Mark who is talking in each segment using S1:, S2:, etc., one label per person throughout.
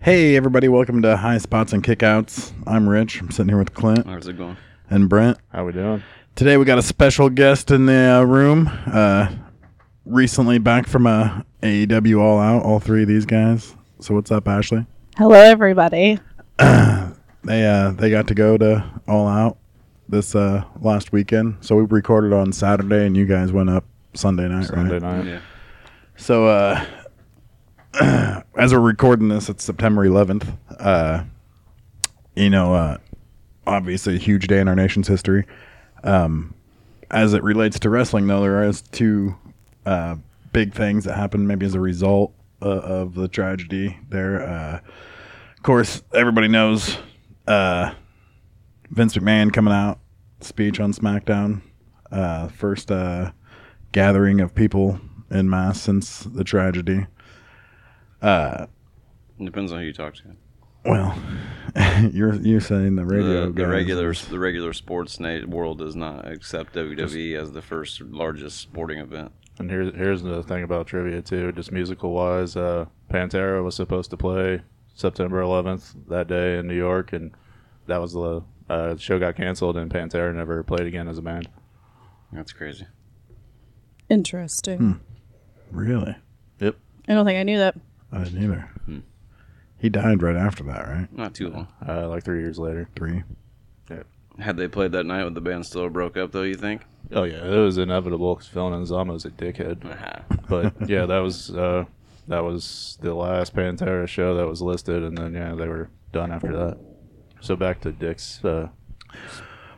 S1: Hey, everybody, welcome to High Spots and Kickouts. I'm Rich. I'm sitting here with Clint
S2: How's it going?
S1: and Brent.
S3: How we doing?
S1: Today, we got a special guest in the uh, room. Uh, recently back from uh, AEW All Out, all three of these guys. So, what's up, Ashley?
S4: Hello, everybody.
S1: They uh, they got to go to All Out this uh, last weekend. So, we recorded on Saturday, and you guys went up Sunday night, right?
S3: Sunday night.
S2: Yeah.
S1: So, uh, as we're recording this, it's September 11th. Uh, you know, uh, obviously a huge day in our nation's history. Um, as it relates to wrestling, though, there is two uh, big things that happened maybe as a result uh, of the tragedy there. Uh, of course, everybody knows uh, Vince McMahon coming out speech on SmackDown, uh, first uh, gathering of people in mass since the tragedy.
S2: It depends on who you talk to.
S1: Well, you're you're saying the radio
S2: The, the
S1: guys-
S2: regular the regular sports na- world does not accept WWE as the first largest sporting event.
S3: And here's here's the thing about trivia too, just musical wise. Uh, Pantera was supposed to play September 11th that day in New York, and that was the uh, the show got canceled, and Pantera never played again as a band.
S2: That's crazy.
S4: Interesting.
S1: Hmm. Really,
S3: Yep.
S4: I don't think I knew that.
S1: I didn't either. He died right after that, right?
S2: Not too long.
S3: Uh, like three years later.
S1: Three.
S3: Yep.
S2: Had they played that night, would the band still have broke up though? You think?
S3: Oh yeah, it was inevitable because Phil Anselmo's a dickhead.
S2: Nah.
S3: But yeah, that was uh, that was the last Pantera show that was listed, and then yeah, they were done after that. So back to Dick's uh,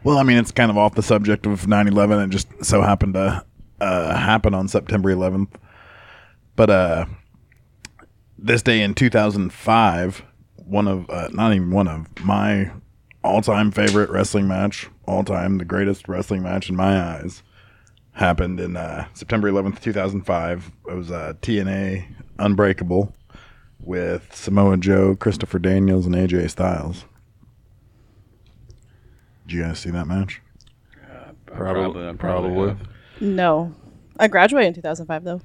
S1: Well, I mean, it's kind of off the subject of 9/11. It just so happened to uh, happen on September 11th. But uh, this day in 2005, one of uh, not even one of my all-time favorite wrestling match, all-time the greatest wrestling match in my eyes, happened in uh, September 11th, 2005. It was uh, TNA Unbreakable with Samoa Joe, Christopher Daniels, and AJ Styles. Did you guys see that match?
S2: Probably- I probably have.
S4: No. I graduated in 2005, though.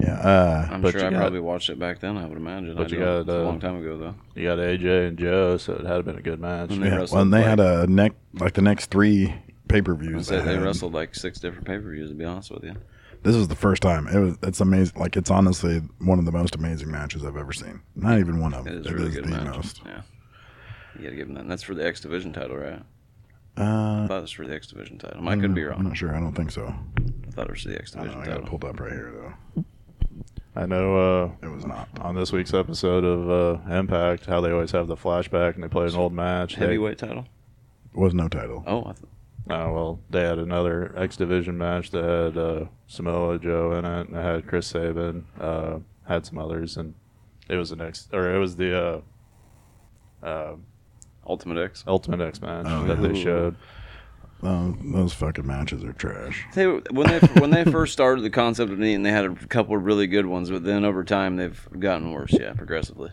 S1: Yeah. Uh,
S2: I'm
S3: But
S2: sure
S3: you
S2: I
S3: got-
S2: probably watched it back then. I would imagine. I
S3: But you
S2: don't.
S3: got,
S2: It's a
S3: uh,
S2: long time ago though.
S3: You got AJ and Joe, so it had been a good match.
S2: And they
S1: yeah.
S2: wrestled
S1: Well, and they had
S2: like-
S1: a neck like the next three pay per
S2: I
S1: views.
S2: said they wrestled like six different pay per views. To be honest with you,
S1: This is the first time. It was. It's amazing. Like it's honestly one of the most amazing matches I've ever seen. Not even one of
S2: it
S1: them.
S2: is a really good
S1: the
S2: match.
S1: most.
S2: Yeah. You gotta give them that. And that's for the X Division title, right? I
S1: Uh,
S2: thought it was for the X Division title. I could be
S1: I'm
S2: wrong.
S1: not sure. I don't think so.
S2: I thought it was for the X
S1: I, don't know,
S2: Division
S1: I got it
S2: title.
S1: pulled up right here
S3: I know
S1: though. It was not.
S3: uh, on this week's episode of uh, Impact how they always have the flashback and they play an old match. They,
S2: Heavyweight title?
S1: It was no title.
S2: Oh, I th-
S3: uh, well, they had another X Division match that had uh, Samoa Joe in it, and it had Chris Sabin, uh, had some others, and it was the next or it was the uh, uh,
S2: Ultimate X.
S3: Ultimate X match
S1: Oh,
S3: that
S1: yeah.
S3: they showed.
S1: Those, Um, those fucking matches are trash.
S2: They, when they when they first started the concept of Neaton, they had a couple of really good ones, but then over time they've gotten worse. Yeah, progressively.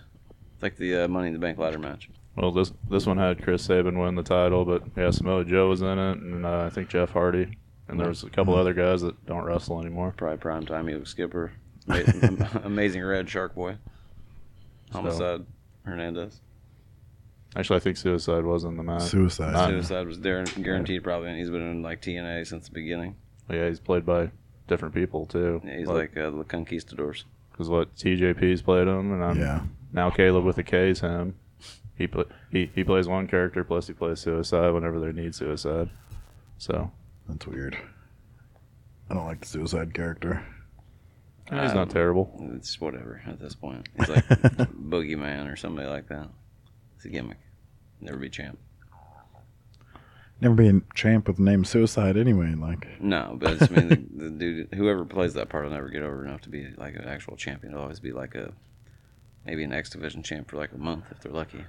S2: Like the uh, Money in the Bank ladder match.
S3: Well, this this one had Chris Sabin win the title, but yeah, Samoa Joe was in it, and uh, I think Jeff Hardy, and there was a couple
S1: Mm-hmm.
S3: other guys that don't wrestle anymore.
S2: Probably prime time. You skipper. Ama- Amazing Red Shark Boy. Homicide Hernandez.
S3: Actually, I think Suicide was in the
S2: Uh,
S3: match.
S1: Suicide.
S3: Not-
S2: Suicide was there guaranteed probably, and he's been in like TNA since the beginning.
S3: yeah, he's played by different people too.
S2: Yeah, he's like uh, the Conquistadors.
S3: because what TJP's played him, and I'm
S2: um,
S1: yeah.
S3: now Caleb with a K is him. He pl- he he plays one character, plus he plays Suicide whenever they need Suicide. So
S1: That's weird. I don't like the suicide character.
S3: and
S2: Um,
S3: he's not terrible.
S2: It's whatever at this point. He's like Boogeyman or somebody like that. It's a gimmick. Never be champ.
S1: Never be a champ with the name Suicide anyway. Like.
S2: No, but I just mean the, the dude, whoever plays that part, will never get over enough to be like an actual champion. It'll always be like a maybe an X division champ for like a month if they're lucky.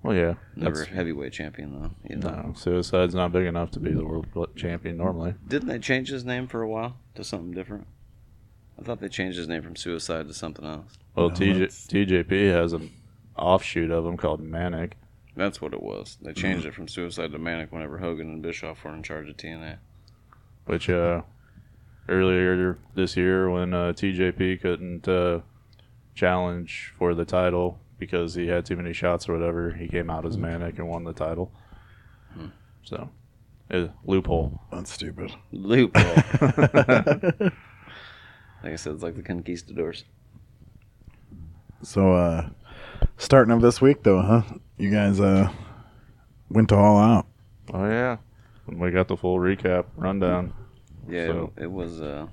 S3: Well, yeah,
S2: Never
S3: that's-
S2: heavyweight champion though. You know.
S3: No, Suicide's not big enough to be the world champion normally.
S2: Didn't they change his name for a while to something different? I thought they changed his name from Suicide to something else.
S3: Well,
S1: No,
S3: TJ,
S1: that's-
S3: TJP has an offshoot of him called Manic.
S2: That's what it was.
S3: Mm-hmm.
S2: They changed it from Suicide to Manic whenever Hogan and Bischoff were in charge of TNA.
S3: which uh, earlier this year when uh, TJP couldn't uh, challenge for the title because he had too many shots or whatever. He came out as manic and won the title. So, it, loophole.
S1: That's stupid.
S2: Loophole. like I said, it's like the conquistadors.
S1: So, uh, starting of this week, though, huh? You guys uh, went to All Out.
S3: Oh yeah, and we got the full recap rundown.
S2: Yeah,
S3: So-
S2: it, it was. Uh,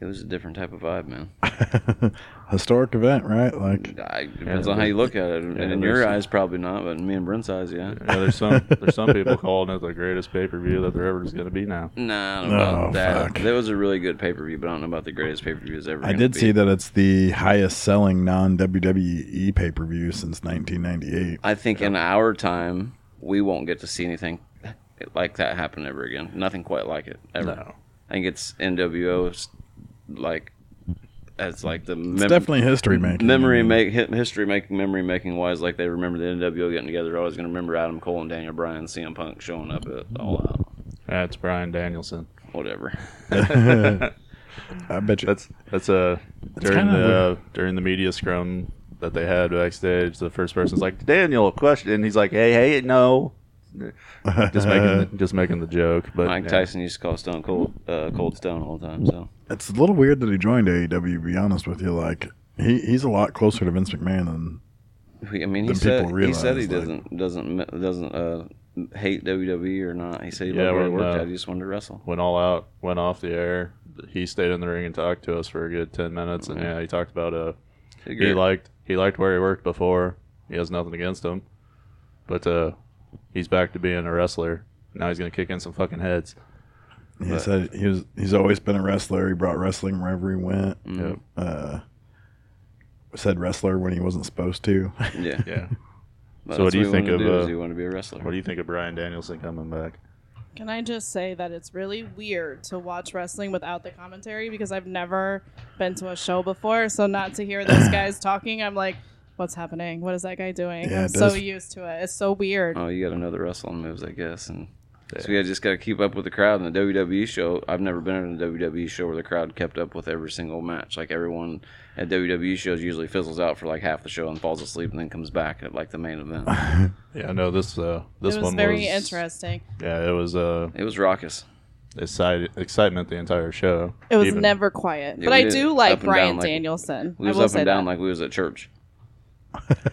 S2: it was a different type of vibe, man.
S1: Historic event, right? Like,
S2: I, depends
S3: Yeah,
S2: on how
S3: but-
S2: you look at it. And in
S3: there's-
S2: your eyes, probably not, but in me and Brent's eyes, yeah.
S3: Yeah, there's some there's some people calling it the greatest pay per view that there ever is going to be now.
S2: Nah, I don't know about
S1: Oh,
S2: that.
S1: fuck.
S2: That was a really good pay per view, but I don't know about the greatest pay per views ever.
S1: I
S2: gonna
S1: did
S2: be.
S1: see that it's the highest selling non WWE pay per view since 1998.
S2: I think in our time, we won't get to see anything like that happen ever again. Nothing quite like it ever.
S3: No.
S2: I think it's NWO's like as like the
S1: It's
S2: mem-
S1: definitely history making.
S2: memory make hi- history making memory making wise. Like they remember the NWO getting together. They're always going to remember Adam Cole and Daniel Bryan, CM Punk showing up at all out.
S3: That's Brian Danielson.
S2: Whatever.
S1: I bet you.
S3: That's that's uh, during
S1: kinda
S3: the uh, during the media scrum that they had backstage. The first person's like Daniel question. And he's like, hey hey no, just making
S4: Uh-huh.
S3: the, just making the joke. But
S2: Mike
S3: yeah.
S2: Tyson used to call Stone Cold uh, Cold Stone all the time. So
S1: it's a little weird that he joined AEW. To be honest with you, like he, he's a lot closer to Vince McMahon than
S2: I mean, he
S1: Then
S2: said
S1: people
S2: he said he
S1: realize, like-
S2: doesn't doesn't me- doesn't uh, hate WWE or not. He said he
S3: Yeah,
S2: loved where he
S3: when,
S2: worked
S3: uh,
S2: at. He just wanted to wrestle.
S3: Went all out, went off the air. He stayed in the ring and talked to us for a good ten minutes. And yeah, he talked about uh, he liked he liked where he worked before. He has nothing against him, but uh, he's back to being a wrestler. Now he's gonna kick in some fucking heads.
S1: he said he was. He's always been a wrestler. He brought wrestling wherever he went.
S2: Mhm.
S1: Uh, said wrestler when he wasn't supposed to.
S2: Mm-hmm. yeah.
S3: Yeah.
S2: But
S3: So
S2: that's
S3: what do you
S2: he
S3: think
S2: wanted to
S3: of,
S2: do,
S3: uh,
S2: is he wanted to be a wrestler?
S3: What do you think of Brian Danielson coming back?
S4: Can I just say that it's really weird to watch wrestling without the commentary because I've never been to a show before. So not to hear those guys talking, I'm like, what's happening? What is that guy doing?
S1: Yeah,
S4: I'm
S1: it
S4: so
S1: does-
S4: used to it. It's so weird.
S2: oh, you got to know the wrestling moves, I guess, and so you just got to keep up with the crowd. In the WWE show, I've never been at a WWE show where the crowd kept up with every single match. Like everyone at WWE shows usually fizzles out for like half the show and falls asleep, and then comes back at like the main event.
S3: Yeah, no, this uh,
S4: it
S3: this
S4: was
S3: one
S4: very
S3: was
S4: interesting.
S3: Yeah, it was uh,
S2: It was raucous.
S3: excite- excitement the entire show.
S4: It was
S3: Even-
S4: never quiet.
S2: Yeah,
S4: but
S2: we
S4: I
S2: did
S4: do
S2: up
S4: like
S2: and down
S4: Brian
S2: like-
S4: Danielson.
S2: We
S4: I
S2: was
S4: will
S2: up
S4: say
S2: and down
S4: that.
S2: like we was at church.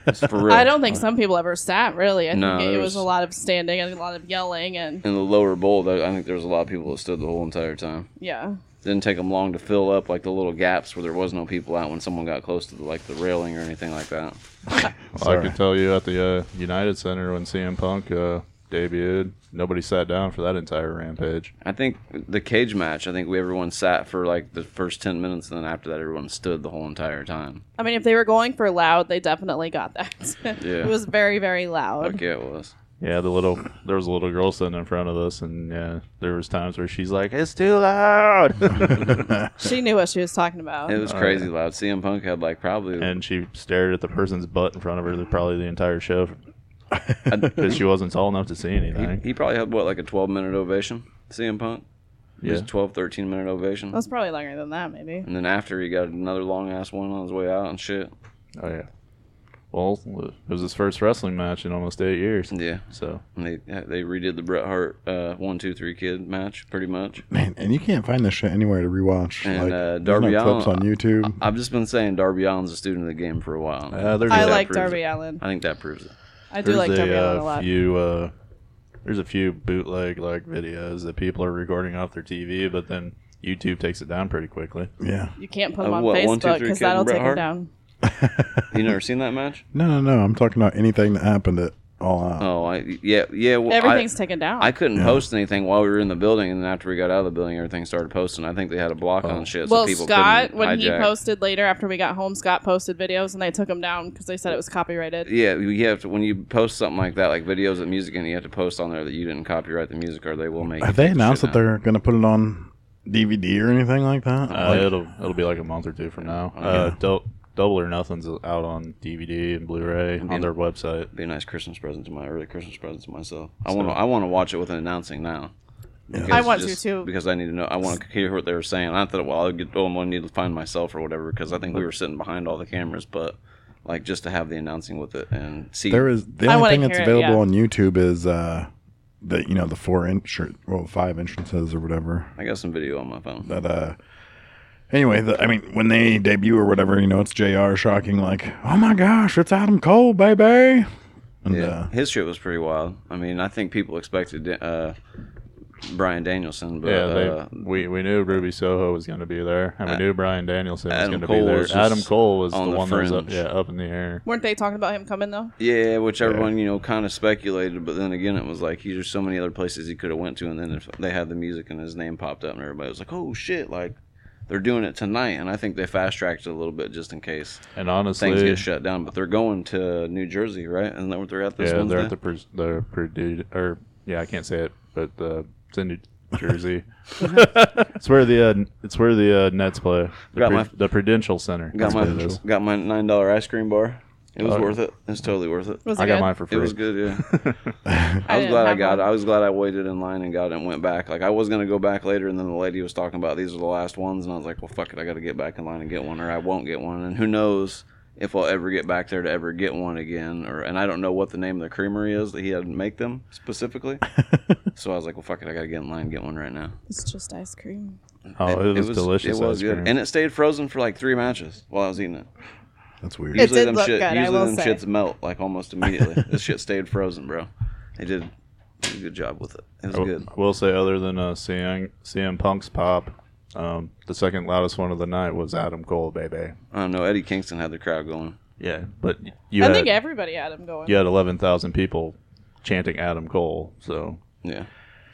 S2: It's for real.
S4: I don't think some people ever sat really. I
S2: No,
S4: think it
S2: there
S4: was
S2: was-
S4: a lot of standing and a lot of yelling and
S2: in the lower bowl, though, I think there was a lot of people that stood the whole entire time.
S4: yeah.
S2: Didn't take them long to fill up like the little gaps where there was no people out when someone got close to the, like the railing or anything like that.
S3: I could tell you at the uh, United Center when CM Punk uh, debuted, nobody sat down for that entire rampage.
S2: I think the cage match. I think we everyone sat for like the first ten minutes, and then after that, everyone stood the whole entire time.
S4: I mean, if they were going for loud, they definitely got that.
S2: Yeah.
S4: it was very, very loud.
S2: Like yeah, it was.
S3: Yeah, the little there was a little girl sitting in front of us, and yeah, there was times where she's like, "It's too loud,"
S4: She knew what she was talking about.
S2: It was crazy loud. CM Punk had like probably.
S3: and she stared at the person's butt in front of her the- probably the entire show
S2: I-
S3: because she wasn't tall enough to see anything.
S2: he probably had what like a twelve minute ovation. CM Punk. It was
S3: Yeah.
S2: 12, 13 minute ovation.
S4: That's probably longer than that, maybe.
S2: And then after he got another long ass one on his way out and shit.
S3: Oh yeah. Well, it was his first wrestling match in almost eight years.
S2: Yeah.
S3: So
S2: And they they redid the Bret Hart uh, one two three kid match pretty much.
S1: Man, and you can't find this shit anywhere to rewatch.
S2: And,
S1: like,
S2: uh,
S1: there's
S2: Darby
S1: no clips
S2: Allin-
S1: on YouTube.
S2: I've just been saying Darby Allin's a student of the game for a while.
S3: uh, there's
S4: I
S3: a-
S2: that
S4: like
S2: proves
S4: Darby
S2: it.
S4: Allen.
S2: I think that proves it.
S4: I do
S3: there's
S4: like Darby
S3: a,
S4: Allen
S3: uh,
S4: a lot.
S3: few uh, there's a few bootleg like videos that people are recording off their TV, but then YouTube takes it down pretty quickly.
S1: yeah.
S4: You can't put
S2: Uh,
S4: them on
S2: what, one, two,
S4: Facebook
S2: three,
S4: because
S2: Kid and
S4: that'll
S2: Bret
S4: take them
S2: Hart?
S4: down.
S2: You never seen that match?
S1: No, no, no. I'm talking about anything that happened at All Out.
S2: Oh, I yeah yeah. Well,
S4: Everything's
S2: I,
S4: taken down.
S2: I couldn't post anything while we were in the building, and then after we got out of the building, everything started posting. I think they had a block
S1: Oh.
S2: on shit. so
S4: well,
S2: people
S4: Scott,
S2: couldn't
S4: when he
S2: hijack.
S4: posted later after we got home, Scott posted videos and they took them down because they said it was copyrighted.
S2: yeah, you you have to when you post something like that, like videos of music, and you have to post on there that you didn't copyright the music, or they will make. you
S1: Have they
S2: take the
S1: announced
S2: shit
S1: that
S2: down.
S1: they're going to put it on DVD or anything like that?
S3: Uh, it'll it'll be like a month or two from now.
S2: Oh,
S3: Uh, Dou- Double or Nothing's out on DVD and Blu-ray on their website.
S2: Be a nice Christmas present to my early Christmas present to myself. I want to I want to watch it with an announcing now.
S1: Yeah.
S4: I
S2: Because
S4: want
S2: just-
S4: to too.
S2: because I need to know. I want to hear what they were saying. I thought, well, I'll get oh, I'm gonna need to find myself or whatever because I think we were sitting behind all the cameras, but like just to have the announcing with it and see.
S1: There is the
S4: I
S1: only
S4: wanna
S1: thing that's
S4: hear it,
S1: available
S4: yeah.
S1: on YouTube is uh, the you know the four inch or well five entrances or whatever.
S2: I got some video on my phone.
S1: But uh, anyway, the, I mean when they debut or whatever, you know it's Jr. shocking like oh my gosh it's Adam Cole baby. And,
S2: yeah,
S1: uh,
S2: his shit was pretty wild. I mean, I think people expected uh, Brian Danielson, but
S3: Yeah, they,
S2: uh,
S3: we we knew Ruby Soho was going to be there, and we knew Brian Danielson was
S2: Adam
S3: going to be
S2: Cole
S3: there.
S2: was just
S3: Adam Cole was the,
S2: on the
S3: one that was up,
S2: fringe.
S3: yeah, up in the air.
S4: Weren't they talking about him coming though?
S2: yeah, which everyone you know kind of speculated, but then again, it was like he, there's so many other places he could have went to, and then if they had the music and his name popped up, and everybody was like, "Oh shit!" Like they're doing it tonight, and I think they fast tracked it a little bit just in case
S3: And
S2: things
S3: honestly,
S2: get shut down. But they're going to New Jersey, right? And that what they're at this
S3: yeah,
S2: Wednesday.
S3: they're at the Pur- the Purdue or yeah, I can't say it, but uh, it's in New Jersey. it's where the uh, it's where the uh, Nets play. The,
S2: Got
S3: Pru-
S2: my-
S3: the Prudential Center.
S2: got
S3: That's
S2: my
S3: what it is.
S2: got my nine dollar ice cream bar. It was
S3: Oh.
S2: worth it. It's totally worth it.
S4: Was it
S3: I got
S4: good?
S3: mine for
S2: It
S3: free.
S2: was good, yeah. I was
S4: didn't
S2: glad I
S4: have
S2: got it.
S4: one.
S2: I was glad I waited in line and got it and went back. Like I was gonna go back later, and then the lady was talking about these are the last ones, and I was like, well, fuck it, I got to get back in line and get one, or I won't get one, and who knows if I'll ever get back there to ever get one again, or and I don't know what the name of the creamery is that he had to make them specifically. so I was like, well, fuck it, I got to get in line and get one right now.
S4: It's just ice cream.
S3: Oh, it, was, delicious.
S2: It was
S3: ice
S2: good,
S3: cream.
S2: and it stayed frozen for like three matches while I was eating it.
S1: that's weird.
S4: It-
S2: Usually
S4: did
S2: them
S4: look
S2: shit,
S4: good, I
S2: usually
S4: will
S2: them
S4: say.
S2: shits melt like almost immediately. this shit stayed frozen, bro. They did a good job with it. It was
S3: I w-
S2: good.
S3: I will say, other than uh, CM, CM Punk's pop, um, the second loudest one of the night was Adam Cole, baby.
S2: I don't know. Eddie Kingston had the crowd going.
S3: Yeah, but you
S4: I
S3: had,
S4: think everybody had him going.
S3: you had eleven thousand people chanting Adam Cole, so
S2: Yeah,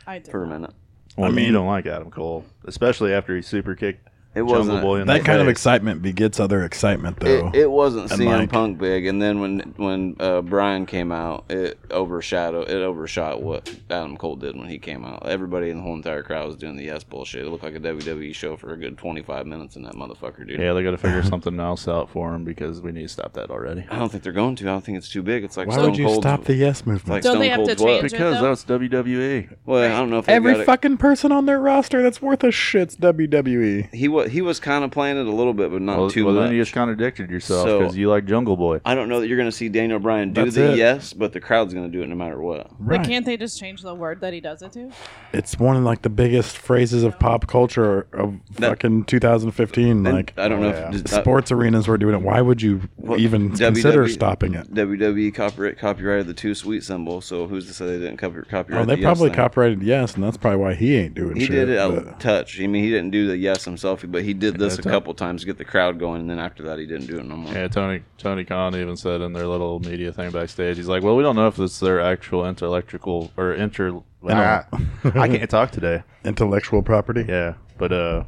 S4: I did.
S2: for a minute.
S3: well,
S1: mean-
S3: you don't like Adam Cole, especially after he super kicked
S2: It
S3: Jungle
S2: wasn't.
S3: Boy in
S1: that
S3: the
S1: kind of
S3: face.
S1: excitement begets other excitement though.
S2: It, it wasn't
S1: And
S2: CM
S1: like-
S2: Punk big, and then when when uh, Brian came out, it overshadowed, it overshot what Adam Cole did when he came out. Everybody in the whole entire crowd was doing the yes bullshit. It looked like a WWE show for a good twenty five minutes in that motherfucker, dude.
S3: Yeah, they got to figure something else out for him because we need to stop that already.
S2: I don't think they're going to. I don't think it's too big. It's like
S1: Why
S2: Stone
S1: would you
S2: Cold's-
S1: stop the yes movement?
S2: Like
S4: Don't
S2: Stone
S4: they have to
S2: Cold's
S4: change
S2: what?
S4: it? Because though?
S3: that's WWE.
S2: Well, I don't know if they
S1: Every
S2: got it-
S1: fucking person on their roster that's worth a shit's E. WWE.
S2: he was he was kind of playing it a little bit, but not
S3: Well,
S2: too
S3: well,
S2: much.
S3: then you just contradicted yourself
S2: So-
S3: because you like Jungle Boy.
S2: I don't know that you're going to see Daniel Bryan do
S1: That's
S2: the
S1: it.
S2: yes, but the crowd's going to do it no matter what.
S4: But
S1: Right.
S4: can't they just change the word that he does it to?
S1: It's one of like the biggest phrases of pop culture of
S2: That-
S1: fucking 2015.
S2: And
S1: like oh,
S2: I don't know
S3: yeah.
S2: if does-
S1: sports arenas were doing it. Why would you
S2: Well, E
S1: even
S2: WWE
S1: consider stopping it?
S2: WWE E copyright copyrighted the two sweet symbol, so who's to say they didn't copy, copyright?
S1: Oh, they
S2: the
S1: probably
S2: yes thing?
S1: copyrighted yes, and that's probably why he ain't doing
S2: He
S1: shit.
S2: did it uh, a
S1: but-
S2: touch. I mean, he didn't do the yes himself, but he did this
S3: Yeah,
S2: a
S3: touch.
S2: couple times to get the crowd going, and then after that, he didn't do it no more.
S3: Yeah, Tony Tony Khan even said in their little media thing backstage, he's like, "Well, we don't know if it's their actual intellectual or inter." Ah, I can't talk today.
S1: Intellectual property.
S3: Yeah, but uh,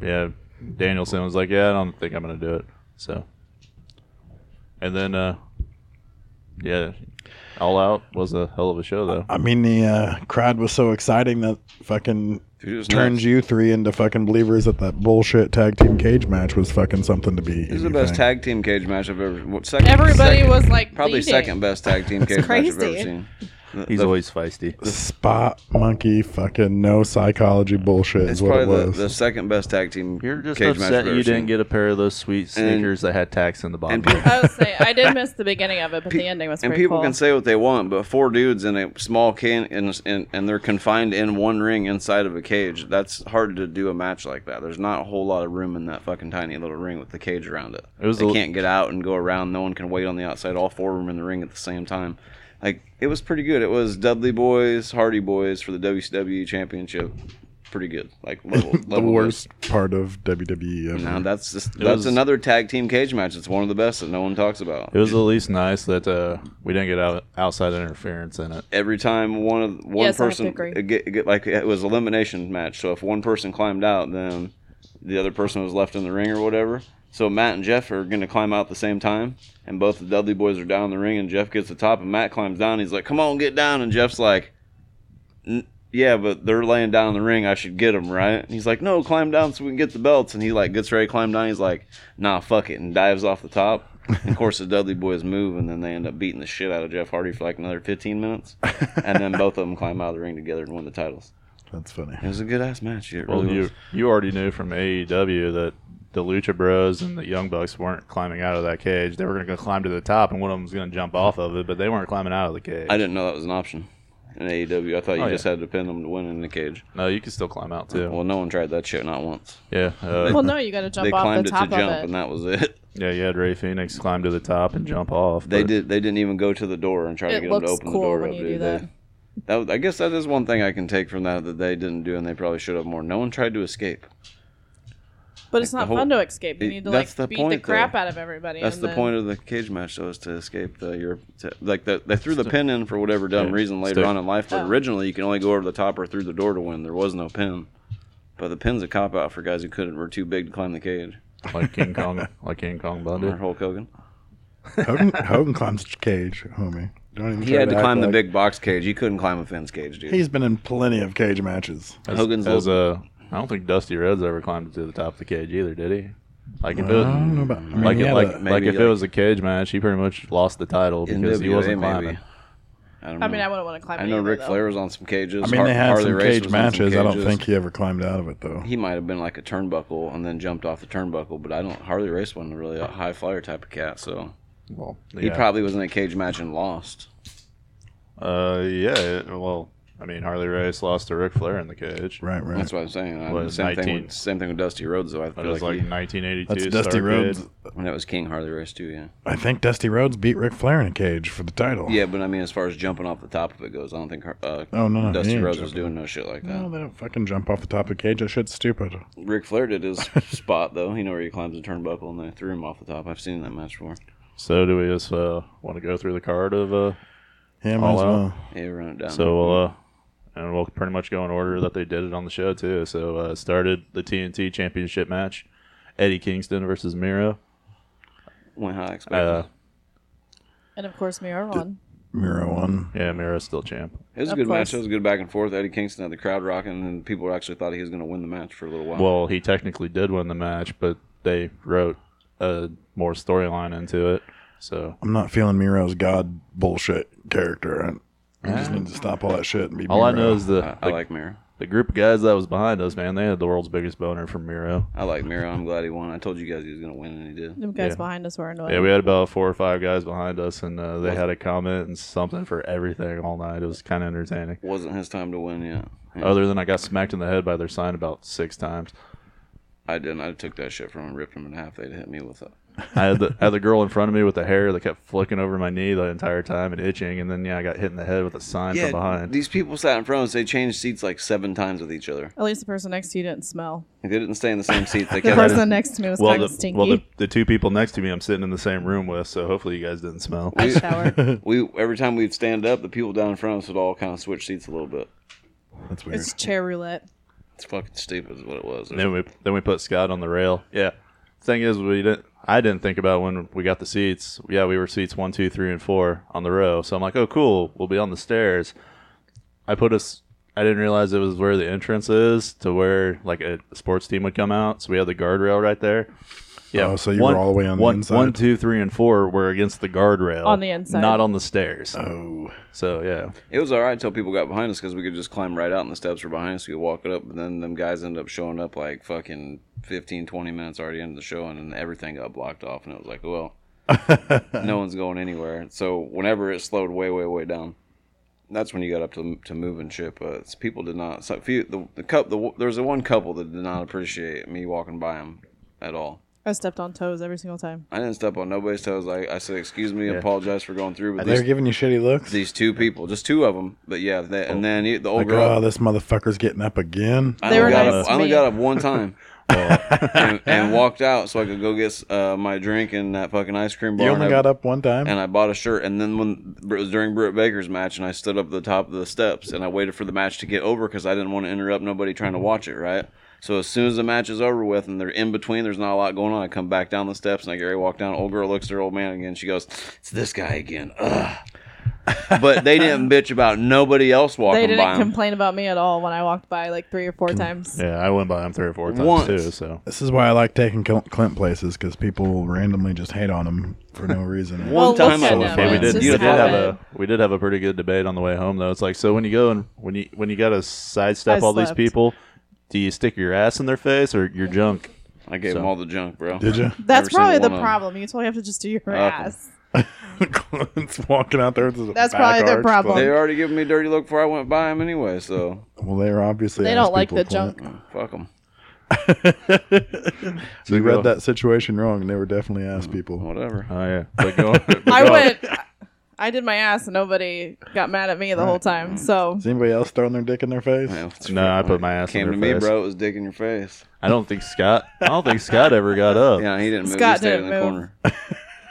S3: yeah, Danielson was like, "Yeah, I don't think I'm gonna do it." So, and then uh, yeah, All Out was a hell of a show though.
S1: I mean, the uh, crowd was so exciting that fucking
S2: Dude, it was
S1: turns
S2: nuts.
S1: you three into fucking believers that that bullshit tag team cage match was fucking something to be.
S2: This is the best
S1: anything.
S2: tag team cage match I've ever. What, second,
S4: Everybody
S2: second-
S4: was like
S2: probably
S4: leading.
S2: second best tag team cage match I've ever
S4: crazy.
S2: seen. The-
S3: He's
S2: the-
S3: always feisty.
S1: Spot monkey fucking no psychology bullshit
S2: It's
S1: is what
S2: probably
S1: it
S2: the,
S1: was.
S2: the second best tag team.
S3: You're just
S2: cage match I've
S3: upset
S2: ever
S3: you
S2: seen.
S3: didn't get a pair of those sweet sneakers that had tax in the bottom.
S2: and people-
S4: I would say I did miss the beginning of it, but the ending was
S2: And
S4: pretty
S2: people
S4: cool.
S2: can say what they want, but four dudes in a small can and, and and they're confined in one ring inside of a cage. That's hard to do a match like that. There's not a whole lot of room in that fucking tiny little ring with the cage around it.
S3: It was
S2: they
S3: a-
S2: can't get out and go around. No one can wait on the outside. All four of them in the ring at the same time. Like it was pretty good. It was Dudley Boys, Hardy Boys for the WCW Championship. Pretty good. Like level,
S1: the
S2: level good.
S1: worst part of WWE ever.
S2: Now that's just, that's
S3: was-
S2: another tag team cage match. It's one of the best that no one talks about.
S3: It was at least nice that uh, we didn't get out, outside interference in it.
S2: Every time one of one
S4: Yes, I have to
S2: person
S4: agree.
S2: it get, get- like it was elimination match. So if one person climbed out, then the other person was left in the ring or whatever. So Matt and Jeff are going to climb out at the same time, and both the Dudley boys are down in the ring, and Jeff gets the top, and Matt climbs down. He's like, "Come on, get down!" And Jeff's like, "N- "Yeah, but they're laying down in the ring. I should get them, right?" And he's like, "No, climb down so we can get the belts." And he like gets ready to climb down. He's like, "Nah, fuck it," and dives off the top. And of course, the Dudley boys move, and then they end up beating the shit out of Jeff Hardy for like another 15 minutes, and then both of them climb out of the ring together and win the titles.
S1: That's funny.
S2: It was a good ass match. It
S3: Well,
S2: really
S3: you
S2: was.
S3: you already knew from AEW that the Lucha Bros and the Young Bucks weren't climbing out of that cage. They were going to climb to the top, and one of them was going to jump off of it, but they weren't climbing out of the cage.
S2: I didn't know that was an option in AEW. I thought you
S3: Oh,
S2: just
S3: yeah.
S2: had to pin them to win in the cage.
S3: no, you can still climb out too.
S2: Well, no one tried that shit, not once.
S3: yeah, uh,
S4: Well, no, you got to jump
S2: they
S4: off
S2: climbed
S4: the
S2: it to
S4: top
S2: jump,
S4: of it.
S2: and that was it.
S3: yeah. You had Ray Phoenix climb to the top and jump off.
S2: They
S3: but-
S2: did. They didn't even go to the door and try to
S4: It
S2: get them to
S4: looks
S2: open
S4: cool
S2: the door
S4: when
S2: up,
S4: you
S2: dude.
S4: do
S2: They-
S4: that.
S2: that was- I guess that is one thing I can take from that that they didn't do, and they probably should have more. No one tried to escape.
S4: But it's not
S2: whole-
S4: fun to escape. You
S2: it-
S4: need to like
S2: that's the
S4: beat
S2: point,
S4: the
S2: though.
S4: crap out of everybody.
S2: That's
S4: and
S2: the
S4: then-
S2: point of the cage match, though, is to escape the Europe. To, like the, they threw the pin in for whatever dumb
S3: Yeah,
S2: reason later
S3: stick.
S2: on in life, but
S4: Oh.
S2: originally you can only go over the top or through the door to win. There was no pin, but the pin's a cop out for guys who couldn't were too big to climb the cage.
S3: like King Kong, like King Kong Bundy.
S2: Remember Hulk Hogan?
S1: Hogan, Hogan climbs the cage, homie. Don't even
S2: He
S1: try
S2: had to
S1: act
S2: climb the
S1: like-
S2: big box cage. He couldn't climb a fence cage, dude.
S1: He's been in plenty of cage matches.
S3: As,
S2: Hogan's
S3: as uh, I don't think Dusty Rhodes ever climbed to the top of the cage either, did he? Like if it,
S1: I don't know about- I mean,
S3: like
S1: he
S3: it,
S1: had
S3: like,
S1: a-
S3: like
S2: maybe,
S3: if
S2: like-
S3: it was a cage match, he pretty much lost the title
S2: In
S3: because he
S2: NWA,
S3: wasn't
S2: maybe.
S3: climbing.
S2: I don't know.
S4: I mean, I wouldn't want to climb.
S2: I
S4: any
S2: know
S4: of it,
S2: Ric
S4: though.
S2: Flair was on some cages.
S1: I mean,
S2: Har-
S1: they had
S2: Harley
S1: some
S2: Race
S1: cage
S2: was on some
S1: matches. I don't
S2: cages.
S1: think he ever climbed out of it though.
S2: he might have been like a turnbuckle and then jumped off the turnbuckle, but I don't. Harley Race wasn't really a high flyer type of cat, so
S3: Well,
S2: he
S3: yeah.
S2: probably was in a cage match and lost.
S3: Uh, yeah. it- Well, I mean, Harley Race lost to Ric Flair in the cage.
S1: Right, right.
S2: That's what I'm saying. I-
S3: Well, it's
S2: same thing.
S3: 19.
S2: With, same thing with Dusty Rhodes, though. I
S3: That
S2: feel
S3: was
S2: like,
S3: like
S2: he-
S3: 1982.
S1: That's Dusty
S3: Starrcade.
S1: Rhodes.
S2: and that was King Harley Race too. Yeah.
S1: I think Dusty Rhodes beat Ric Flair in a cage for the title.
S2: Yeah, but I mean, as far as jumping off the top of it goes, I don't think Har- uh,
S1: Oh, no, no, he
S2: Dusty
S1: ain't
S2: Rhodes was
S1: jumping.
S2: doing no shit like that.
S1: No, they don't fucking jump off the top of the cage. That shit's stupid.
S2: Ric Flair did his spot though. You know where he climbs the turnbuckle and they threw him off the top. I've seen that match before.
S3: So do we just uh, want to go through the card of
S2: Um,
S3: uh?
S1: Yeah, might
S3: All
S1: as
S3: out.
S1: well.
S2: Yeah, run it down.
S3: So we'll uh, and we'll pretty much go in order that they did it on the show too. So uh, started the TNT Championship match, Eddie Kingston versus Miro.
S2: went how I expected.
S3: Uh,
S4: and of course, Miro won.
S1: Miro won.
S3: yeah, Miro's still champ.
S2: It was a
S4: Of
S2: good match.
S4: course.
S2: It was a good back and forth. Eddie Kingston had the crowd rocking, and people actually thought he was going to win the match for a little while.
S3: Well, he technically did win the match, but they wrote a more storyline into it. So
S1: I'm not feeling Miro's god bullshit character. I, I just need to stop all that shit and be.
S3: all I
S1: Miro.
S3: know is the
S2: I, I
S3: the,
S2: like Miro.
S3: the group of guys that was behind us, man. They had the world's biggest boner from Miro.
S2: I like Miro. I'm glad he won. I told you guys he was going to win, and he did.
S4: Them guys
S3: Yeah.
S4: behind us were annoying.
S3: Yeah, we had about four or five guys behind us, and uh, they had a comment and something for everything all night. It was kind of entertaining.
S2: Wasn't his time to win yet.
S3: Other than I got smacked in the head by their sign about six times.
S2: I didn't. I took that shit from him, and ripped him in half. They'd hit me with it.
S3: I had the, had the girl in front of me with the hair that kept flicking over my knee the entire time and itching, and then yeah, I got hit in the head with a sign from behind.
S2: these people sat in front of us. They changed seats like seven times with each other.
S4: At least the person next to you didn't smell.
S2: Like, they didn't stay in the same seats. They
S4: The
S2: kept.
S4: person next to me was
S3: well,
S4: kind of
S3: the,
S4: stinky.
S3: well the, the two people next to me I'm sitting in the same room with, so hopefully you guys didn't smell.
S4: I showered.
S2: we every time we'd stand up, the people down in front of us would all kind of switch seats a little bit.
S1: that's weird.
S4: it's chair roulette.
S2: It's fucking stupid, is what it was.
S3: And then we then we put Scott on the rail. Yeah. Thing is, we didn't. I didn't think about when we got the seats. Yeah, we were seats one, two, three, and four on the row. So I'm like, oh, cool. We'll be on the stairs. I put us. I didn't realize it was where the entrance is to where like a sports team would come out. So we had the guardrail right there. Yeah.
S1: Oh, so you were all the way on the
S3: one-
S1: inside?
S3: One, two, three, and four were against the guardrail
S4: On the inside.
S3: not on the stairs.
S1: oh,
S3: So yeah,
S2: It was all right until people got behind us because we could just climb right out and the steps were behind us. We could walk it up, and then them guys ended up showing up like fucking 15, 20 minutes already into the show, and then everything got blocked off. And it was like, well, no one's going anywhere. So whenever it slowed way, way, way down, that's when you got up to to moving shit. But it's- people did not. So few the the cup the there was the one couple that did not appreciate me walking by them at all.
S4: I stepped on toes every single time.
S2: I didn't step on nobody's toes. I I said, excuse me, apologize for going through. But
S1: they're
S2: these,
S1: giving you shitty looks.
S2: these two people, just two of them. But yeah, they, and then you- the old
S1: Like,
S2: girl.
S1: oh, this motherfucker's getting up again.
S2: I
S4: They
S2: only
S4: were
S2: got
S4: nice
S2: up,
S4: to
S2: I only
S4: me.
S2: got up one time. and, and walked out so I could go get uh, my drink and that fucking ice cream bar.
S1: You only
S2: and,
S1: got
S2: I,
S1: up one time.
S2: and I bought a shirt. And then when it was during Britt Baker's match, and I stood up at the top of the steps and I waited for the match to get over because I didn't want to interrupt nobody trying to watch it. Right. So as soon as the match is over with and they're in between, there's not a lot going on. I come back down the steps and I get ready to walk down. Old girl looks at her old man again. She goes, "It's this guy again." Ugh. but they didn't bitch about nobody else walking
S4: They didn't
S2: by 'em.
S4: complain about me at all when I walked by like three or four times.
S3: Yeah, I went by him three or four times
S2: Once.
S3: too. So
S1: This is why I like taking Cl- Clint places because people randomly just hate on him for no reason.
S4: Well,
S2: One time
S4: look
S2: I
S4: at
S2: was
S4: him.
S2: fine.
S3: Yeah, we
S4: It's
S3: did.
S4: just
S3: You did have a
S4: happened.
S3: we did have a pretty good debate on the way home though. It's like so when you go and when you when you got to sidestep
S4: I
S3: all these
S4: slept.
S3: people, do you stick your ass in their face or your junk?
S2: I gave
S3: So.
S2: them all the junk, bro.
S1: Did you?
S4: That's
S2: Every single
S4: probably the
S2: one of 'em.
S4: problem. You totally have to just do your
S2: Uh,
S4: ass.
S1: Clint's walking out there. with his
S4: That's
S1: back
S4: probably their
S1: arched,
S4: problem.
S1: like-
S2: They already giving me a dirty look before I went by them anyway, so
S1: well, they're obviously
S4: They don't
S1: ass
S4: like
S1: people,
S4: the
S1: Clint.
S4: junk.
S2: fuck them.
S1: You
S3: go-
S1: read that situation wrong. They were definitely ass people.
S2: Whatever.
S3: Oh yeah, but go, but
S4: I
S3: go-
S4: went. I did my ass, and nobody got mad at me the whole time. So
S1: Is anybody else throwing their dick in their face?
S2: Man, it's
S3: No, I
S2: fucking-
S3: put my ass in
S2: Came to
S3: their
S2: me,
S3: face.
S2: bro. It was dick in your face.
S3: I don't think Scott. I don't think Scott ever got up.
S2: Yeah, he didn't move.
S4: Scott
S2: he stayed in
S4: didn't
S2: the
S4: move.
S2: corner.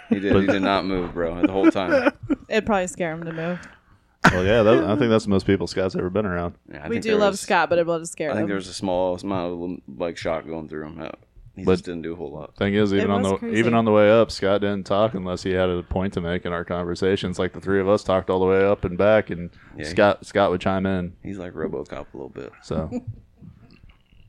S2: He did. he did not move, bro, the whole time.
S4: it'd probably scare him to move.
S3: Well, yeah, that, I think that's the most people Scott's ever been around.
S2: Yeah, I
S4: we
S2: think
S4: do
S2: there
S4: love
S2: was-
S4: Scott, but it would scare
S2: I think there
S4: him.
S2: was a small amount of like shock going through him. Uh, He
S3: But-
S2: just didn't do a whole lot.
S3: Thing is, even on
S4: was
S3: the
S4: crazy.
S3: even on the way up, Scott didn't talk unless he had a point to make in our conversations. Like the three of us talked all the way up and back, and
S2: Yeah, he-
S3: Scott Scott would chime in.
S2: He's like RoboCop a little bit.
S3: So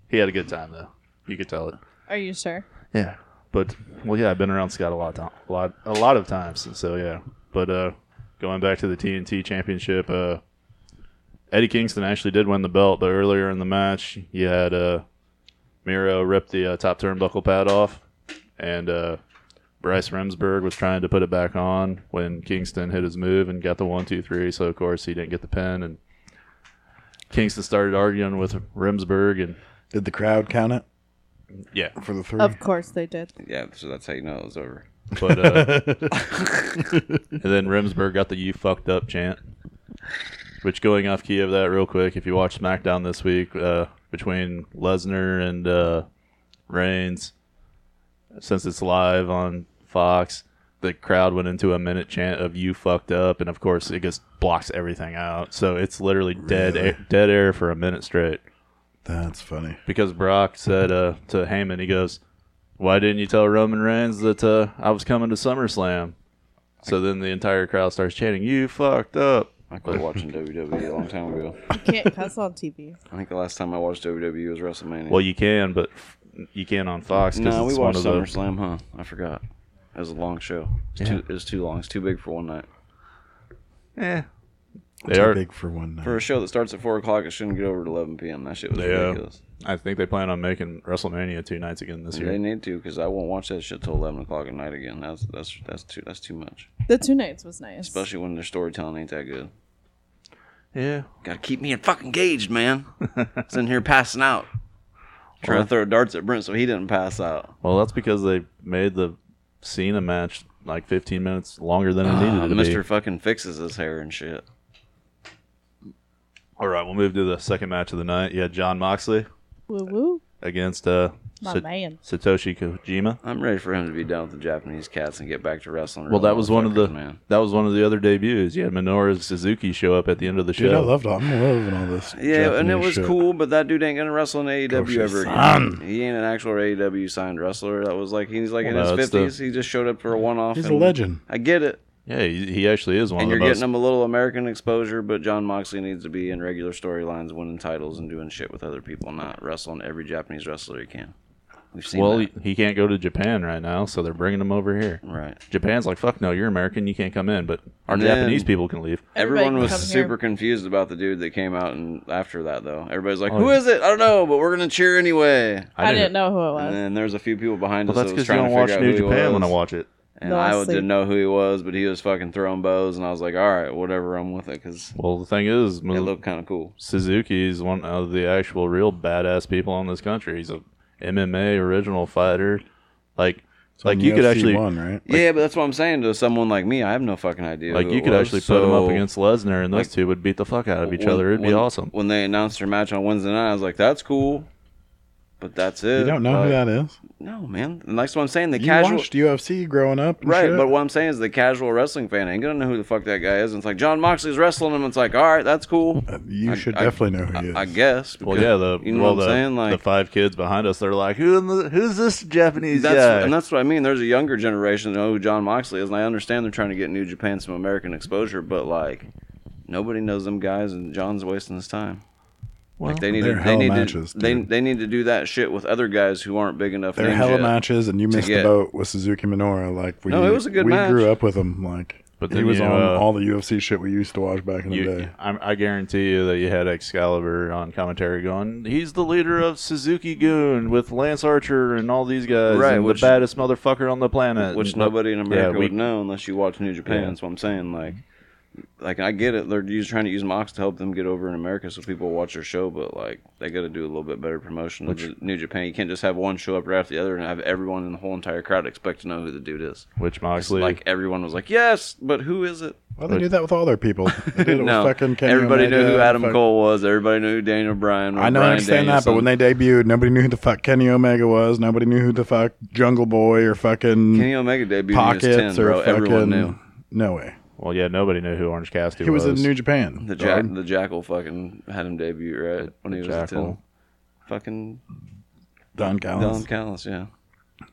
S3: he had a good time though. You could tell it.
S4: Are you sure?
S3: Yeah. But well, yeah, I've been around Scott a lot, of ti- a lot, a lot of times. So yeah. But uh, going back to the TNT Championship, uh, Eddie Kingston actually did win the belt, but earlier in the match, you had uh, Miro rip the uh, top turnbuckle pad off, and uh, Bryce Remsburg was trying to put it back on when Kingston hit his move and got the one, two, three. So of course he didn't get the pin, and Kingston started arguing with Remsburg, and
S1: Did the crowd count it
S3: yeah,
S1: for the three?
S4: Of course they did.
S2: Yeah, so that's how you know it was over.
S3: But uh, and then Remsburg got the "you fucked up" chant, which going off key of that real quick. If you watch SmackDown this week uh, between Lesnar and uh, Reigns, since it's live on Fox, the crowd went into a minute chant of "you fucked up," and of course it just blocks everything out. So it's literally dead
S1: Really?
S3: air, dead air for a minute straight
S1: That's funny.
S3: because Brock said uh, to Heyman, he goes, "Why didn't you tell Roman Reigns that uh, I was coming to SummerSlam?" So then the entire crowd starts chanting, "You fucked up."
S2: I quit watching WWE a long time ago.
S4: You can't cuss on TV.
S2: I think the last time I watched WWE was WrestleMania.
S3: Well, you can, but you can on Fox. 'cause
S2: no, we
S3: it's
S2: watched
S3: one of the-
S2: SummerSlam, huh? I forgot. It was a long show. It's
S3: Yeah.
S2: too, it was too long. It's too big for one night.
S3: Eh, they
S1: Too
S3: are.
S1: big for one night.
S2: For a show that starts at four o'clock, it shouldn't get over to eleven p.m. That shit was
S3: Yeah.
S2: ridiculous.
S3: uh, I think they plan on making WrestleMania two nights again this
S2: They
S3: year.
S2: need to because I won't watch that shit till eleven o'clock at night again. That's that's that's too that's too much.
S4: The two nights was nice.
S2: Especially when their storytelling ain't that good.
S3: Yeah.
S2: Gotta keep me fucking engaged, man. Sitting here passing out. Trying to throw darts at Brent so he didn't pass out.
S3: Well, that's because they made the Cena match like 15 minutes longer than it needed
S2: Uh,
S3: to
S2: Mr.
S3: be.
S2: Fucking fixes his hair and shit.
S3: All right, we'll move to the second match of the night. You had John Moxley
S4: Woo woo.
S3: against uh,
S4: My
S3: Sa-
S4: man.
S3: Satoshi Kojima.
S2: I'm ready for him to be done with the Japanese cats and get back to wrestling.
S3: Well,
S2: real
S3: that was one of the
S2: motherfuckers, Oh, man.
S3: that was one of the other debuts. You had Minoru Suzuki show up at the end of the show.
S1: Dude, I loved all. I'm loving all this.
S2: Yeah, and it
S1: Japanese
S2: was
S1: shit.
S2: cool, but that dude ain't gonna wrestle in AEW ever again. He ain't an actual AEW signed wrestler. That was like he's like
S3: Well,
S2: in
S3: no,
S2: his
S3: it's the-
S2: fifties. He just showed up for a one off.
S1: He's a legend.
S2: I get it.
S3: yeah, he, he actually is one
S2: and
S3: of
S2: you're
S3: the most.
S2: getting him a little American exposure, but John Moxley needs to be in regular storylines, winning titles, and doing shit with other people, not wrestling every Japanese wrestler he can. We've seen
S3: well,
S2: that.
S3: he, he can't go to Japan right now, so they're bringing him over here.
S2: right.
S3: Japan's like, fuck no, you're American, you can't come in, but our
S2: And then-
S3: Japanese people can leave.
S4: Everybody
S2: Everyone
S4: can
S2: was
S4: come here.
S2: super confused about the dude that came out and after that though. Everybody's like,
S3: Oh,
S2: "Who
S3: yeah.
S2: is it? I don't know, but we're gonna cheer anyway."
S4: I, didn't know who it was.
S2: And then there's a few people behind
S3: Well,
S2: us
S3: that's
S2: that was
S3: because you
S2: trying to
S3: don't watch
S2: figure out who
S3: New
S2: he
S3: Japan when I
S2: was.
S3: watch it.
S2: And
S4: No, I
S2: I
S4: see.
S2: didn't know who he was, but he was fucking throwing bows, and I was like, "All right, whatever, I'm with it," because
S3: Well, the thing is,
S2: it
S3: Mo-
S2: looked kind of cool.
S3: Suzuki is one of the actual real badass people in this country. He's a MMA original fighter. Like,
S1: It's
S3: like
S1: on
S3: you could
S1: UFC
S3: actually
S1: one right.
S2: yeah, but that's what I'm saying to someone like me. I have no fucking idea.
S3: Like
S2: who
S3: you
S2: it
S3: could
S2: was,
S3: actually put them
S2: so-
S3: up against Lesnar, and those
S2: like-
S3: two would beat the fuck out of each
S2: When-
S3: other. It'd be
S2: when-
S3: awesome.
S2: When they announced their match on Wednesday night, I was like, "That's cool," But that's it.
S1: You don't know who
S2: Like,
S1: that is.
S2: No, man. And that's what I'm saying. The
S1: you
S2: casual.
S1: watched UFC growing up, and
S2: Right,
S1: shit.
S2: but what I'm saying is the casual wrestling fan ain't gonna know who the fuck that guy is. And it's like John Moxley's wrestling him. It's like, all right, that's cool.
S1: Uh, you
S2: I-
S1: should
S2: I-
S1: definitely know who he is.
S2: I, I guess.
S3: Well,
S2: because-
S3: yeah, the
S2: you know
S3: well,
S2: what I'm
S3: the,
S2: saying? Like
S3: the five kids behind us, they're like, who in the, who's this Japanese
S2: that's
S3: guy?
S2: and that's what I mean. There's a younger generation that know who John Moxley is, and I understand they're trying to get New Japan some American exposure, but like nobody knows them guys, and John's wasting his time. like they need
S1: they're
S2: to, they
S1: hella
S2: need
S1: matches,
S2: to, they,
S1: dude.
S2: they need to do that shit with other guys who aren't big enough.
S1: They're
S2: names
S1: hella
S2: yet.
S1: matches, and you missed the
S2: get-
S1: boat with Suzuki Minoru. Like we,
S2: No, it was a good
S1: we
S2: match.
S1: grew up with him. Like,
S3: But
S1: he
S3: then
S1: was
S3: you,
S1: on
S3: uh,
S1: all the UFC shit we used to watch back in the day.
S3: You, I, I guarantee you that you had Excalibur on commentary going, he's the leader of Suzuki Goon with Lance Archer and all these guys,
S2: Right,
S3: and
S2: which-
S3: the baddest motherfucker on the planet.
S2: which
S3: No-
S2: nobody in America
S3: yeah, we-
S2: would know unless you watch New Japan.
S3: Yeah.
S2: That's what I'm saying. Like, like I get it. They're just trying to use Mox to help them get over in America so people watch their show. But like, they got to do a little bit better promotion of the New Japan. You can't just have one show up right after the other and have everyone in the whole entire crowd expect to know who the dude is.
S3: Which Moxley,
S2: Like everyone was like, "Yes," but who is it?
S1: Well, they do that with all their people. They did it
S2: no,
S1: with fucking Kenny
S2: everybody
S1: Omega
S2: knew who
S1: and
S2: Adam
S1: fuck-
S2: Cole was. Everybody knew who Daniel Bryan. was,
S1: I know, I
S2: Bryan
S1: understand that, but when
S2: Danielson.
S1: they debuted, nobody knew who the fuck Kenny Omega was. Nobody knew who the fuck Jungle Boy or fucking
S2: Kenny Omega debuted in his
S1: Pockets
S2: ten,
S1: or
S2: bro,
S1: fucking
S2: everyone knew.
S1: no way.
S3: well, yeah, nobody knew who Orange Cassidy
S1: He was in New Japan.
S2: The
S1: dog.
S2: jack, the jackal, fucking had him debut right when he was a
S3: Jackal.
S2: ten. Fucking
S1: Don
S2: Don
S1: Callis.
S2: Callis, yeah.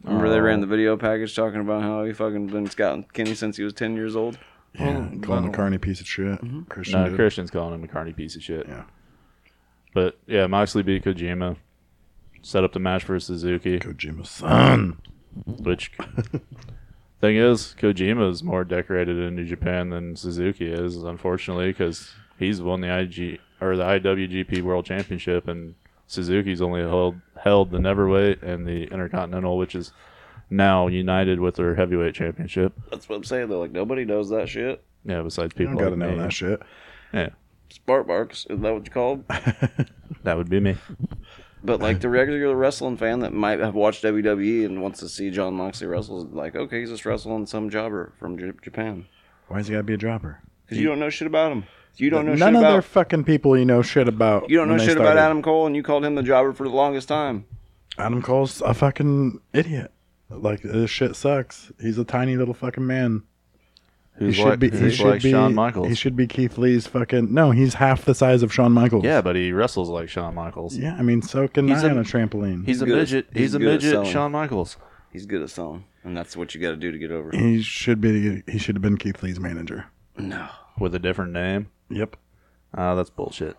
S2: Remember
S1: Oh.
S2: they ran the video package talking about how he fucking been scouting Kenny since he was ten years old.
S1: Yeah, calling the carny piece of shit.
S2: Mm-hmm.
S1: Christian.
S3: No,
S1: did.
S3: Christian's calling him a carny piece of shit.
S1: Yeah.
S3: But yeah, Moxley beat Kojima, set up the match for Suzuki.
S1: Kojima's son.
S3: Which thing is, Kojima is more decorated in New Japan than Suzuki is, unfortunately, because he's won the IG or the IWGP World Championship, and Suzuki's only held held the Neverweight and the Intercontinental, which is now united with their heavyweight championship.
S2: That's what I'm saying. They're like nobody knows that shit.
S3: Yeah, besides
S1: You
S3: people
S1: gotta
S3: like
S1: know
S3: me.
S1: that shit.
S3: Yeah,
S2: Spark marks, is that what you call? 'em?
S3: that would be me.
S2: But like the regular wrestling fan that might have watched WWE and wants to see John Moxley wrestle is like, okay, he's just wrestling some jobber from J- Japan
S1: Why's he gotta be a dropper?
S2: because you don't know shit about him. You don't know
S1: None
S2: shit
S1: of their
S2: about
S1: fucking people you know shit about.
S2: you don't know
S1: when they
S2: shit about
S1: started.
S2: Adam Cole, and you called him the jobber for the longest time.
S1: Adam Cole's a fucking idiot. Like this shit sucks. He's a tiny little fucking man. He
S3: Who's
S1: should
S3: like,
S1: be. He
S3: who's
S1: should
S3: like
S1: be.
S3: Shawn Michaels?
S1: He should be Keith Lee's fucking. No, he's half the size of Shawn Michaels.
S3: yeah, but he wrestles like Shawn Michaels.
S1: Yeah, I mean, so can
S3: He's
S1: I
S3: a-
S1: on a trampoline.
S3: He's, a
S2: good at-
S3: midget. He's,
S2: he's
S3: a
S2: good at
S3: midget.
S2: selling.
S3: Shawn Michaels.
S2: He's good at selling, and that's what you got to do to get over.
S1: he should be. He should have been Keith Lee's manager.
S2: No,
S3: with a different name.
S1: Yep.
S3: Uh, that's bullshit.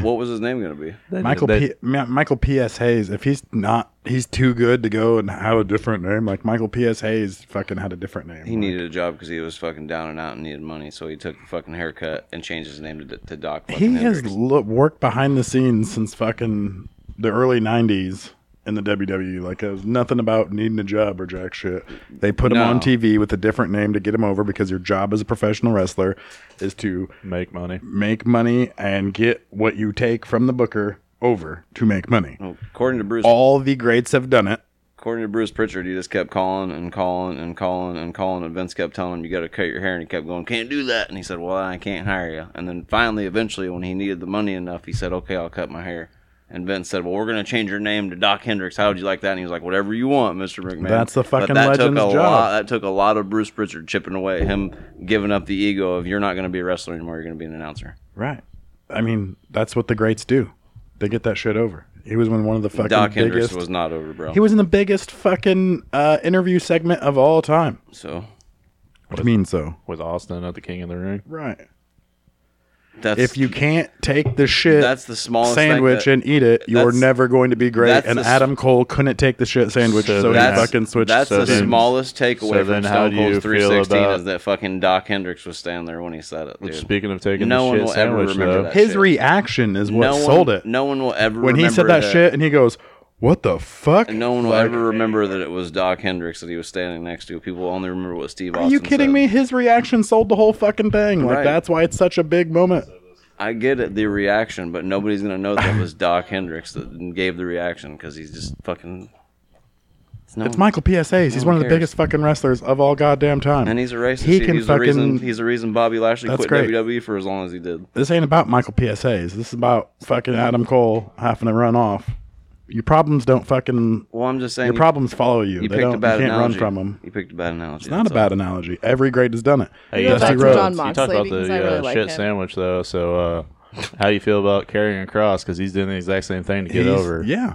S2: what was his name gonna be?
S3: They-
S1: Michael
S3: they-
S1: P, Ma- Michael P.S. Hayes. If he's not, he's too good to go and have a different name. Like Michael P.S. Hayes fucking had a different name.
S2: He needed a job because he was fucking down and out and needed money, so he took the fucking haircut and changed his name to, to Doc. fucking
S1: He has
S2: Hendricks.
S1: lo- worked behind the scenes since fucking the early '90s in the WWE. Like it was nothing about needing a job or jack shit. They put him
S2: No.
S1: on TV with a different name to get him over because your job as a professional wrestler is to
S3: make money.
S1: make money and get what you take from the booker over to make money.
S2: Well, according to Bruce,
S1: All the greats have done it.
S2: according to Bruce Pritchard, he just kept calling and calling and calling and calling, and Vince kept telling him, "You got to cut your hair," and he kept going, "Can't do that," and he said, "Well, I can't hire you." And then finally, eventually, when he needed the money enough, he said, "Okay, I'll cut my hair." And Vince said, "Well, we're gonna change your name to Doc Hendricks. How would you like that?" And he was like, "Whatever you want, Mr. McMahon."
S1: That's the fucking legend's
S2: took a
S1: job.
S2: Lot, that took a lot of Bruce Pritchard chipping away, him giving up the ego of you're not gonna be a wrestler anymore. You're gonna be an announcer.
S1: Right. I mean, that's what the greats do. They get that shit over. He was in one of the fucking
S2: Doc Hendricks
S1: biggest.
S2: was not over, bro.
S1: he was in the biggest fucking uh, interview segment of all time.
S2: so
S1: What do you mean so?
S3: With Austin at the King of the Ring.
S1: Right.
S2: that's
S1: If you can't take the shit
S2: that's the smallest thing
S1: sandwich
S2: that-
S1: and eat it, you're
S2: that's-
S1: never going to be great.
S2: that's
S1: And
S2: the s-
S1: Adam Cole couldn't take the shit sandwich, so,
S3: So
S1: he
S2: that's
S1: fucking switched.
S2: That's
S1: so
S2: the
S1: then-
S2: smallest takeaway
S3: so
S2: from
S3: then how
S2: Stone
S3: do you
S2: Cold's
S3: feel
S2: 316
S3: about-
S2: is that fucking Doc Hendricks was standing there when he said it, dude.
S3: Speaking of taking
S2: No
S3: the
S2: one
S3: shit
S2: will ever
S3: sandwich,
S2: remember
S3: though,
S2: that.
S1: His
S2: shit.
S1: reaction is what
S2: no one,
S1: sold it.
S2: No one will ever
S1: when he
S2: remember
S1: said that,
S2: that
S1: shit, and he goes, "What the fuck?"
S2: No one will
S1: Like,
S2: ever remember that it was Doc Hendricks that he was standing next to. People only remember what Steve Austin
S1: Are you kidding
S2: said.
S1: me? His reaction sold the whole fucking thing. Like
S2: Right.
S1: that's why it's such a big moment.
S2: I get it, the reaction, but nobody's gonna know that it was Doc Hendricks that gave the reaction because he's just fucking. It's no
S1: It's
S2: one-
S1: Michael PSAs. He's one of the
S2: cares?
S1: biggest fucking wrestlers of all goddamn time.
S2: And he's a racist.
S1: He can
S2: he's
S1: fucking.
S2: the reason. He's the reason Bobby Lashley
S1: That's
S2: quit
S1: great.
S2: WWE for as long as he did.
S1: this ain't about Michael PSAs. This is about fucking Adam Cole having to run off your problems don't fucking
S2: Well, I'm just saying.
S1: your
S2: you-
S1: problems follow you.
S2: You
S1: they
S2: picked
S1: don't,
S2: a bad
S1: you can't
S2: analogy.
S1: run from them.
S2: You picked a bad analogy.
S1: It's not a bad analogy. Every grade has done it.
S3: Hey,
S4: Go
S3: you,
S1: back
S3: talked
S1: to
S3: about-
S1: John
S3: you
S4: Moxley
S3: talked about
S4: because
S3: the
S4: I really
S3: uh,
S4: like
S3: shit
S4: him.
S3: sandwich though. So, uh, how you feel about carrying cross? Because he's doing the exact same thing to get
S1: He's-
S3: over.
S1: Yeah.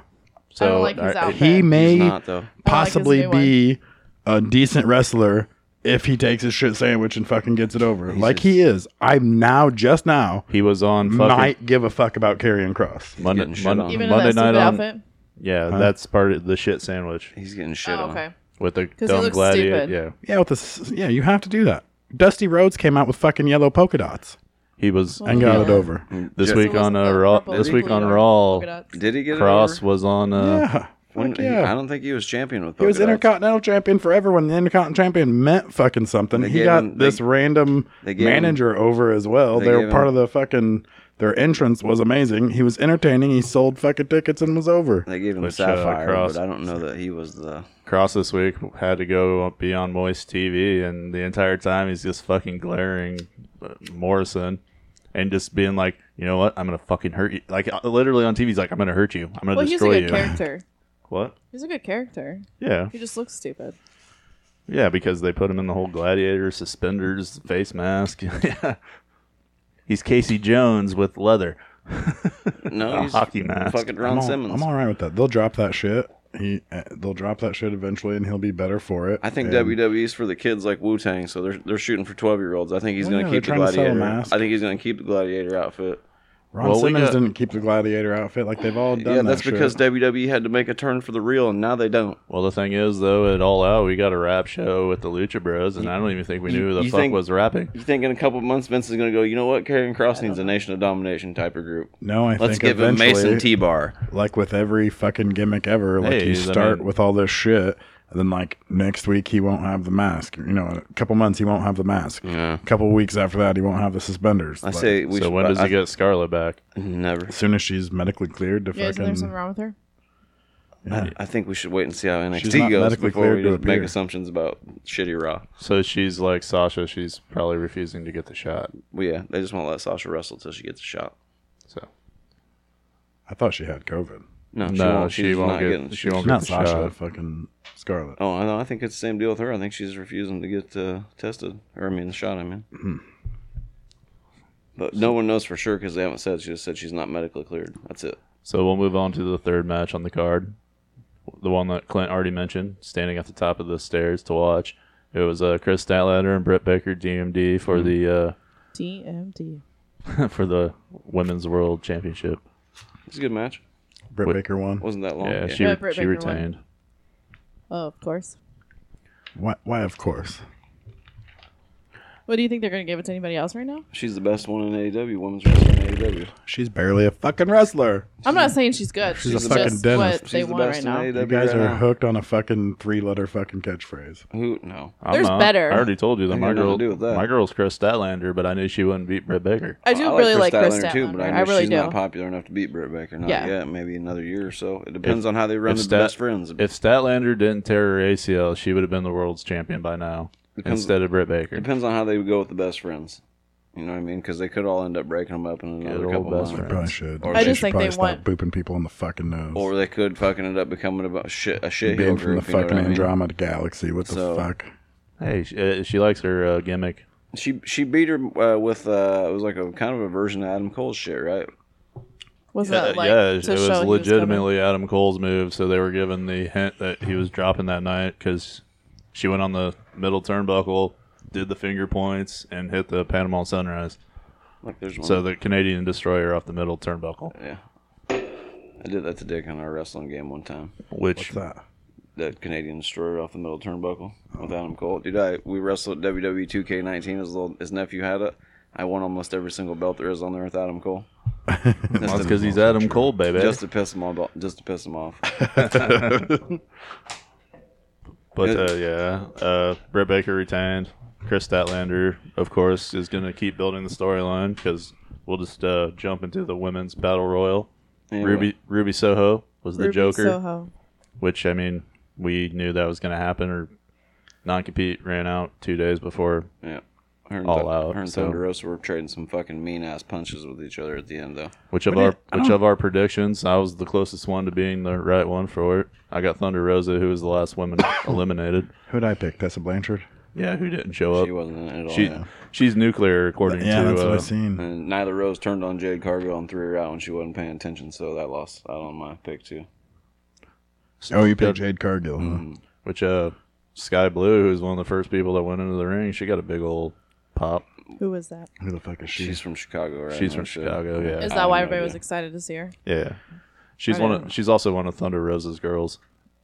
S3: So,
S4: I don't like his
S3: I-
S4: outfit.
S1: He
S2: He's
S1: may
S2: not though.
S1: possibly
S4: new one.
S1: be a decent wrestler if he takes his shit sandwich and fucking gets it over. like he is. I'm now just now
S3: he was on fucking
S1: might give a fuck about carrying cross.
S3: Monday,
S2: getting shit
S3: Mon-
S2: on.
S4: Even
S3: Monday
S4: in that
S3: night on.
S4: stupid outfit.
S3: Yeah, that's part of the shit sandwich
S2: He's getting shit
S4: Oh,
S2: on.
S4: okay.
S3: with the
S4: he
S3: dumb
S4: looks
S3: gladiator.
S4: stupid.
S3: Yeah,
S1: Yeah, with this yeah, you have to do that. Dusty Rhodes came out with fucking yellow polka dots
S3: he was
S1: and got it
S4: Yeah.
S1: over.
S3: this
S2: Just-
S3: week on
S4: Wasn't
S3: uh,
S4: that
S3: Raw.
S4: purple
S3: This week on
S4: leader?
S3: Raw,
S4: Look it up.
S2: Did he get
S3: Cross
S2: it over?
S3: was on. Uh,
S1: yeah.
S2: When-
S1: Fuck yeah.
S2: I don't think he was champion with.
S1: He was
S2: polka dots.
S1: Intercontinental Champion forever when the Intercontinental Champion meant fucking something.
S2: They
S1: he
S2: gave
S1: got
S2: him-
S1: this
S2: they-
S1: random
S2: they gave him-
S1: manager over as well.
S2: they
S1: They, were
S2: gave
S1: part
S2: him-
S1: of the fucking. Their entrance was amazing. He was entertaining. He sold fucking tickets and was over.
S2: They gave him
S3: Which, uh,
S2: Sapphire,
S3: Cross-
S2: but I don't know that he was the.
S3: Cross this week had to go be on Moist TV, and the entire time he's just fucking glaring at Morrison. And just being like, you know what? I'm gonna fucking hurt you. Like uh, literally on TV, he's like, I'm gonna hurt you. I'm gonna
S4: Well, he's a
S3: destroy
S4: good
S3: you.
S4: character.
S3: What?
S4: He's a good character.
S3: Yeah,
S4: He just looks stupid.
S3: yeah. Because they put him in the whole gladiator suspenders, face mask. yeah. He's Casey Jones with leather.
S2: No,
S3: A
S2: he's
S3: hockey mask.
S2: Fucking
S1: I'm
S2: Ron
S1: all,
S2: Simmons.
S1: I'm all right with that. They'll drop that shit. He, uh, they'll drop that shit eventually, and he'll be better for it.
S2: I think
S1: And
S2: WWE's for the kids like Wu Tang, so they're they're shooting for twelve year olds. I think he's
S1: Well, yeah,
S2: going to keep
S1: they're trying
S2: the
S1: to sell a
S2: gladiator. I
S1: mask.
S2: think he's going to keep the gladiator outfit.
S1: Ron
S3: Well, we
S1: Simmons
S3: got-
S1: didn't keep the gladiator outfit like they've all done.
S2: yeah, that's
S1: that shit.
S2: because WWE had to make a turn for the real, and now they don't.
S3: Well, the thing is, though, at All Out, we got a rap show with the Lucha Bros, and I don't even think we knew who the
S2: you
S3: fuck
S2: think-
S3: was rapping.
S2: You think in a couple of months Vince is going to go? You know what? Karrion Cross needs a Nation of Domination type of group.
S1: no, I
S2: Let's
S1: think
S2: give him Mason
S1: eventually-
S2: T Bar.
S1: like with every fucking gimmick ever, like
S3: Hey,
S1: you
S3: I
S1: start
S3: mean-
S1: with all this shit, and then like next week he won't have the mask. You know, in a couple months he won't have the mask.
S2: Yeah.
S1: A couple weeks after that he won't have the suspenders.
S2: I say we
S3: So
S2: should.
S3: when does
S2: I,
S3: he get Scarlet back?
S2: Never.
S1: as soon as she's medically cleared to
S4: Yeah, isn't there
S1: fucking.
S4: something wrong with her?
S2: I think we should wait and see how
S1: She's
S2: NXT
S1: not
S2: goes
S1: medically
S2: before we
S1: cleared to
S2: just make
S1: appear.
S2: assumptions about shitty Raw.
S3: So she's like Sasha. She's probably refusing to get the shot.
S2: Well, yeah, they just want to let Sasha wrestle till she gets a shot.
S3: So
S1: I thought she had COVID.
S2: No, she
S3: no,
S2: won't. She's
S3: she won't
S2: not
S3: get.
S2: getting.
S3: she won't get
S1: Not
S3: the
S1: Sasha,
S3: shot.
S1: fucking Scarlet.
S2: Oh, I know. I think it's the same deal with her. I think she's refusing to get uh, tested, or I mean, shot. I mean,
S3: Hmm.
S2: but no one knows for sure because they haven't said. She just said she's not medically cleared. That's it.
S3: So we'll move on to the third match on the card, the one that Clint already mentioned, standing at the top of the stairs to watch. It was uh, Chris Statlander and Britt Baker, DMD, for
S2: Mm-hmm.
S3: the
S4: DMD.
S3: uh, for the women's world championship.
S2: It's a good match.
S1: Britt
S3: Oh, Wait.
S1: Baker won.
S2: Wasn't that long?
S3: Yeah, she
S4: Yeah, Britt
S3: she
S4: Baker won.
S3: retained.
S4: Oh, of course.
S1: Why? Why? Of course.
S4: What do you think they're going to give it to anybody else right now?
S2: she's the best one in AEW. Women's wrestling in E AEW.
S1: She's barely a fucking wrestler.
S4: I'm not saying she's good. She's,
S1: a
S4: just
S1: fucking dentist.
S4: What
S2: She's
S4: they
S2: the
S4: want
S2: best
S4: right
S2: in AEW.
S4: now.
S1: You guys
S2: right
S1: are
S2: now.
S1: hooked on a fucking three-letter fucking catchphrase.
S2: Who? No.
S3: I'm
S4: There's
S3: not-
S4: better.
S3: I already told you that
S2: Ain't
S3: my
S2: got nothing
S3: girl,
S2: to do with that.
S3: my girl's Chris Statlander, but I knew she wouldn't beat Britt Baker.
S4: I do really like Chris
S2: Statlander
S4: Statlander.
S2: too, but I,
S4: I,
S2: know
S4: really
S2: she's
S4: do.
S2: not popular enough to beat Britt Baker. Not
S4: Yeah.
S2: yet. Maybe another year or so. It depends on how they run
S3: If
S2: the
S3: Stat-
S2: best friends. It
S3: If Statlander didn't tear her ACL, she would have been the world's champion by now
S2: Depends-
S3: instead of Britt Baker.
S2: depends on how they go with the best friends. You know what I mean? Because they could all end up breaking them up in another
S3: old
S2: couple
S3: best
S2: months.
S3: friends.
S1: Probably should.
S2: Or
S1: They
S2: I
S4: just
S1: should
S4: think
S1: probably
S4: they
S1: stop booping people in the fucking nose.
S2: Or they could fucking end up becoming about shit, a shit heel
S1: being from the
S2: group. you know what
S1: fucking
S2: I mean?
S1: Andromeda galaxy. What the
S2: So-
S1: fuck?
S3: Hey, she, uh, she likes her uh, gimmick.
S2: She she beat her uh, with uh, it was like a kind of a version of Adam Cole's shit, right?
S4: Wasn't
S3: Yeah,
S4: that like
S3: Uh, yeah,
S4: to
S3: it
S4: show
S3: was
S4: he coming?
S3: legitimately Adam Cole's move. So they were given the hint that he was dropping that night because she went on the middle turnbuckle, did the finger points, and hit the Panama Sunrise.
S2: Like there's one.
S3: So the Canadian destroyer off the middle turnbuckle,
S2: yeah, I did that to Dick on our wrestling game one time.
S3: which
S1: That-
S2: That Canadian destroyer off the middle turnbuckle with Adam Cole, dude. I we wrestled E at WWE 2K19. His little his nephew had it. I won almost every single belt there is on there with Adam Cole.
S3: that's because he's Adam Cole, baby.
S2: Just to piss him off. Just to piss him off.
S3: But
S2: Good.
S3: uh, yeah, uh, Britt Baker retained. Chris Statlander, of course, is going to keep building the storyline because we'll just uh, jump into the women's battle royal.
S2: Anyway,
S3: Ruby Ruby Soho was the
S4: Ruby
S3: Joker,
S4: Soho.
S3: which I mean, we knew that was going to happen. Her non compete ran out two days before
S2: Yeah. Her and
S3: All
S2: Thu-
S3: Out,
S2: Her and
S3: so-
S2: Thunderosa were trading some fucking mean ass punches with each other at the end, though.
S3: Which of
S1: What
S3: our
S1: did- I
S3: which
S1: don't-
S3: of our predictions, I was the closest one to being the right one for it. I got Thunder Rosa, who was the last woman eliminated.
S1: Who'd I pick? Tessa Blanchard.
S3: Yeah, who didn't show
S2: She
S3: up?
S2: wasn't in it at all.
S3: She,
S2: yeah.
S3: she's nuclear, according
S1: Yeah,
S3: to.
S1: that's what
S3: uh,
S1: I seen.
S2: And Nyla Rose turned on Jade Cargill and threw her out when she wasn't paying attention, so that lost out on my pick too.
S1: Oh, you picked Jade Cargill. huh?
S2: Mm.
S3: Which uh, Sky Blue, who's one of the first people that went into the ring, she got a big old pop.
S4: Who was that?
S1: Who the fuck is she?
S2: She's from Chicago, right?
S3: She's
S2: No
S3: from
S2: shit.
S3: Chicago. Yeah,
S4: Is
S2: I have
S4: that why
S2: no
S4: everybody was
S2: idea.
S4: excited to see her?
S3: yeah. She's
S4: I
S3: one
S4: know.
S3: of. She's also one of Thunder Rosa's girls.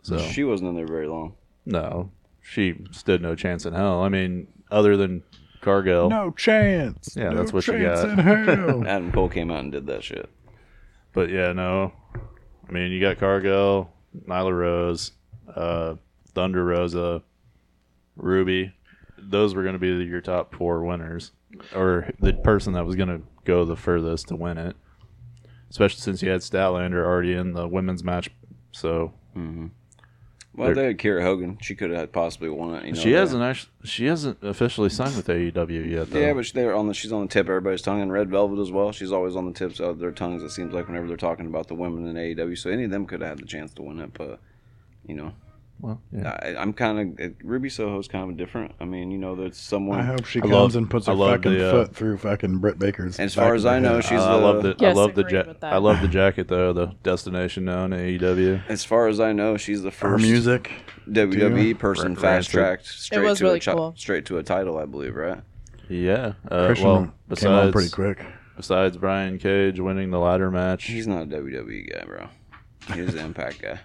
S3: So
S2: She wasn't in there very long.
S3: no, she stood no chance in hell. I mean, other than Cargill.
S1: no chance.
S3: Yeah,
S1: no
S3: that's what she
S1: chance
S3: got.
S1: in hell.
S2: Adam Cole came out and did that shit.
S3: But yeah, no. I mean, you got Cargo, Nyla Rose, uh, Thunder Rosa, Ruby. Those were going to be your top four winners, or the person that was going to go the furthest to win it. Especially since you had Statlander already in the women's match, so
S2: Well, they had Kira Hogan. She could have possibly won it. You know,
S3: she
S2: they-
S3: hasn't actually she hasn't officially signed with AEW yet. Though.
S2: Yeah, but she- they're on the. She's on the tip of everybody's tongue, and Red Velvet as well. She's always on the tips of their tongues. It seems like whenever they're talking about the women in AEW, so any of them could have had the chance to win it. But you know,
S3: well, yeah.
S2: I, I'm kind of Ruby Soho's kind of different. I mean, you know, there's someone.
S1: I hope she
S3: I
S1: comes
S3: love-
S1: and puts
S3: I
S1: her
S3: love
S1: fucking
S3: the, uh,
S1: foot through fucking Britt Baker's.
S2: As
S1: back
S2: far
S1: of
S2: as
S1: the
S2: I know,
S1: head.
S2: she's
S3: I love
S2: the-
S3: the I
S4: Yes,
S3: love the
S4: agreed
S3: ja-
S4: with that.
S3: I love the jacket though the destination E now in AEW.
S2: As far as I know, she's the
S1: her
S2: first
S1: music.
S2: WWE
S1: too.
S2: person
S3: Ra-
S2: fast tracked straight
S4: was
S2: to a
S4: really
S2: chi-
S4: cool.
S2: straight to a title, I believe, right?
S3: Yeah, uh,
S1: Christian
S3: well
S1: came on
S3: besides
S1: pretty quick.
S3: besides Brian Cage winning the ladder match.
S2: He's not a WWE guy, bro. He's an Impact guy.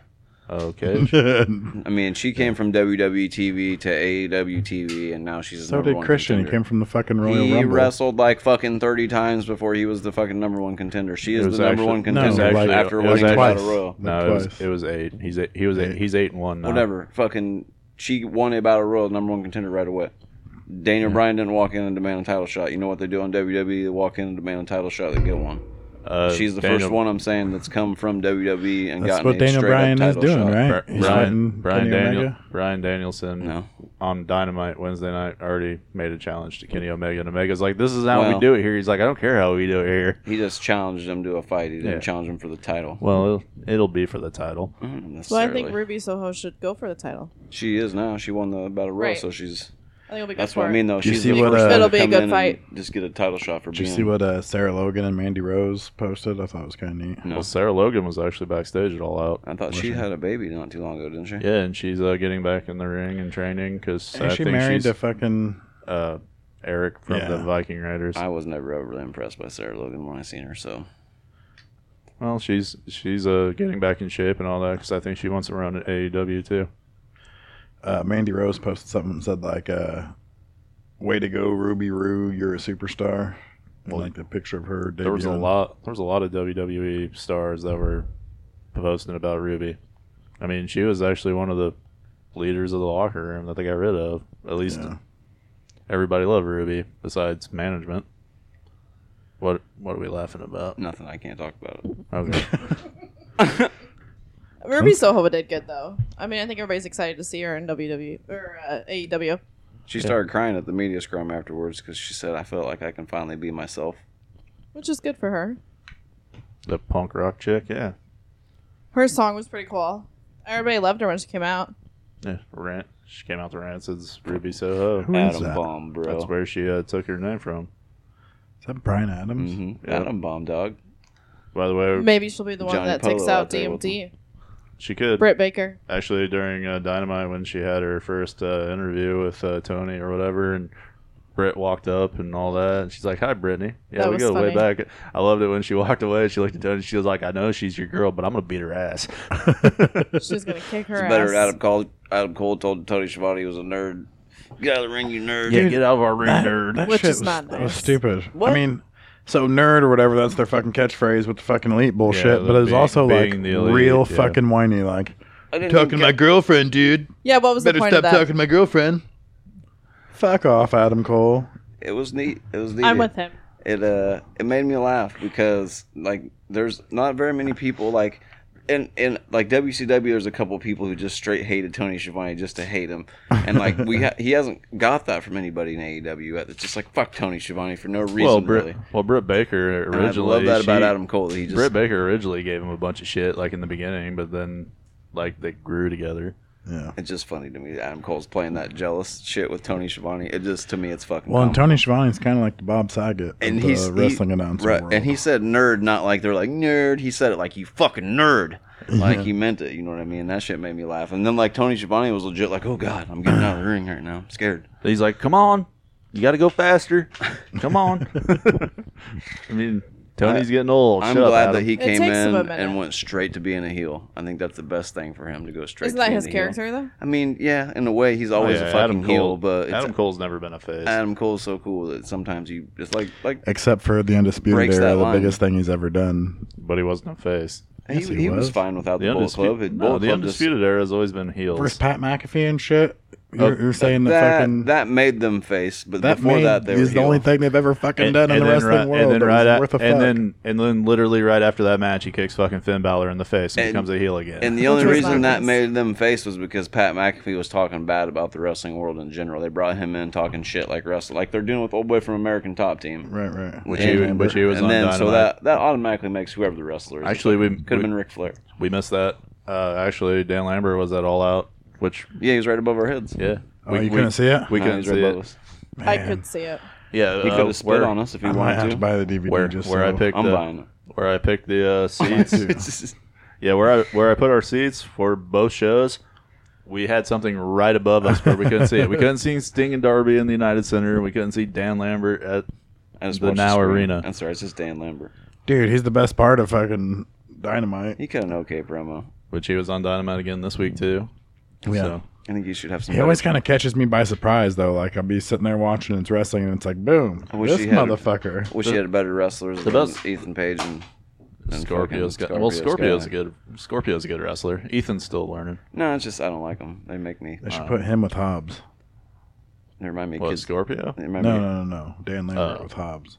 S3: Oh, Cage.
S2: I mean, she came from WWE TV to E AEW TV, and now she's the
S1: so
S2: number
S1: did
S2: one
S1: Christian. He
S2: contender.
S1: came from the fucking Royal
S2: He
S1: Rumble.
S2: wrestled like fucking thirty times before he was the fucking number one contender. She is
S3: was
S2: the number
S3: actually-
S2: one
S3: no,
S1: it was
S2: contender
S1: actually-
S2: after
S3: it
S2: winning
S3: was
S2: the
S3: actually-
S2: Battle Royal.
S3: no, it was,
S1: Twice.
S3: it was eight. He's eight. He was eight. He's eight and one. Now.
S2: Whatever. Fucking she won a Battle Royal, number one contender right away. Daniel Bryan didn't walk in and demand a title shot. You know what they do on WWE? They walk in and demand a title shot, they get one.
S3: Uh,
S2: She's the
S3: Daniel-
S2: first one I'm saying that's come from WWE and
S1: That's
S2: gotten
S1: what
S2: a
S1: Daniel
S2: straight
S1: Bryan
S2: up
S1: is
S2: title
S1: doing,
S2: shot.
S1: right?
S3: Bri-
S1: He's
S3: Brian
S1: fighting
S3: Brian
S1: Kenny
S3: Daniel
S1: Omega.
S3: Brian Danielson
S2: No.
S3: on Dynamite Wednesday night already made a challenge to Kenny Omega and Omega's like this is how
S2: Well-
S3: we do it here. He's like I don't care how we do it here.
S2: He just challenged him to a fight. He didn't
S3: Yeah.
S2: challenge him for the title. Mm,
S3: Well, it'll, it'll be for the title.
S4: So I think Ruby Soho should go for the title.
S2: she is now. She won the battle royal,
S4: Right.
S2: so she's.
S4: I think it'll be good
S2: That's
S4: for
S2: what I
S4: her.
S2: mean, though.
S1: Do you
S2: she's
S1: see
S2: the
S1: what,
S2: first
S1: uh,
S2: one to
S4: It'll be a
S2: come
S4: good
S2: in and
S4: fight.
S2: Just get a title shot for
S1: Did you
S2: being.
S1: see what uh, Sarah Logan and Mandy Rose posted? I thought it was kind of neat.
S2: No.
S3: Well, Sarah Logan was actually backstage at All Out.
S2: I thought she had a baby not too long ago, didn't she?
S3: Yeah, and she's uh, getting back in the ring and training because I
S1: Is she
S3: think
S1: married
S3: she's
S1: to fucking?
S3: uh, Eric from the
S1: Yeah.
S3: Viking Riders.
S2: I was never overly impressed by Sarah Logan when I seen her. So
S3: Well, she's she's uh, getting back in shape and all that because I think she wants to run at AEW too.
S1: Uh, Mandy Rose posted something and said like, uh, "Way to go, Ruby Roo! You're a superstar." And, like the picture of her.
S3: There was a
S1: debuting.
S3: lot there was a lot of WWE stars that were posting about Ruby. I mean, she was actually one of the leaders of the locker room that they got rid of. At least
S1: Yeah.
S3: everybody loved Ruby besides management. What what are we laughing about?
S2: nothing. I can't talk about it.
S3: Okay.
S4: Ruby Soho did good though. I mean, I think everybody's excited to see her in WWE or uh, AEW.
S2: She started crying at the media scrum afterwards because she said, "I felt like I can finally be myself."
S4: which is good for her.
S3: the punk rock chick, yeah.
S4: Her song was pretty cool. Everybody loved her when she came out.
S3: Yeah, Rant. She came out to Rancid's Ruby Soho.
S1: Who is
S2: Adam
S1: that?
S2: Bomb, bro.
S3: That's where she uh, took her name from.
S1: Is that Brian Adams?
S2: Mhm.
S3: Yeah.
S2: Adam Bomb, dog.
S3: By the way,
S4: Maybe she'll be the one
S2: Johnny
S4: that
S2: Polo out
S4: takes out
S2: there with
S4: DMD.
S3: she could
S4: Britt Baker.
S3: actually during uh, Dynamite when she had her first uh, interview with uh, Tony or whatever, and Britt walked up and all that, and she's like, "Hi, Brittany." Yeah,
S4: That
S3: we
S4: was
S3: go way
S4: funny.
S3: back. I loved it when she walked away. She looked at Tony. She was like, "I know she's your girl, but I'm gonna beat her ass."
S4: She's gonna kick her
S2: It's
S4: ass.
S2: better. Adam Cole. Adam Cole told Tony Schiavone he was a nerd. Get out of the ring, you nerd.
S3: yeah, get out of our ring, nerd.
S1: That
S4: Which
S1: shit
S4: is
S1: was,
S4: not
S1: that was
S4: nice.
S1: stupid.
S4: What?
S1: I mean, so nerd or whatever, that's their fucking catchphrase with the fucking elite bullshit.
S3: the
S1: but it was
S3: being-
S1: also like
S3: being the elite,
S1: real
S3: yeah.
S1: fucking whiny, like
S2: I didn't
S1: talking to my girlfriend, dude.
S4: Yeah, what was the
S1: Better
S4: point
S1: stop
S4: of
S1: talking
S4: that?
S1: to my girlfriend. Fuck off, Adam Cole.
S2: It was neat. It was neat.
S4: I'm with him.
S2: it uh it made me laugh because like there's not very many people like and and like WCW, there's a couple people who just straight hated Tony Schiavone just to hate him, and like we ha- he hasn't got that from anybody in AEW. It's just like fuck Tony Schiavone for no reason
S3: well, Britt,
S2: really.
S3: well, Britt Baker
S2: And I
S3: originally.
S2: love that about
S3: she-
S2: Adam Cole. That he just
S3: Britt Baker originally gave him a bunch of shit, like in the beginning, but then like they grew together.
S1: Yeah.
S2: it's just funny to me. that Adam Cole's playing that jealous shit with Tony Schiavone. It just to me, it's fucking.
S1: Well, and
S2: comical.
S1: Tony Schiavone's kind of like the Bob Saget of
S2: and
S1: the
S2: he's
S1: wrestling
S2: he,
S1: announcer
S2: right,
S1: world.
S2: and he said nerd, not like they're like nerd. He said it like you fucking nerd, like he meant it. You know what I mean? That shit made me laugh. And then like Tony Schiavone was legit like, oh god, I'm getting out of the ring right now. I'm scared.
S3: He's like, "Come on, you got to go faster. Come on." I mean, Tony's getting old.
S2: I'm
S3: Shut up,
S2: glad
S3: Adam.
S2: that he came
S4: takes him
S2: in
S4: a
S2: and
S4: minute.
S2: went straight to being a heel. I think that's the best thing for him to go straight.
S4: Isn't
S2: to
S4: that
S2: being
S4: his
S2: a heel.
S4: character though?
S2: I mean, yeah, in a way, he's always
S3: Oh, Yeah,
S2: a fucking
S3: Adam Cole,
S2: heel, but it's,
S3: Adam
S2: Adam,
S3: Cole's never been a face.
S2: Cole's so cool that sometimes you just like like
S1: Except for the Undisputed
S2: Breaks
S1: Era,
S2: that
S1: the
S2: line.
S1: biggest thing he's ever done.
S3: but he wasn't a face.
S2: he,
S1: yes,
S2: he,
S1: he
S2: was
S1: was.
S2: fine without the,
S3: The,
S2: Bullet
S3: undisputed,
S2: Club. It-
S3: no,
S2: Bullet
S3: the
S2: Club just-
S3: undisputed era has always been heels.
S1: Versus Pat McAfee and shit. You're, you're saying the
S2: that,
S1: fucking
S2: that made them face, but
S1: that
S2: before
S1: made-
S2: that they were
S1: is the only
S2: heel.
S1: thing they've ever fucking done in the
S3: then
S1: wrestling
S3: right-
S1: world.
S3: and then
S1: that
S3: right
S1: was
S3: at-
S1: worth a
S3: and
S1: fuck.
S3: then and then literally right after that match, he kicks fucking Finn Balor in the face and,
S2: And-
S3: becomes a heel again.
S2: And the only
S4: Which was
S2: reason
S4: my
S2: that
S4: face.
S2: made them face was because Pat McAfee was talking bad about the wrestling world in general. They brought him in talking shit like wrestling, like they're doing with old boy from American Top Team.
S1: right, right.
S3: which,
S2: and-
S3: he, which he was
S2: and
S3: on
S2: then
S3: Dynamite.
S2: so that that automatically makes whoever the wrestler is.
S3: actually, we
S2: could have been
S3: we,
S2: Ric Flair.
S3: we missed that. Uh, actually, Dan Lambert was at All Out, which
S2: Yeah, he was right above our heads.
S3: yeah,
S1: Oh, you couldn't see it?
S3: We
S2: No, he
S3: couldn't
S2: was
S3: see
S2: right above
S3: it.
S2: us.
S4: I could see it.
S3: Yeah,
S2: He
S3: uh,
S2: could have split
S3: where-
S2: on us if he
S1: I might have to
S2: wanted to.
S1: buy the DVD
S3: Where,
S1: just
S3: where I
S1: so-
S3: picked
S2: I'm
S3: the,
S2: buying it.
S3: where I picked the uh, seats. yeah, where I where I put our seats for both shows, we had something right above us where we couldn't see it. We couldn't see Sting and Darby in the United Center. We couldn't see Dan Lambert at
S2: I just
S3: The
S2: watched
S3: Now
S2: screen.
S3: Arena.
S2: I'm sorry, it's just Dan Lambert.
S1: Dude, he's the best part of fucking Dynamite.
S2: He cut an okay promo.
S3: which he was on Dynamite again this week too.
S1: Yeah.
S3: So
S2: I think you should have some.
S1: He always
S2: better-
S1: kind of catches me by surprise, though. Like, I'll be sitting there watching, it's wrestling, and it's like, boom,
S2: wish
S1: this
S2: he had-
S1: motherfucker.
S2: wish he had better wrestlers than
S3: best-
S2: Ethan Page and, and
S3: Scorpio's
S2: fucking
S3: got, well, Scorpio's
S2: Sky.
S3: a good Scorpio's a good wrestler. Ethan's still learning.
S2: No, it's just I don't like them. They make me.
S1: They should put him with Hobbs.
S2: They remind me of
S3: What
S2: kids.
S3: Scorpio?
S2: They remind
S1: No,
S2: me.
S1: no, no, no. Dan Lambert
S3: Oh.
S1: with Hobbs.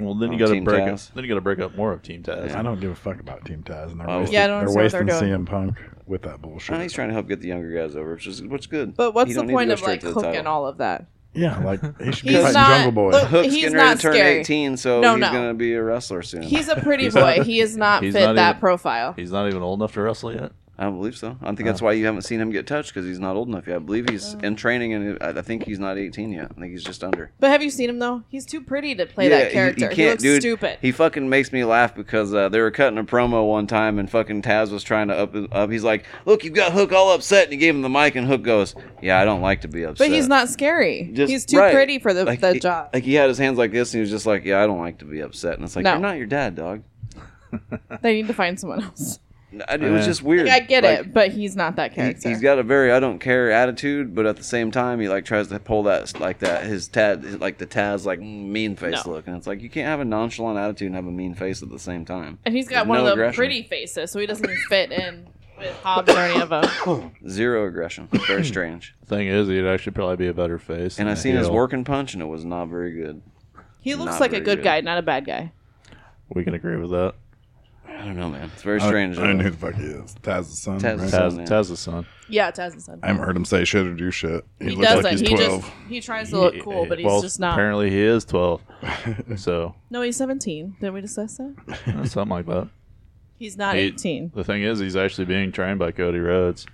S3: Well, then you
S2: Oh,
S3: got to
S2: Team
S3: break up.
S2: Taz.
S3: Then you got to break up more of Team Taz.
S1: I don't give a fuck about Team Taz, and they're
S2: Oh.
S1: wasting,
S4: Yeah, I don't
S1: they're wasting
S4: understand what they're
S1: CM Punk with that bullshit.
S2: No, he's trying to help get the younger guys over, which is what's good.
S4: But what's
S2: You
S4: the
S2: don't need to
S4: point
S2: go
S4: of
S2: straight
S4: like
S2: to the
S4: hooking
S2: title.
S4: all of that?
S1: yeah, like he should be
S4: He's
S1: fighting
S4: not-
S1: Jungle Boy.
S4: look-
S2: Hook's
S4: He's
S2: getting ready
S4: not
S2: to turn
S4: scary.
S2: 18, so
S4: No,
S2: he's
S4: no.
S2: gonna be a wrestler soon.
S4: He's a pretty boy. He is not
S3: he's
S4: fit
S3: not
S4: that
S3: even-
S4: profile.
S3: He's not even old enough to wrestle yet.
S2: I don't believe so. I
S1: Oh.
S2: think that's why you haven't seen him get touched because he's not old enough yet. I believe
S4: Oh.
S2: he's in training, and I I think he's not 18 yet. I think he's just under.
S4: But have you seen him though? He's too pretty to play
S2: Yeah,
S4: that character. He, looks
S2: dude.
S4: stupid.
S2: He fucking makes me laugh because uh, they were cutting a promo one time and fucking Taz was trying to up up. He's like, "Look, you've got Hook all upset," and he gave him the mic, and Hook goes, "Yeah, I don't like to be upset."
S4: but he's not scary.
S2: uh, Just-
S4: he's too
S2: right.
S4: pretty for the,
S2: Like,
S4: the
S2: he-
S4: job.
S2: Like he had his hands like this, and he was just like, "Yeah, I don't like to be upset." And it's like,
S4: No.
S2: "You're not your dad, dog."
S4: they need to find someone else.
S2: And It was just weird.
S4: Like, I get
S2: Like,
S4: it, but he's not that
S2: he-
S4: character.
S2: He's got a very I don't care attitude, but at the same time, he like tries to pull that like that his Taz like the Taz like mean face
S4: No.
S2: look, and it's like you can't have a nonchalant attitude and have a mean face at the same time.
S4: and he's got
S2: There's
S4: one
S2: no
S4: of the
S2: aggression.
S4: pretty faces, so he doesn't even fit in with Hobbs or any of them.
S2: Zero aggression. Very strange.
S3: Thing is, he'd actually probably be a better face.
S2: And
S3: than
S2: I
S3: a
S2: seen his
S3: heel.
S2: working punch, and it was not very good.
S4: He looks
S2: Not
S4: like a
S2: very
S4: good,
S2: good.
S4: guy, not a bad guy.
S3: We can agree with that.
S2: I don't know, man. It's very
S1: I, I
S2: strange. uh,
S1: don't know who the fuck he is. Taz's son.
S2: Taz's
S1: right?
S2: son.
S3: Taz,
S2: man.
S3: Taz's son.
S4: Yeah, it hasn't said.
S1: I haven't heard him say shit or do shit. He,
S4: He
S1: looks
S4: doesn't.
S1: like he's
S4: he
S1: twelve.
S4: just he tries to look cool, but he's
S3: Well,
S4: just not.
S3: Apparently, he is twelve. so
S4: No, he's seventeen. Did we discuss that?
S3: uh, something like that.
S4: He's not
S3: He-
S4: eighteen.
S3: The thing is, he's actually being trained by Cody Rhodes.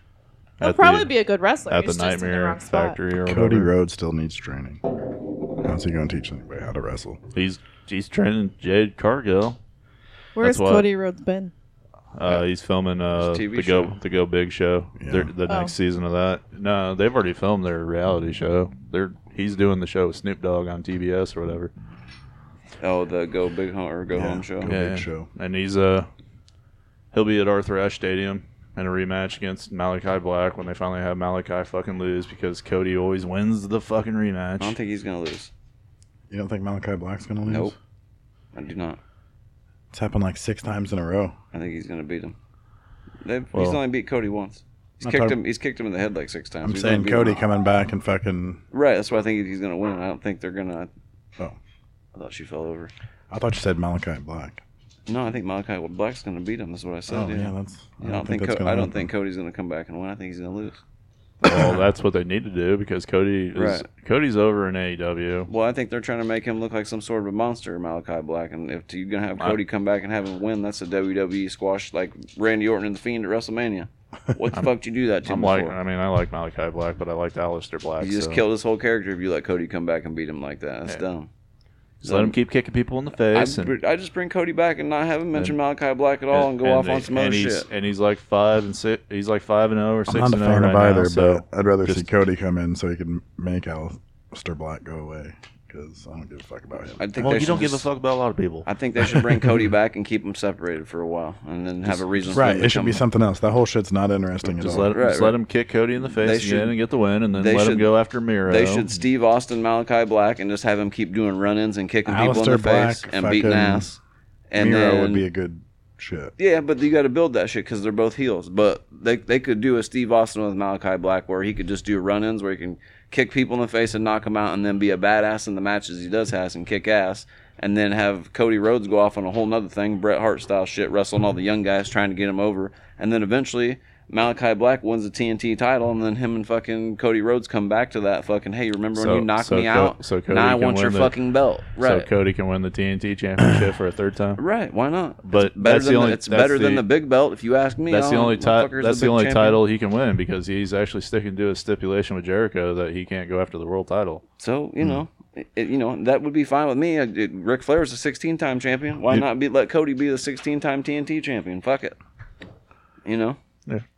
S4: He'll
S3: at
S4: probably
S3: the,
S4: be a good wrestler.
S3: at the
S4: He's just in the
S3: Nightmare
S4: wrong spot.
S3: Factory or
S1: Cody
S3: whatever.
S1: Rhodes still needs training. How's he going to teach anybody how to wrestle?
S3: He's he's training Jade Cargill.
S4: Where's
S3: That's why-
S4: Cody Rhodes been?
S3: Uh, he's filming uh,
S2: It's a TV
S3: the Go
S2: show.
S3: the Go Big show.
S1: Yeah.
S3: Their- The
S4: Oh.
S3: next season of that. No, they've already filmed their reality show. They're he's doing the show with Snoop Dogg on TBS or whatever.
S2: Oh, the go big home or go
S1: Yeah.
S2: home show.
S1: Go Big Show.
S3: And he's uh he'll be at Arthur Ashe Stadium in a rematch against Malachi Black when they finally have Malachi fucking lose because Cody always wins the fucking rematch.
S2: I don't think he's gonna lose.
S1: You don't think Malachi Black's going to lose?
S2: Nope. I do not.
S1: It's happened like six times in a row.
S2: I think he's gonna beat him. They've, he's
S3: Well-
S2: only beat Cody once. He's
S1: Not
S2: kicked
S1: talking-
S2: him. He's kicked him in the head like six times.
S1: I'm
S2: He's
S1: saying
S2: gonna beat him.
S1: Cody coming back and fucking.
S2: Right. That's why I think he's gonna win. I don't think they're gonna.
S1: Oh,
S2: I thought she fell over.
S1: I thought you said Malachi Black.
S2: No, I think Malachi Black's going to beat him. That's what I said.
S1: Oh
S2: yeah.
S1: yeah, that's.
S2: I don't, think,
S1: that's
S2: Co-
S1: gonna
S2: I don't
S1: happen.
S2: think Cody's going to come back and win. I think he's going to lose.
S3: well, that's what they need to do because Cody is
S2: Right.
S3: Cody's over in E AEW.
S2: Well, I think they're trying to make him look like some sort of a monster, Malachi Black. And if you're going to have Cody come back and have him win, that's a WWE squash like Randy Orton and The Fiend at WrestleMania. What the fuck did you do that to
S3: I'm
S2: me
S3: like,
S1: uh,
S2: for?
S3: I mean, I like Malachi Black, but I liked Aleister Black.
S2: you just
S3: so-
S2: killed his whole character if you let Cody come back and beat him like that. That's
S3: Yeah.
S2: dumb.
S3: Just let him keep kicking people in the
S2: I,
S3: face. and,
S2: br- I just bring Cody back and not have him mention Malachi Black at all and, go off
S3: they-
S2: on some other
S3: and he's,
S2: shit.
S3: And he's like five and six. He's like five and zero or 6
S1: I'm not
S3: and
S1: a
S3: zero
S1: fan
S3: right
S1: of either,
S3: now. So
S1: but I'd rather see
S3: just-
S1: Cody come in so he can make Alistair Black go away because I don't give a fuck about him.
S2: I think
S3: well,
S2: they
S3: you
S2: should
S3: don't give a
S2: just-
S3: fuck about a lot of people.
S2: I think they should bring Cody back and keep him separated for a while, and then have a reason. for
S1: right,
S2: him to
S1: it should
S2: come
S1: be
S2: back.
S1: something else. That whole shit's not interesting
S3: Just
S1: at all.
S3: let, him,
S2: Right,
S3: just let
S2: right.
S3: him kick Cody in the face
S2: They
S3: again
S2: should-
S3: and get the win, and then
S2: they
S3: let him
S2: should-
S3: go after Miro.
S2: They should Steve Austin, Malachi Black, and just have him keep doing run-ins and kicking people in
S1: Alistair
S2: the face
S1: Black,
S2: and beating
S1: fucking
S2: ass. And
S1: Miro
S2: then,
S1: would be a good shit.
S2: yeah, but you got to build that shit because they're both heels. But they they could do a Steve Austin with Malachi Black where he could just do run-ins where he can kick people in the face and knock them out, and then be a badass in the matches he does has and kick ass. And then have Cody Rhodes go off on a whole nother thing, Bret Hart style shit, wrestling all the young guys trying to get him over. And then eventually Malachi Black wins the TNT title, and then him and fucking Cody Rhodes come back to that fucking, hey, remember
S3: So-
S2: when you knocked
S3: so
S2: me
S3: Co-
S2: out?
S3: so Cody
S2: now I
S3: can
S2: want your
S3: win the-
S2: fucking belt. Right.
S3: So Cody can win the TNT championship for a third time.
S2: right. Why not?
S3: But
S2: It's better
S3: that's
S2: than
S3: the only.
S2: it's
S3: that's
S2: better than
S3: the
S2: the big belt, if you ask me.
S3: That's the
S2: Oh,
S3: only title.
S2: motherfucker's
S3: That's the,
S2: big
S3: only
S2: champion.
S3: title he can win because he's actually sticking to his stipulation with Jericho that he can't go after the world title.
S2: So you know, it, you know that would be fine with me. Rick Ric Flair is a 16-time champion. Why not be let Cody be the 16-time TNT champion? Fuck it. You know,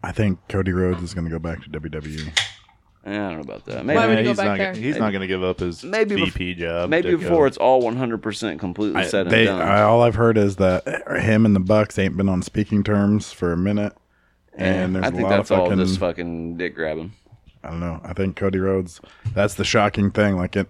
S1: I think Cody Rhodes is going to go back to E. WWE.
S2: Eh, I don't know about that.
S4: Why
S2: Maybe
S4: would he go
S3: he's
S4: back
S3: not.
S4: there?
S3: gonna- He's not going to give up his
S2: Maybe bef-
S3: VP job.
S2: maybe
S3: to
S2: before
S3: go.
S2: it's all 100% completely said and
S1: They,
S2: done.
S1: I, all I've heard is that him and the Bucks ain't been on speaking terms for a minute, and there's
S2: Eh, I
S1: a
S2: think
S1: lot
S2: that's
S1: of
S2: all
S1: fucking.
S2: this fucking dick grabbing.
S1: I don't know. I think Cody Rhodes. That's the shocking thing. Like it,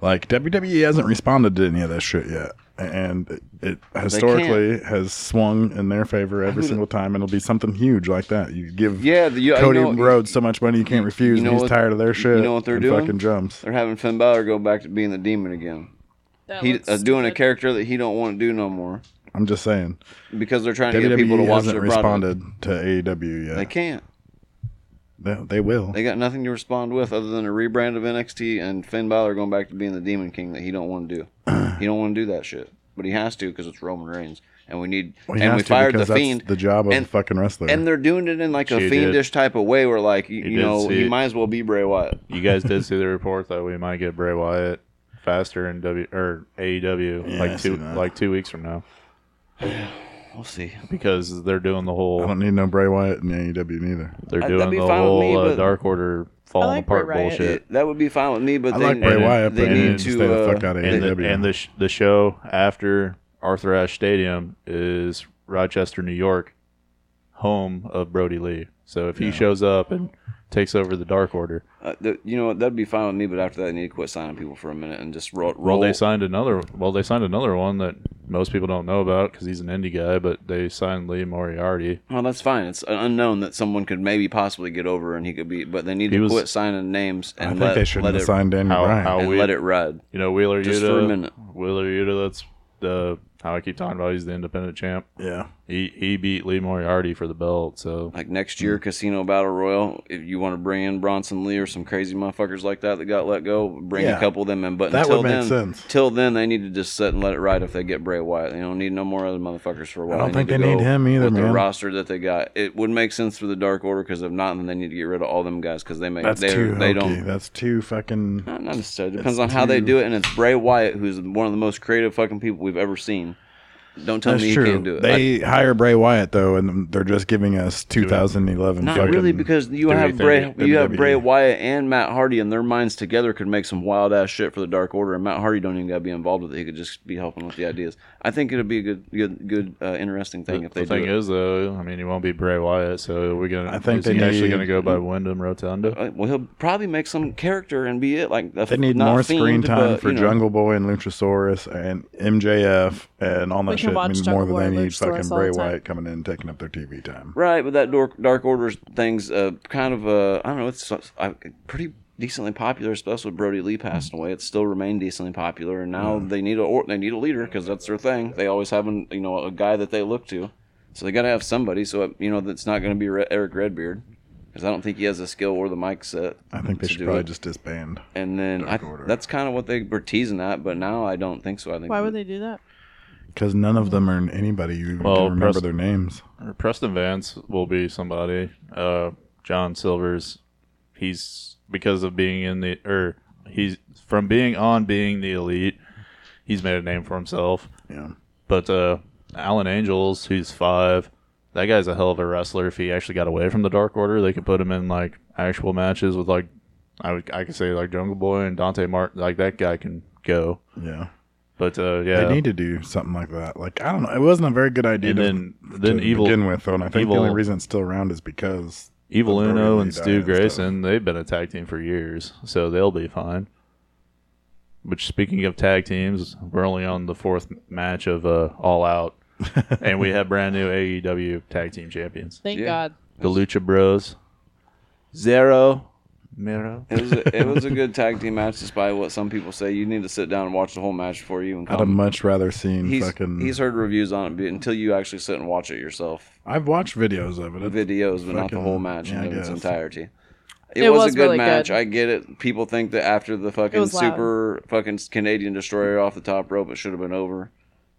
S1: like WWE hasn't responded to any of this shit yet, and it, it historically has swung in their favor every single time. And it'll be something huge like that. You give
S2: Yeah, the, you,
S1: Cody
S2: you know,
S1: Rhodes so much money you can't refuse.
S2: know
S1: and he's
S2: what-
S1: tired of their shit.
S2: know what they're
S1: and
S2: doing?
S1: Fucking jumps.
S2: They're having Finn Balor go back to being the demon again.
S4: That
S2: He
S4: looks
S2: uh, doing a
S4: stupid.
S2: character that he don't want to do no more
S1: I'm just saying.
S2: because they're trying to get
S3: E
S2: people to
S1: WWE
S2: watch
S1: hasn't
S2: their product.
S1: responded to AEW yet.
S2: They can't.
S1: They, they will.
S2: They got nothing to respond with other than a rebrand of NXT and Finn Balor going back to being the Demon King that he don't want to do. he don't want to do that shit, but he has to because it's Roman Reigns, and we need
S1: Well, he
S2: and
S1: has
S2: we
S1: to
S2: fired the
S1: because that's
S2: Fiend.
S1: The job of
S2: and-
S1: a fucking wrestler.
S2: and they're doing it in like a
S3: She did.
S2: fiendish type of way, where like you, you
S3: did
S2: know
S3: see
S2: he
S3: it.
S2: might as well be Bray Wyatt.
S3: You guys did see the report that we might get Bray Wyatt faster in W or AEW
S1: Yeah, I
S3: like
S1: see
S3: two
S1: that.
S3: like two weeks from now
S2: We'll see.
S3: because they're doing the
S1: I
S3: whole
S1: don't need no Bray Wyatt in AEW neither.
S3: they're
S2: that'd
S3: doing
S2: be
S3: the
S2: fine with
S3: whole
S2: me,
S3: uh,
S2: but-
S3: Dark Order falling
S4: like Bray
S3: apart
S4: Wyatt.
S3: bullshit.
S2: It- that would be fine with me, but
S1: I
S2: they,
S1: like Bray
S3: And-
S1: Wyatt, but
S2: they
S1: he
S2: need
S1: needs to
S2: to,
S1: stay the
S2: uh,
S1: fuck out of
S3: and the,
S1: AEW.
S3: and the, sh- the show after Arthur Ashe Stadium is Rochester, New York, home of Brody Lee. So if he shows up and takes over the Dark Order,
S2: uh, th- you know what? That'd be fine with me, but after that, they need to quit signing people for a minute and just roll.
S3: well,
S2: roll
S3: they signed another. Well, they signed another one that most people don't know about because he's an indie guy, but they signed Lee Moriarty.
S2: Well, that's fine. It's an unknown that someone could maybe possibly get over, and he could be. But they need
S3: He
S2: to
S3: was-
S2: quit signing names
S1: I
S2: and
S1: think
S2: let,
S1: they shouldn't
S2: let
S1: have
S2: it
S1: signed Daniel
S3: How-
S1: Bryan.
S3: how-
S2: and
S3: We-
S2: let it ride.
S3: You know, Wheeler
S2: Just
S3: Yuta.
S2: for a minute.
S3: Wheeler Yuta. That's the how I keep talking about. He's the independent champ.
S1: yeah.
S3: He he beat Lee Moriarty for the belt. So
S2: Like next
S1: Mm.
S2: year, Casino Battle Royal. If you want to bring in Bronson Lee or some crazy motherfuckers like that that got let go, bring
S1: Yeah.
S2: a couple of them in. But
S1: That would
S2: until
S1: make
S2: then,
S1: sense.
S2: till then, they need to just sit and let it ride. If they get Bray Wyatt, they don't need no more other motherfuckers for a while.
S1: don't think
S2: to
S1: they need
S2: go
S1: him either,
S2: with The
S1: man.
S2: roster that they got, it would make sense for the Dark Order because if not, then they need to get rid of all them guys because they make
S1: That's
S2: they
S1: too
S2: they
S1: hokey.
S2: don't
S1: That's too fucking.
S2: Not, not necessarily. Depends on how they do it, and it's Bray Wyatt, who's one of the most creative fucking people we've ever seen. Don't tell
S1: That's
S2: me
S1: true.
S2: he can't do it. I-
S1: They hire Bray Wyatt though, and they're just giving us 2011.
S2: not
S1: fucking-
S2: really, because you
S1: do
S2: have
S1: anything
S2: Bray,
S1: at
S2: you have
S1: WWE.
S2: Bray Wyatt and Matt Hardy, and their minds together could make some wild ass shit for the Dark Order. And Matt Hardy don't even got to be involved with it; he could just be helping with the ideas. I think it'd be a good, good, good, uh, interesting thing if they
S3: the thing
S2: do. It.
S3: is, though, I mean, he won't be Bray Wyatt, so we're gonna.
S1: I think
S3: is
S1: they
S3: he actually
S1: need-
S3: gonna go by Wyndham Rotunda.
S2: Uh, well, he'll probably make some character and be it. Like a,
S1: They need
S2: not
S1: more
S2: fiend,
S1: screen time
S2: but,
S1: for
S2: you know,
S1: Jungle Boy and Luchasaurus and MJF and all
S4: We
S1: that
S4: can
S1: shit. I
S4: watch
S1: mean,
S4: Jungle
S1: more than
S4: Boy
S1: they
S4: and
S1: need
S4: Luchasaurus
S1: fucking
S4: all the
S1: Bray
S4: time.
S1: Wyatt coming in and taking up their TV time.
S2: Right, but that Dark Dark Order thing's uh, kind of uh, I don't know. It's uh, I- pretty decently popular, especially with Brody Lee passing away. It still remained decently popular, and now they need a or, they need a leader because that's their thing. They always have an, you know a guy that they look to, so they got to have somebody. So you know that's not going to be Re- Eric Redbeard because I don't think he has the skill or the mic set.
S1: I think they
S2: to
S1: should
S2: do
S1: probably
S2: it.
S1: just disband.
S2: And then I,
S1: Dark Order.
S2: that's kind of what they were teasing at, but now I don't think so. I think
S4: Why would they do that?
S1: Because none of them are in anybody you even
S3: Well,
S1: can remember
S3: Pres-
S1: their names.
S3: Or Preston Vance will be somebody. Uh, John Silvers, he's because of being in the or he's from being on being the elite. He's made a name for himself.
S1: Yeah.
S3: But uh, Alan Angels, who's five, that guy's a hell of a wrestler. If he actually got away from the Dark Order, they could put him in like actual matches with like I would I could say like Jungle Boy and Dante Martin. Like that guy can go.
S1: Yeah.
S3: But uh, yeah,
S1: They need to do something like that. Like I don't know. It wasn't a very good idea.
S3: and
S1: to,
S3: then
S1: to
S3: then evil
S1: begin with, though, and I think the only
S3: Evil-
S1: reason it's still around is because
S3: Evil
S1: Brody
S3: Uno
S1: Lee
S3: and
S1: died
S3: Stu
S1: and stuff.
S3: Grayson, they've been a tag team for years, so they'll be fine. Which, speaking of tag teams, we're only on the fourth match of uh, All Out, and we have brand new AEW tag team champions,
S4: Thank
S2: Yeah.
S4: God.
S3: the Lucha Bros, Zero, Miro.
S2: It was a, it was a good tag team match, despite what some people say. You need to sit down and watch the whole match before you. And
S1: I'd have
S2: comment.
S1: much rather seen
S2: Um, he's
S1: fucking.
S2: he's heard reviews on it but until you actually sit and watch it yourself.
S1: I've watched videos of it. It's-
S2: Videos, but not the
S1: Fucking-
S2: whole match
S1: yeah, I
S2: in its
S1: guess.
S2: entirety. It,
S4: It
S2: was,
S4: was
S2: a good
S4: really
S2: match.
S4: good.
S2: I get it. People think that after the fucking
S4: was loud.
S2: super fucking Canadian destroyer off the top rope, it should have been over.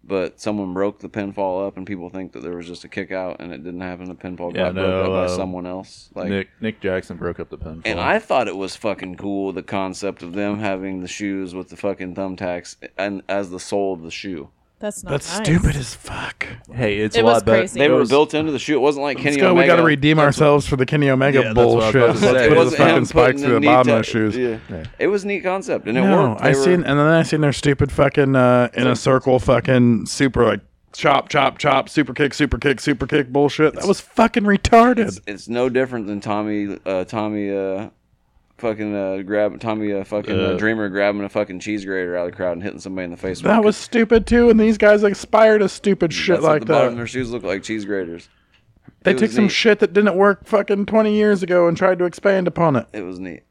S2: But someone broke the pinfall up, and people think that there was just a kick out, and it didn't happen. The pinfall
S3: Yeah,
S2: got broke
S3: no,
S2: up by
S3: uh,
S2: someone else. Like
S3: Nick Nick Jackson broke up the pinfall.
S2: And I thought it was fucking cool the concept of them having the shoes with the fucking thumbtacks and as the sole of the shoe.
S4: That's not
S1: That's
S4: nice.
S1: stupid as fuck.
S3: hey, it's
S4: It
S3: a
S4: was
S3: lot better.
S4: crazy.
S2: They
S4: It
S2: were
S3: was-
S2: built into the shoe. It wasn't like Kenny
S1: Let's go.
S2: Omega.
S1: We got to redeem ourselves for the Kenny Omega
S3: Yeah, that's what I was
S1: bullshit.
S3: about to
S1: Let's
S3: say.
S1: put
S3: It
S1: those
S2: wasn't him
S1: fucking spikes
S2: putting
S1: through the
S2: knee
S1: bottom of
S2: ta-
S1: those shoes.
S2: Yeah. It was a neat concept, and it
S1: No,
S2: worked. They
S1: I
S2: were-
S1: seen and then I seen their stupid fucking uh, in a circle fucking super like chop chop chop super kick super kick super kick bullshit. That was fucking retarded.
S2: It's no different than Tommy, uh, Tommy, uh, fucking uh, grab Tommy, uh, fucking uh, dreamer grabbing a fucking cheese grater out of the crowd and hitting somebody in the face. with
S1: That
S2: it.
S1: was stupid too, and these guys aspire to stupid shit
S2: That's what
S1: like
S2: the bottom of
S1: that.
S2: their shoes look like cheese graters.
S1: They
S2: it was
S1: took some
S2: neat.
S1: shit that didn't work fucking twenty years ago and tried to expand upon it.
S2: It was neat.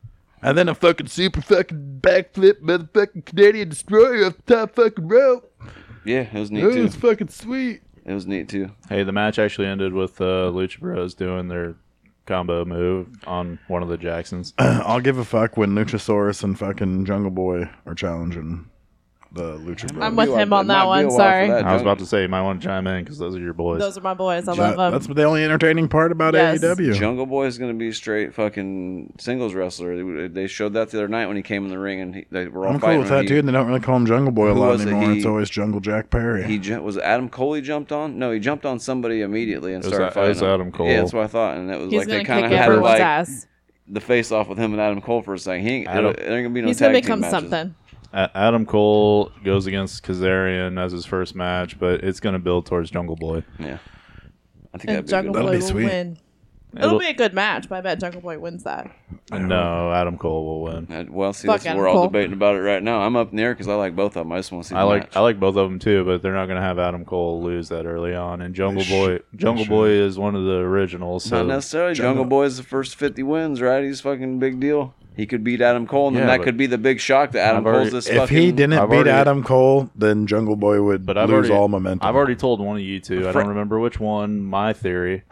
S1: And then a fucking super fucking backflip motherfucking Canadian destroyer off the top fucking rope.
S2: Yeah, it was neat
S1: It
S2: too.
S1: was fucking sweet.
S2: It was neat too.
S3: Hey, the match actually ended with uh, Lucha Bros doing their combo move on one of the Jacksons.
S1: I'll give a fuck when Luchasaurus and fucking Jungle Boy are challenging the Lucha Bros.
S4: I'm with him on that one, sorry.
S3: I was about to say you might want to chime in because those are your boys.
S4: Those are my boys. I
S1: That-
S4: love them.
S1: That's the only entertaining part about E
S4: Yes.
S1: AEW.
S2: Jungle Boy is going to be straight fucking singles wrestler. They- They showed that the other night when he came in the ring and he, they were all
S1: I'm cool
S2: fighting.
S1: with that,
S2: he,
S1: dude. and They don't really call him Jungle Boy a
S2: Who
S1: lot
S2: was it?
S1: anymore.
S2: He-
S1: it's always Jungle Jack Perry.
S2: He ju- was it Adam Cole. He jumped on. No, he jumped on somebody immediately and
S3: was
S2: started
S3: a- it
S2: fighting.
S3: was
S2: him.
S3: Adam Cole.
S2: Yeah, that's what I thought. And it was
S4: He's
S2: like
S4: gonna
S2: they kind
S4: kick
S2: of had
S4: everyone's
S2: like
S4: ass.
S2: the face off with him and Adam Cole for a second. He ain't, there,
S3: Adam-
S2: ain't gonna be no
S4: He's
S2: tag
S4: gonna become
S2: team matches.
S4: something.
S3: A- Adam Cole goes against Kazarian as his first match, but it's going to build towards Jungle Boy.
S2: Yeah, I think
S4: And
S2: that'd be
S4: Jungle
S2: good.
S1: That'll
S4: Boy
S1: be
S4: will
S1: sweet.
S4: win. It'll be a good match, but I bet Jungle Boy wins that.
S3: No, Adam Cole will win.
S2: Uh, Well, see,
S4: Fuck
S2: that's,
S4: Adam
S2: we're all
S4: Cole.
S2: debating about it right now. I'm up in the air because I like both of them. I just want to see. The
S3: I like
S2: match.
S3: I like both of them too, but they're not going to have Adam Cole lose that early on. And Jungle
S1: sh-
S3: Boy,
S1: they
S3: Jungle
S1: should.
S3: Boy is one of the originals. So
S2: Not necessarily. Jungle,
S1: Jungle-
S2: Boy's the first 50 wins, right? He's fucking big deal. He could beat Adam Cole, and then
S3: Yeah,
S2: that
S3: but-
S2: could be the big shock that Adam
S3: I've already-
S2: Cole's this
S1: if
S2: fucking.
S1: he didn't
S3: I've
S1: beat
S3: already-
S1: Adam Cole, then Jungle Boy would
S3: But I've
S1: lose
S3: already,
S1: all momentum.
S3: I've already told one of you two. I
S2: Fra-
S3: don't remember which one. My theory.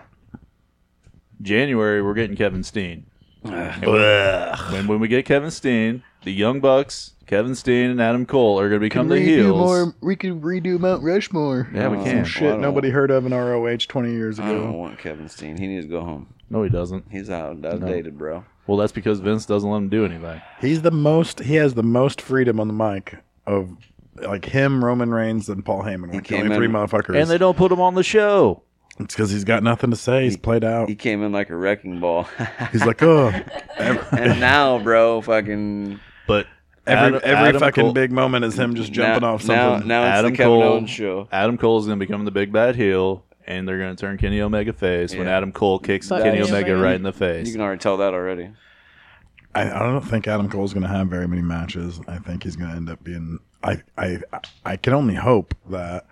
S3: January, we're getting Kevin Steen. And when, when when we get Kevin Steen, the Young Bucks, Kevin Steen and Adam Cole are going to become the heels.
S1: we could redo Mount Rushmore.
S3: Yeah, we
S2: Oh,
S3: can.
S2: well, I
S1: Shit,
S2: don't-
S1: nobody heard of in ROH 20 years
S2: I don't
S1: ago.
S2: want Kevin Steen. He needs to go home.
S3: No, he doesn't.
S2: He's out outdated, bro.
S3: Well, that's because Vince doesn't let him do anything.
S1: He's the most. He has the most freedom on the mic of like him, Roman Reigns, and Paul Heyman. Like the
S2: came
S1: only three
S2: in-
S1: motherfuckers.
S3: And they don't put him on the show.
S1: It's because he's got nothing to say. He's played out.
S2: He came in like a wrecking ball.
S1: He's like, oh,
S2: and now, bro, fucking
S3: But
S1: every,
S3: Adam-
S1: every
S3: Adam
S1: fucking
S3: Cole-
S1: big moment is him just jumping
S2: now,
S1: off something.
S2: Now, now it's
S3: Adam
S2: the Kevin
S3: Cole.
S2: Owens show.
S3: Adam Cole's going to become the big bad heel, and they're going to turn Kenny Omega face when
S2: Yeah.
S3: Adam Cole kicks
S4: But
S3: Kenny
S4: Kenny
S3: Omega
S4: Omega-
S3: right in the
S2: You
S3: face.
S2: can already tell that already.
S1: I, I don't think Adam Cole's going to have very many matches. I think he's going to end up being. I, I I can only hope that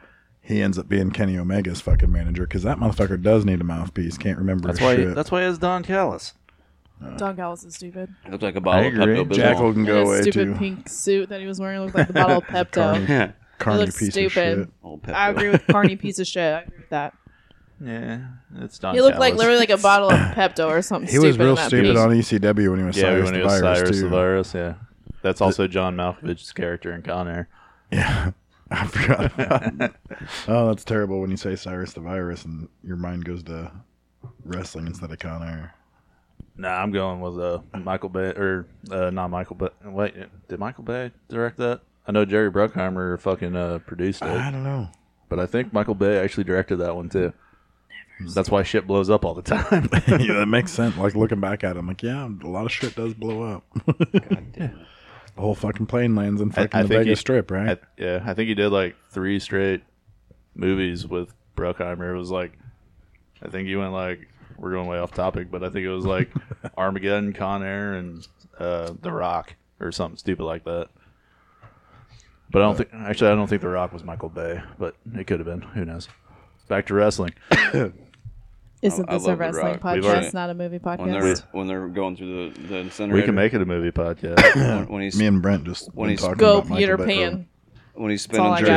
S1: he ends up being Kenny Omega's fucking manager because that motherfucker does need a mouthpiece. Can't remember
S3: That's
S1: his
S3: why.
S1: shit.
S3: That's why he has Don Callis.
S4: Don Callis is stupid.
S2: It looked like a
S1: I
S2: bottle of
S1: agree.
S2: Pepto
S1: Jackal
S2: Bismol.
S1: can go
S4: and
S1: away
S4: his stupid
S1: too.
S4: pink suit that he was wearing looked like the bottle of Pepto.
S2: Yeah,
S1: Carny
S4: looks
S1: piece of
S4: stupid.
S1: shit.
S2: old
S4: I
S2: Pepto.
S4: agree with Carney piece of shit. I agree with that.
S3: Yeah, it's Don.
S4: He looked like
S3: Callis.
S4: literally like a bottle of Pepto or something.
S1: He was
S4: stupid
S1: real
S4: in that
S1: stupid
S4: piece.
S1: on ECW when he was
S3: Yeah,
S1: Cyrus
S3: when
S1: the
S3: he was
S1: Virus,
S3: Cyrus
S1: too.
S3: the virus. Yeah, that's also John Malkovich's character in Con Air.
S1: Yeah, I forgot. about- oh, that's terrible when you say Cyrus the Virus and your mind goes to wrestling instead of Con Air.
S3: Nah, I'm going with uh Michael Bay or uh, not Michael Bay. Wait, did Michael Bay direct that? I know Jerry Bruckheimer fucking uh, produced it,
S1: I don't know.
S3: but I think Michael Bay actually directed that one too. That's why shit blows up all the time.
S1: yeah, that makes sense. Like looking back at it, I'm like, yeah, a lot of shit does blow up. the whole fucking plane lands in fucking
S3: I
S1: the
S3: think
S1: Vegas
S3: it-
S1: Strip, right?
S3: I, yeah, I think he did like three straight movies with Bruckheimer. It was like, I think he went like, we're going way off topic, but I think it was like Armageddon, Con Air, and uh, The Rock or something stupid like that. But I don't think, actually, I don't think The Rock was Michael Bay, but it could have been. Who knows? Back to wrestling.
S4: Isn't
S2: I- I
S4: this a
S2: love The
S4: wrestling
S2: Rock.
S3: We've
S4: podcast,
S3: already-
S4: not a movie
S2: when they're
S4: podcast?
S2: when they're going through the the incinerator.
S3: We can make it a movie podcast.
S2: when, when he's
S1: Me and Brent just
S2: When
S1: been
S2: he's-
S1: talking
S4: Go
S1: about Michael
S4: Peter
S1: Bay-
S4: Pan.
S2: when he's
S4: all
S2: spinning
S4: I
S2: through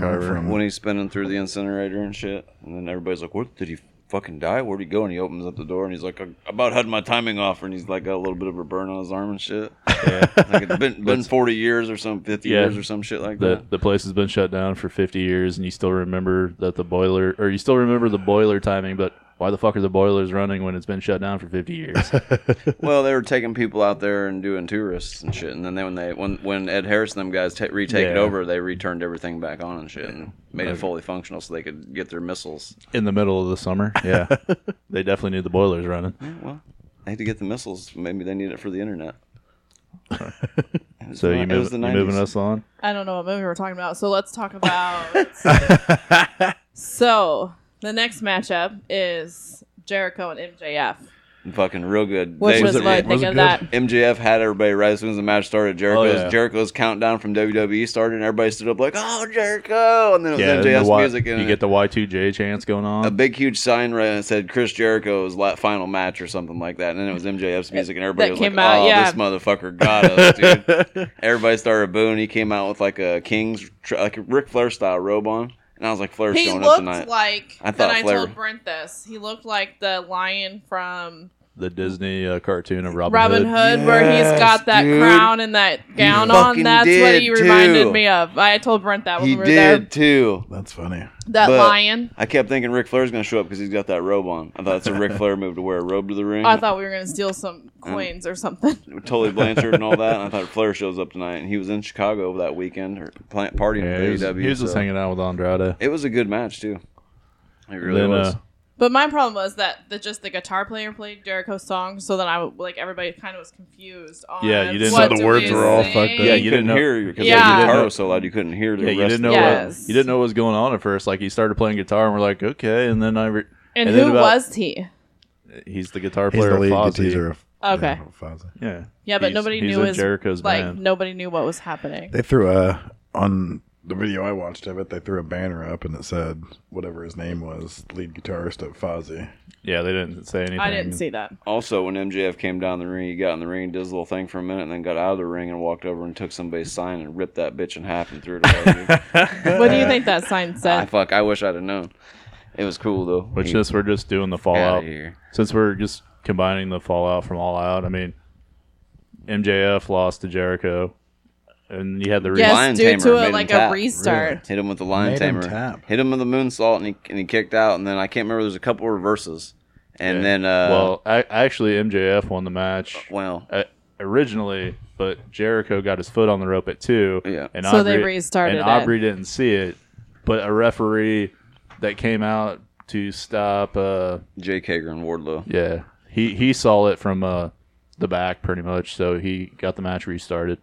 S1: Jerry Bruckheimer from
S2: when he's spinning through the incinerator and shit, and then everybody's like, "What did he fucking die? Where'd he go?" And he opens up the door and he's like, "I about had my timing off," and he's like got a little bit of a burn on his arm and shit.
S3: yeah.
S2: Like it's been been forty years or some fifty
S3: Yeah.
S2: years or some shit like
S3: the
S2: that.
S3: the place has been shut down for 50 years and you still remember that the boiler or you still remember the boiler timing but why the fuck are the boilers running when it's been shut down for 50 years
S2: Well, they were taking people out there and doing tourists and shit, and then they, when they when when Ed Harris and them guys ta retake it
S3: Yeah.
S2: over, they returned everything back on and shit and made it fully functional so they could get their missiles.
S3: in the middle of the summer yeah they definitely need the boilers running
S2: Well, they had to get the missiles. Maybe they need it for the internet. It was
S3: so
S2: the-
S3: you,
S2: it
S3: move,
S2: was the
S3: you
S2: 90s.
S3: moving us on
S4: I don't know what movie we're talking about, so let's talk about. so the next matchup is Jericho and MJF,
S2: fucking real good.
S4: which
S2: They-
S4: was, what I
S1: was
S4: think
S1: it
S4: of
S1: good?
S4: that.
S2: MJF had everybody right as soon as the match started. Jericho's
S3: Oh, yeah.
S2: Jericho's countdown from WWE started, and everybody stood up like, "Oh, Jericho!" And then it was
S3: yeah and the
S2: MJF's
S3: Y-
S2: music, and
S3: you get the y2j chants going
S2: a
S3: on
S2: big huge sign right that said Chris Jericho's la- final match or something like that. And then it was MJF's music, and everybody
S4: that
S2: was
S4: came
S2: like,
S4: out,
S2: "Oh,
S4: yeah.
S2: this motherfucker got us, dude!" everybody started booing. He came out with like a King's tr- like a Ric Flair style robe on, and I was like, "Flair's
S4: He
S2: showing up tonight."
S4: looked like.
S2: I
S4: I
S2: thought
S4: and I
S2: Flair-
S4: told Brent this. He looked like the lion from
S3: the disney uh, cartoon of robin,
S4: Robin Hood,
S3: hood,
S4: where he's got that
S2: dude.
S4: crown and that gown
S2: fucking
S4: on. That's what
S2: did,
S4: he reminded
S2: too.
S4: me of. I told Brent that when
S2: he
S4: we were
S2: did
S4: there.
S2: too.
S1: That's funny.
S4: That
S2: but-
S4: lion.
S2: I kept thinking Ric Flair's gonna show up because he's got that robe on. I thought it's a Ric Flair move to wear a robe to the ring.
S4: I thought we were gonna steal some
S2: Mm.
S4: coins or something.
S2: Tully Blanchard and all that. And I thought Flair shows up tonight, and he was in Chicago that weekend or plant partying
S3: yeah,
S2: at
S3: he was,
S2: AEW.
S3: he was just
S2: so-
S3: hanging out with andrade
S2: It was a good match too. It really
S3: then,
S2: was.
S3: uh,
S4: But my problem was that the, just the guitar player played Jericho's song, so then I w- like everybody kind of was confused. On
S3: Yeah, you didn't
S4: what
S1: know the
S4: do
S1: words
S4: we
S1: were all
S4: sing.
S1: fucked up.
S3: yeah,
S2: yeah,
S3: you
S2: you didn't
S3: didn't know-
S2: hear because
S4: Yeah.
S2: the
S4: You
S2: guitar
S3: didn't
S2: was so loud you couldn't hear. The
S3: yeah, you
S2: rest
S3: didn't know
S2: Of
S4: Yeah.
S2: it.
S4: Yes.
S3: what you didn't know what was going on at first. Like he started playing guitar, and we're like, okay. And then I, re-
S4: And,
S3: and
S4: who
S3: then about-
S4: was he?
S3: he's the guitar
S1: He's
S3: player
S1: the lead
S3: of Fozzy.
S1: teaser of
S4: Okay.
S1: yeah, Fozzy.
S3: Yeah.
S4: Yeah, but
S3: He's-
S4: nobody
S3: he's
S4: knew
S3: in
S4: his
S3: Jericho's
S4: like
S3: band.
S4: nobody knew what was happening.
S1: They threw a on the video I watched of it. They threw a banner up and it said whatever his name was, lead guitarist at Fozzy.
S3: Yeah, they didn't say anything.
S4: I didn't see that.
S2: Also, when MJF came down the ring, he got in the ring, did his little thing for a minute, and then got out of the ring and walked over and took somebody's sign and ripped that bitch in half and threw it away. dude.
S4: What do you think that sign
S2: I
S4: said?
S2: fuck. I wish I'd have known. It was cool though.
S3: Which
S2: He-
S3: since we're just doing the
S2: outta
S3: fallout,
S2: here.
S3: since we're just combining the fallout from All Out, I mean, MJF lost to Jericho, and you had the reason.
S2: Lion
S4: Yes, due
S2: Tamer
S4: to
S2: made
S4: a,
S2: him
S4: like
S2: tap.
S4: a restart.
S2: Hit him with the lion
S1: Made him
S2: tamer.
S1: tap.
S2: Hit him with the moonsault, and he and he kicked out. And then I can't remember. There's a couple reverses, and then uh,
S3: well, I, actually, MJF won the match
S2: well,
S3: uh, originally, but Jericho got his foot on the rope at two.
S2: Yeah.
S3: And
S4: So they restarted
S3: And
S4: it.
S3: Aubrey didn't see it, but a referee that came out to stop. Uh,
S2: Jake Hager and Wardlow.
S3: Yeah, he he saw it from uh, the back pretty much, so he got the match restarted.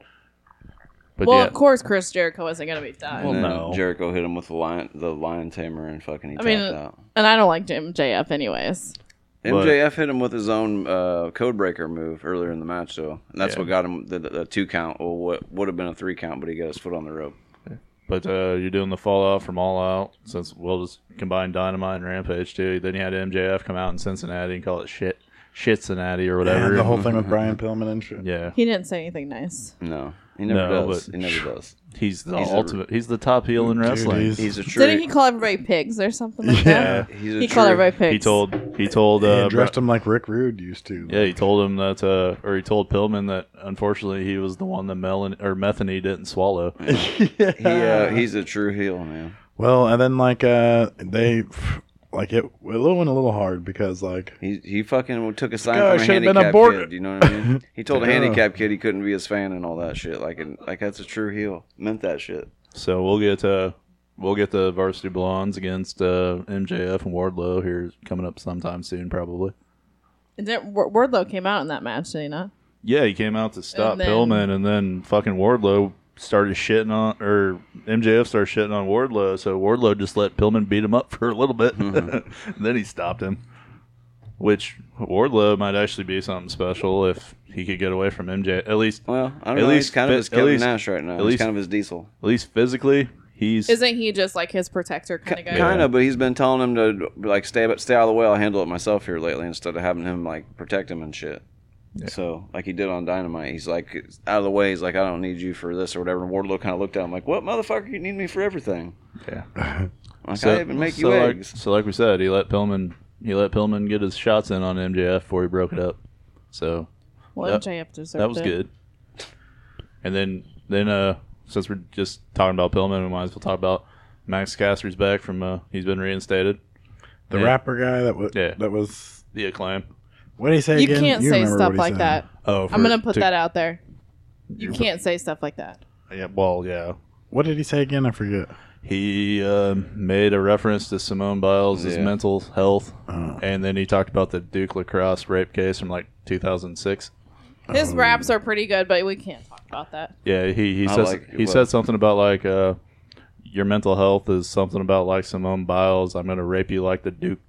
S3: But
S4: Well,
S3: yeah,
S4: of course, Chris Jericho isn't gonna be done.
S3: Well,
S2: And then
S3: no.
S2: Jericho hit him with the lion, the lion tamer, and fucking he
S4: I
S2: tapped
S4: mean,
S2: out.
S4: and I don't like Jim JF anyways.
S2: MJF hit him with his own uh, codebreaker move earlier in the match, though, and that's what got him the, the, the two count, or what would have been a three count, but he got his foot on the rope.
S3: but uh, you're doing the fallout from All Out since we'll just combine Dynamite and Rampage too. Then you had MJF come out in Cincinnati and call it shit. Cincinnati or whatever. Mm-hmm.
S1: And the whole thing with Brian Pillman and shit.
S3: Yeah.
S4: He didn't say anything nice.
S2: No, he never
S3: No,
S2: does.
S3: but-
S2: He never does.
S3: He's the
S2: He's a-
S3: ultimate. he's the top heel in
S1: Dude,
S3: wrestling.
S1: he's-
S2: He's a true.
S4: Didn't he call everybody pigs or something like
S1: Yeah.
S4: that?
S2: he's a
S4: He
S2: true,
S4: called everybody pigs.
S3: He told. He told. Uh,
S1: he
S3: Bri-
S1: dressed him like Rick Rude used to.
S3: Yeah, he told him that, uh, or he told Pillman that unfortunately he was the one that melon or metheny didn't swallow.
S2: He, uh, he's a true heel, man.
S1: Well, and then like uh they like it, it went a little hard because like
S2: He he fucking took a sign
S1: guy
S3: Oh,
S2: from a
S1: should've been
S2: handicapped
S1: aborted.
S2: kid. You know what I mean? He told a
S1: Yeah.
S2: handicapped kid he couldn't be his fan and all that shit. Like and like that's a true heel. Meant that shit.
S3: So we'll get uh, we'll get the Varsity Blondes against uh, MJF and Wardlow here coming up sometime soon, probably.
S4: And didn't- Wa- Wardlow came out in that match, did he not?
S3: Yeah, he came out to stop
S4: And then-
S3: Pillman, and then fucking Wardlow started shitting on, or MJF started shitting on Wardlow. So Wardlow just let Pillman beat him up for a little bit, and then he stopped him. Which Wardlow might actually be something special if he could get away from MJ. At least,
S2: Well, I don't
S3: At
S2: know.
S3: least
S2: he's kind
S3: fit-
S2: of his
S3: at
S2: Kevin
S3: least-
S2: Nash right now.
S3: at
S2: He's
S3: least-
S2: kind of his Diesel.
S3: at least physically, he's
S4: Isn't he just like his protector kind of guy?
S2: Kind of, but he's been telling him to like stay stay out of the way. I'll handle it myself here lately instead of having him like protect him and shit. So like he did on Dynamite, he's like out of the way. He's like, I don't need you for this or whatever. And Wardlow kind of looked at him like, What motherfucker? You need me for everything?
S3: yeah.
S2: Like I even make you
S3: like,
S2: eggs.
S3: So like we said, he let Pillman he let Pillman get his shots in on MJF before he broke it up. So
S4: Well,
S3: That-
S4: MJF deserved
S3: that was
S4: it.
S3: good. And then then uh since we're just talking about Pillman, we might as well talk about Max Caster's back from uh he's been reinstated.
S1: the
S3: Yeah.
S1: rapper guy that was
S3: Yeah.
S1: that was
S3: The acclaim.
S1: what did he say
S4: You
S1: again?
S4: can't say
S1: remember
S4: stuff
S1: what he
S4: like
S1: said.
S4: that.
S3: Oh,
S4: I'm gonna put that out there. You can't say stuff like that.
S3: Yeah, well, yeah.
S1: What did he say again? I forget.
S3: He uh, made a reference to Simone Biles'
S2: Yeah.
S3: mental health,
S1: Uh,
S3: and then he talked about the Duke Lacrosse rape case from like 2006. Oh.
S4: His raps are pretty good, but we can't talk about that.
S3: Yeah, he he
S2: I
S3: says
S2: like-
S3: he said something about like uh, your mental health is something about like Simone Biles. I'm gonna rape you like the Duke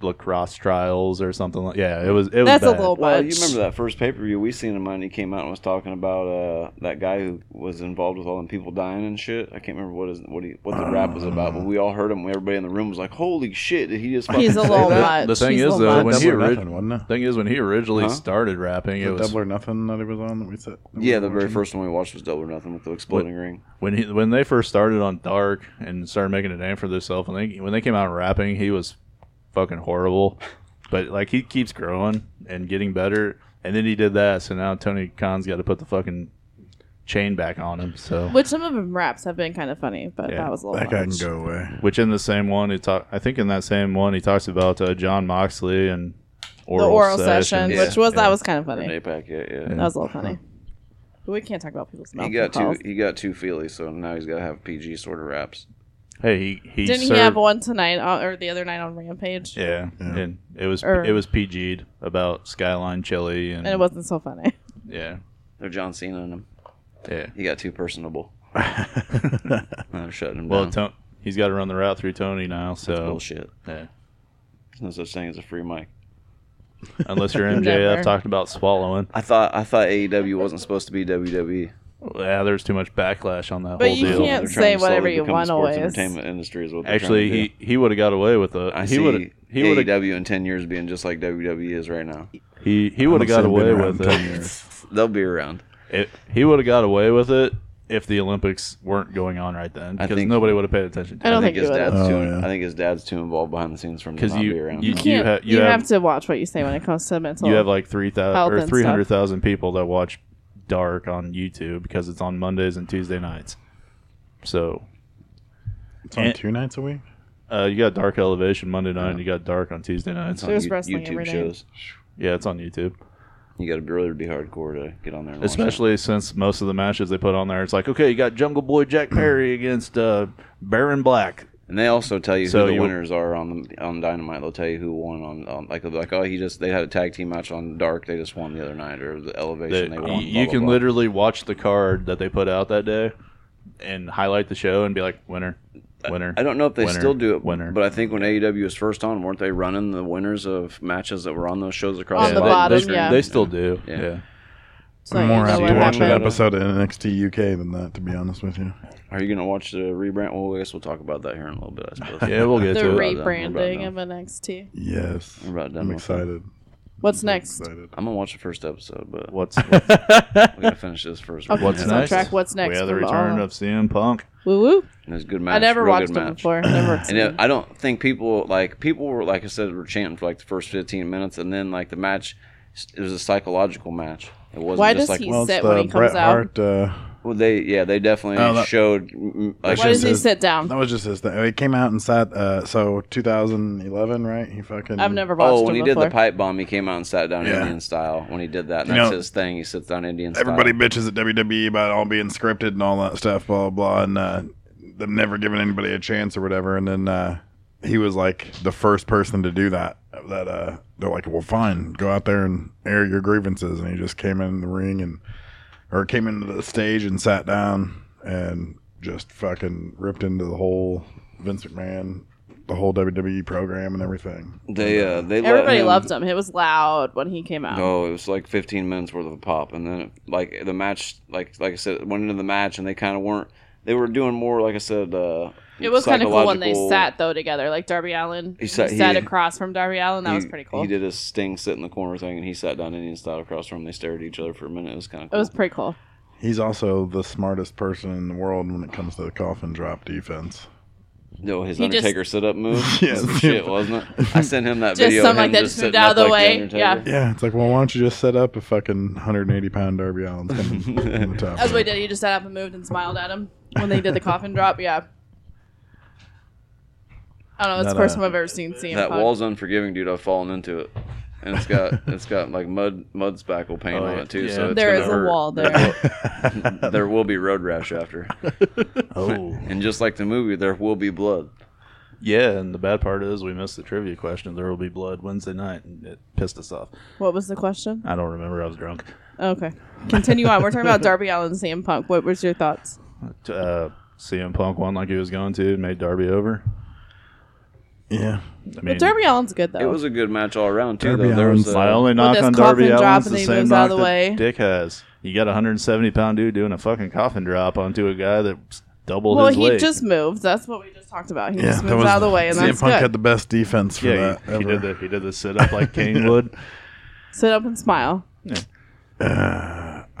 S3: lacrosse trials or something like. Yeah, it was it was.
S4: That's a
S3: bad.
S4: little
S2: Well, you
S4: much.
S2: remember that first pay per view we seen him on? He came out and was talking about uh, that guy who was involved with all them people dying and shit. I can't remember what his, what he what the rap was about, but we all heard him. Everybody in the room was like, "Holy shit! Did he just fucking
S4: He's a
S2: say
S4: little
S2: that?"
S4: much.
S3: the thing
S4: He's a
S3: is,
S4: little
S3: though,
S4: much.
S3: when
S1: Double
S3: he
S1: or
S3: orig-
S1: nothing, wasn't it?
S3: Thing is, when he originally
S2: Huh?
S3: started rapping,
S1: The
S3: it was
S1: double or nothing that he was on that we said.
S2: Yeah, the very first one we watched was Double or Nothing with the exploding ring.
S3: when he when they first started on Dark and started making a name for themselves. And they when they came out rapping, he was fucking horrible. But like he keeps growing and getting better, and then he did that. So now Tony Khan's got to put the fucking chain back on him. So
S4: Which some of them raps have been kind of funny, but that was a little
S1: That guy
S4: much.
S1: can go away.
S3: Which in the same one, he talk. I think in that same one, he talks about uh, John Moxley and
S4: The
S3: oral
S4: oral session,
S2: Yeah.
S4: which was
S3: Yeah.
S4: that was kind of funny.
S2: Renee Pac, yeah, yeah.
S4: That was a little funny. But we can't talk about people's mouth
S2: He got two.
S4: calls.
S2: He got two feely, so now he's got to have PG sort of raps.
S3: Hey, he he
S4: Didn't
S3: served,
S4: he have one tonight on, or the other night on Rampage?
S3: Yeah, and it was
S4: Or-
S3: it was PG'd about Skyline Chili and,
S4: Er. And it wasn't so funny.
S3: yeah
S2: They're John Cena in him.
S3: yeah.
S2: He got too personable. I'm shutting him
S3: Well,
S2: down.
S3: Ton- he's got to run the route through Tony now, so
S2: Bullshit.
S3: yeah.
S2: There's no such thing as a free mic.
S3: unless you're
S4: Never.
S3: MJF talking about swallowing,
S2: I thought I thought AEW wasn't supposed to be WWE.
S3: yeah, there's too much backlash on that
S4: But
S3: whole
S4: you
S3: deal.
S4: can't
S2: They're trying
S4: say
S2: to slowly
S4: whatever you
S2: become a
S4: want
S2: sports
S4: always.
S2: Entertainment industry is what they're
S3: Actually,
S2: trying to
S3: he he would have got away with it.
S2: do. I
S3: he
S2: see
S3: would he would have
S2: AEW in ten years being just like WWE is right now.
S3: he he would have got
S1: I've been
S3: away
S1: around
S3: with
S1: 10
S3: it.
S1: years.
S2: They'll be around.
S3: It, he would have got away with it if the Olympics weren't going on right then,
S2: I
S3: because
S2: think-
S3: nobody would have paid attention.
S4: I
S3: to
S4: don't
S3: it.
S4: think
S2: his
S4: he would've.
S2: dad's too.
S1: Oh, yeah.
S2: I think his dad's too involved behind the scenes for him to
S3: 'Cause
S2: not
S3: you-
S2: be around.
S3: you-
S4: You can't.
S3: ha-
S4: you, have,
S3: have-
S4: to watch what you say when it comes to mental.
S3: You have like three
S4: Health
S3: thousand
S4: and
S3: or
S4: stuff.
S3: three hundred thousand people that watch Dark on YouTube because it's on Mondays and Tuesday nights. So
S1: It's on
S3: And-
S1: two nights a week.
S3: uh, you got Dark Elevation Monday night, and you got Dark on Tuesday nights.
S2: It's on
S4: There's
S2: Yo-
S4: wrestling
S2: YouTube
S4: every day.
S2: shows.
S3: Yeah, it's on YouTube.
S2: You got to be really be hardcore to get on there. And watch it.
S3: Especially since most of the matches they put on there, it's like, okay, you got Jungle Boy Jack Perry against uh, Baron Black.
S2: And they also tell you
S3: So
S2: who the
S3: you-
S2: winners are on the, on Dynamite. They'll tell you who won on, on like they'll be like oh he just they had a tag team match on Dark. They just won the other night or the Elevation.
S3: That-
S2: they won.
S3: you
S2: blah,
S3: you
S2: blah,
S3: can
S2: blah.
S3: literally watch the card that they put out that day and highlight the show and be like, winner, winner.
S2: I don't know if they
S3: winner,
S2: still do it,
S3: winner.
S2: but I think when AEW was first on, weren't they running the winners of matches that were on those shows across
S4: On the
S3: they,
S4: bottom,
S3: they,
S2: screen?
S4: yeah.
S3: they still do.
S2: Yeah.
S3: Yeah.
S4: So you
S1: More
S4: know
S1: apt
S4: what
S1: to watch an
S4: happened.
S1: episode of NXT UK than that, to be honest with you.
S2: Are you gonna watch the rebrand? Well, I guess we'll talk about that here in a little bit. I suppose.
S3: Yeah, we'll get
S4: The
S3: to it.
S2: re- We're about done.
S4: rebranding of NXT.
S1: Yes,
S2: We're about done
S1: I'm
S2: with that.
S1: excited.
S4: What's next?
S1: Excited.
S2: I'm gonna watch the first episode, but
S3: What's
S2: we gotta finish this first.
S4: Okay,
S3: What's
S4: so
S3: next?
S4: Track what's next.
S3: we have the
S4: from
S3: return
S4: all-
S3: of CM Punk.
S4: Woo woo.
S2: And it's a good match.
S4: I never
S2: real
S4: watched
S2: good
S4: them
S2: match.
S4: before. Never.
S2: And it, I don't think people like people were like I said were chanting for like the first 15 minutes, and then like the match, it was a psychological match. It wasn't
S4: Why
S2: just
S4: does
S2: like
S4: he
S1: Well, it's
S4: sit
S1: the
S4: when he comes
S1: Bret
S4: out?
S1: Hart. Uh,
S2: well they yeah they definitely
S1: Oh, that-
S2: showed mm, like
S1: That's
S4: Why does
S1: just
S4: he
S1: his-
S4: sit down?
S1: that was just his thing. He came out and sat. Uh, so 2011, right? He fucking.
S4: I've never watched
S2: oh
S4: him
S2: when he did
S4: before.
S2: the pipe bomb he came out and sat down
S1: Yeah.
S2: Indian style when he did that and
S1: You
S2: that's
S1: know,
S2: his thing he sits down Indian style.
S1: Everybody bitches at WWE about all being scripted and all that stuff, blah blah, blah and uh, them never giving anybody a chance or whatever. And then uh, he was like the first person to do that. That uh, they're like, well, fine, go out there and air your grievances. And he just came in the ring and or came into the stage and sat down and just fucking ripped into the whole Vince McMahon, the whole WWE program and everything.
S2: they uh they let
S4: Everybody
S2: him-
S4: loved him. It was loud when he came out.
S2: No, it was like 15 minutes worth of pop, and then like the match, like like I said, went into the match, and they kind of weren't. They were doing more, like I said. Uh,
S4: It was kind of cool when they
S2: psychological-
S4: sat though together, like Darby Allen.
S2: He
S4: He
S2: sat-
S4: sat,
S2: he-
S4: across from Darby Allen. That was
S2: he-
S4: pretty cool.
S2: He did a sting sit in the corner thing, and he sat down Indian style across from him. They stared at each other for a minute. It was kind of
S4: It
S2: cool.
S4: was pretty cool.
S1: He's also the smartest person in the world when it comes to the coffin drop defense.
S2: no, his
S4: He just-
S2: Undertaker sit up move.
S1: Yeah.
S2: Some shit, wasn't it? I sent him that
S4: Just
S2: video. of
S4: something
S2: him
S4: like that, just moved
S2: sitting up
S4: out of the
S2: like
S4: way, yeah.
S2: Undertaker.
S1: Yeah, it's like, well, why don't you just set up a fucking 180 pound Darby Allen thing on the top?
S4: That's what he did. He just sat up and moved and smiled at him when they did the coffin drop. Yeah. I don't know. It's
S1: Not
S4: the first
S1: a-
S4: time I've ever seen CM
S2: That
S4: Punk.
S2: wall's unforgiving, dude. I've fallen into it, and it's got it's got like mud mud spackle paint
S3: Oh,
S2: on
S3: yeah.
S2: it too.
S3: Yeah.
S2: So it's
S4: there
S2: gonna
S4: is
S2: hurt.
S4: a wall there.
S2: there will be road rash after.
S3: Oh,
S2: And just like the movie, there will be blood.
S3: yeah. And the bad part is we missed the trivia question. There will be blood Wednesday night, and it pissed us off.
S4: what was the question?
S3: I don't remember. I was drunk.
S4: Okay. Continue on. We're talking about Darby Allen and CM Punk. What was your thoughts?
S3: Uh, CM Punk won like he was going to, made Darby over.
S1: Yeah.
S3: I mean,
S4: But Darby Allen's good though.
S2: It was a good match all around too.
S1: Darby
S2: though there was
S1: Allin's-
S2: a,
S3: my only knock
S4: this
S3: on Darby
S4: coffin drop
S3: Allen's
S4: and
S3: the
S4: he
S3: same
S4: moves out
S3: knock
S4: of the
S3: that
S4: way.
S3: Dick has. You got a 170 pound dude doing a fucking coffin drop onto a guy that doubled
S4: well,
S3: his
S4: he
S3: weight.
S4: just moved. That's what we just talked about. He
S1: Yeah.
S4: just moves out of the way, and
S1: CM
S4: that's
S1: Punk
S4: good.
S1: had the best defense for
S3: yeah,
S1: that.
S3: he,
S1: ever.
S3: he did the he did the sit up like Kane would.
S4: Sit up and smile.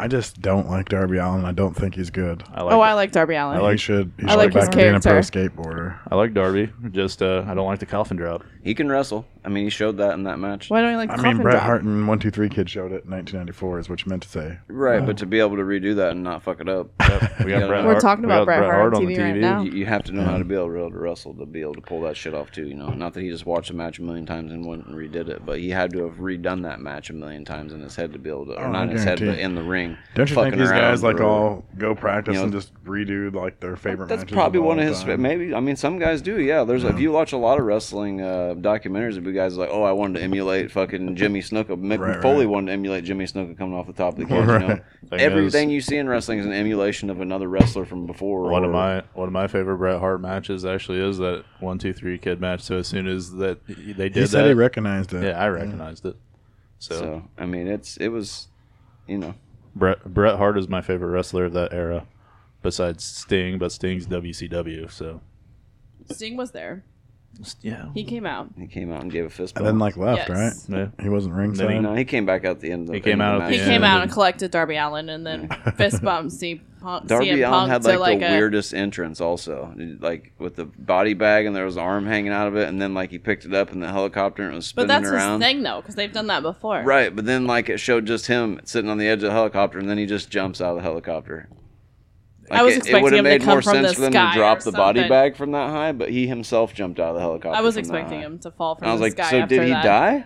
S1: I just don't like Darby Allen. I don't think he's good.
S3: I like
S4: oh, I like Darby Allen.
S1: I like, he should, he should
S4: like
S1: go
S4: his
S1: back to being a pro
S4: character.
S1: skateboarder.
S3: I like Darby. Just uh, I don't like the coffin drop.
S2: He can wrestle. I mean, he showed that in that match.
S4: Why don't we like?
S1: I
S4: coffin
S1: mean, Bret
S4: drop?
S1: Hart and 123 Kid showed it in 1994, is what you meant to say.
S2: Right, but to be able to redo that and not fuck it up,
S3: We got Bret
S2: We're
S3: Hart-
S4: talking
S3: we
S4: about
S3: got
S4: Bret Hart on
S3: the
S4: TV right now.
S2: you, you have to know how to
S1: Um,
S2: be able to wrestle to be able to pull that shit off too. You know, not that he just watched a match a million times and went and redid it, but he had to have redone that match a million times in his head to be able to, or
S1: Oh,
S2: not
S1: I
S2: in his head, but
S1: guarantee.
S2: in the ring.
S1: Don't you think
S2: fucking
S1: these guys
S2: around
S1: like
S2: or-
S1: all go practice
S2: you know,
S1: and just redo like their favorite
S2: That's
S1: matches
S2: probably
S1: of all
S2: one of his
S1: time?
S2: maybe. I mean, some guys do. Yeah, there's if you watch a lot of wrestling uh, documentaries, it'd be guys like, oh, I wanted to emulate fucking Jimmy Snuka. Mick
S1: Right,
S2: Foley
S1: right.
S2: wanted to emulate Jimmy Snuka coming off the top of the cage. You know?
S1: Right.
S3: Thing
S2: Everything
S3: is-
S2: you see in wrestling is an emulation of another wrestler from before.
S3: One
S2: or-
S3: of my one of my favorite Bret Hart matches actually is that one two three kid match. So as soon as that they did
S1: He said
S3: that,
S1: he recognized it.
S3: yeah, I recognized it. So,
S2: So I mean, it's it was, you know,
S3: Bret Bret Hart is my favorite wrestler of that era, besides Sting. But Sting's WCW. So
S4: Sting was there.
S3: yeah,
S4: He came out.
S2: he came out and gave a fist.
S1: And
S2: bump.
S1: then like left,
S4: Yes.
S1: right?
S3: yeah.
S1: He wasn't
S3: Then he-
S1: ringside.
S2: no, he came back at the end. Of the,
S3: He came
S2: end of
S3: out
S2: the
S3: at
S2: match.
S3: the
S4: He
S3: Yeah.
S4: came out and collected Darby Allen, and then fist bumped C- Punk,
S2: Darby
S4: CM
S2: Allen
S4: Punk
S2: had
S4: to
S2: like,
S4: like
S2: the
S4: a
S2: weirdest entrance, also, like with the body bag and there was an arm hanging out of it, and then like he picked it up in the helicopter and it was
S4: But
S2: spinning
S4: that's his
S2: around.
S4: thing though, because they've done that before.
S2: Right, but then like it showed just him sitting on the edge of the helicopter, and then he just jumps out of the helicopter. Like,
S4: I was
S2: it-
S4: expecting
S2: it would have
S4: him to
S2: made
S4: come
S2: more
S4: from
S2: sense
S4: the
S2: for them to
S4: sky
S2: drop
S4: or
S2: the body
S4: something.
S2: bag from that high, but he himself jumped out of the helicopter.
S4: I was
S2: from that
S4: expecting
S2: high.
S4: him to fall from
S2: And I was
S4: the
S2: like,
S4: sky
S2: so
S4: after
S2: did he
S4: that.
S2: die?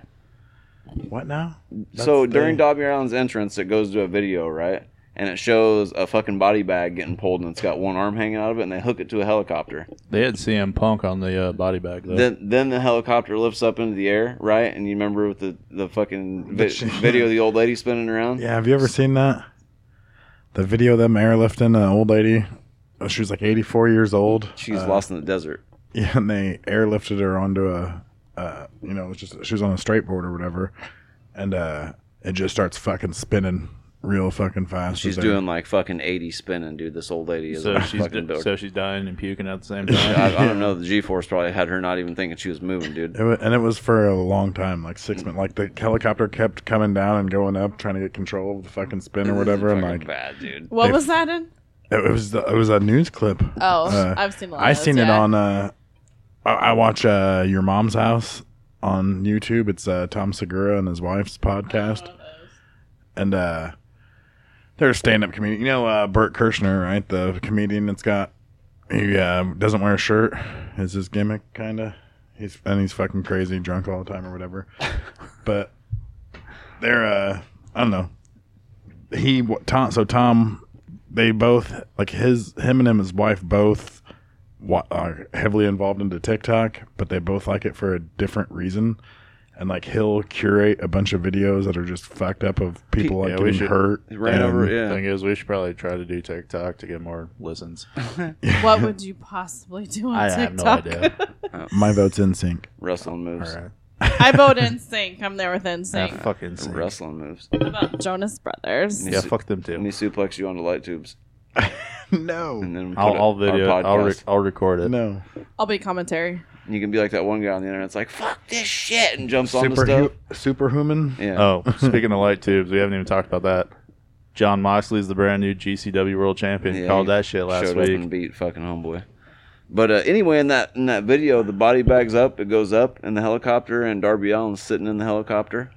S1: What now?
S2: so
S1: That's the-
S2: during Dobby Allen's entrance, it goes to a video, right? And it shows a fucking body bag getting pulled, and it's got one arm hanging out of it, and they hook it to a helicopter.
S3: they had CM Punk on the uh, body bag though.
S2: Then, then the helicopter lifts up into the air, right? And you remember with the the fucking vi-
S1: But she-
S2: video of the old lady spinning around?
S1: Yeah, have you ever seen that? The video of them airlifting an old lady. uh, She was like 84 years old.
S2: She's
S1: Uh,
S2: lost in the desert.
S1: Yeah, and they airlifted her onto a, uh, you know, it was just she was on a straight board or whatever, and uh, it just starts fucking spinning. real fucking fast.
S2: She's
S1: as I-
S2: doing like fucking 80 spinning, dude. This old lady is
S3: So
S2: a
S3: she's
S2: fucking
S3: di-
S2: built.
S3: so she's dying and puking at the same
S2: I,
S3: time.
S2: I don't know. The G force probably had her not even thinking she was moving, dude.
S1: It wa- and it was for a long time, like six minutes. Like the helicopter kept coming down and going up, trying to get control of the fucking spin or whatever. And
S2: Fucking
S1: like it,
S2: bad, dude.
S4: What
S1: If-
S4: was that in?
S1: it was the, it was a news clip.
S5: Oh,
S1: Uh,
S5: I've seen a lot.
S1: I
S5: of those,
S1: seen it
S5: yeah.
S1: on. Uh, I, I watch uh, your mom's house on YouTube. It's uh, Tom Segura and his wife's podcast, and uh, they're a stand-up comedian. You know uh, Bert Kirschner, right? The comedian that's got he uh, doesn't wear a shirt. Is his gimmick kind of? He's and he's fucking crazy, drunk all the time or whatever. but they're uh, I don't know. He Tom so Tom they both like his him and him his wife both wa- are heavily involved into TikTok, but they both like it for a different reason. And like he'll curate a bunch of videos that are just fucked up of people like
S3: Yeah, we
S1: getting
S3: should-
S1: hurt.
S2: Ran over,
S1: and-
S2: yeah.
S3: Thing is, we should probably try to do TikTok to get more listens.
S4: What would you possibly do on
S3: I
S4: TikTok?
S3: have no idea.
S1: My vote's in sync.
S2: Wrestling moves.
S4: I vote in sync. I'm there with in sync.
S3: Ah, fucking sick.
S2: Wrestling moves.
S4: about Jonas Brothers.
S3: Yeah, fuck them too.
S2: Let me suplex you onto light tubes,
S1: no,
S2: and then we put
S3: I'll,
S2: it
S3: I'll
S2: on
S3: video. it. I'll, re-
S2: podcast.
S3: I'll record it.
S1: no.
S4: I'll be commentary.
S2: you can be like that one guy on the internet. It's like fuck this shit, and jumps on the
S1: Super
S2: stuff.
S1: superhuman.
S2: Yeah.
S3: Oh, speaking of light tubes, we haven't even talked about that. John Moxley's the brand new GCW World Champion.
S2: Yeah,
S3: Called
S2: he
S3: that shit last
S2: showed up and
S3: week.
S2: beat fucking homeboy. But uh, anyway, in that in that video, the body bags up, it goes up in the helicopter, and Darby Allen's sitting in the helicopter,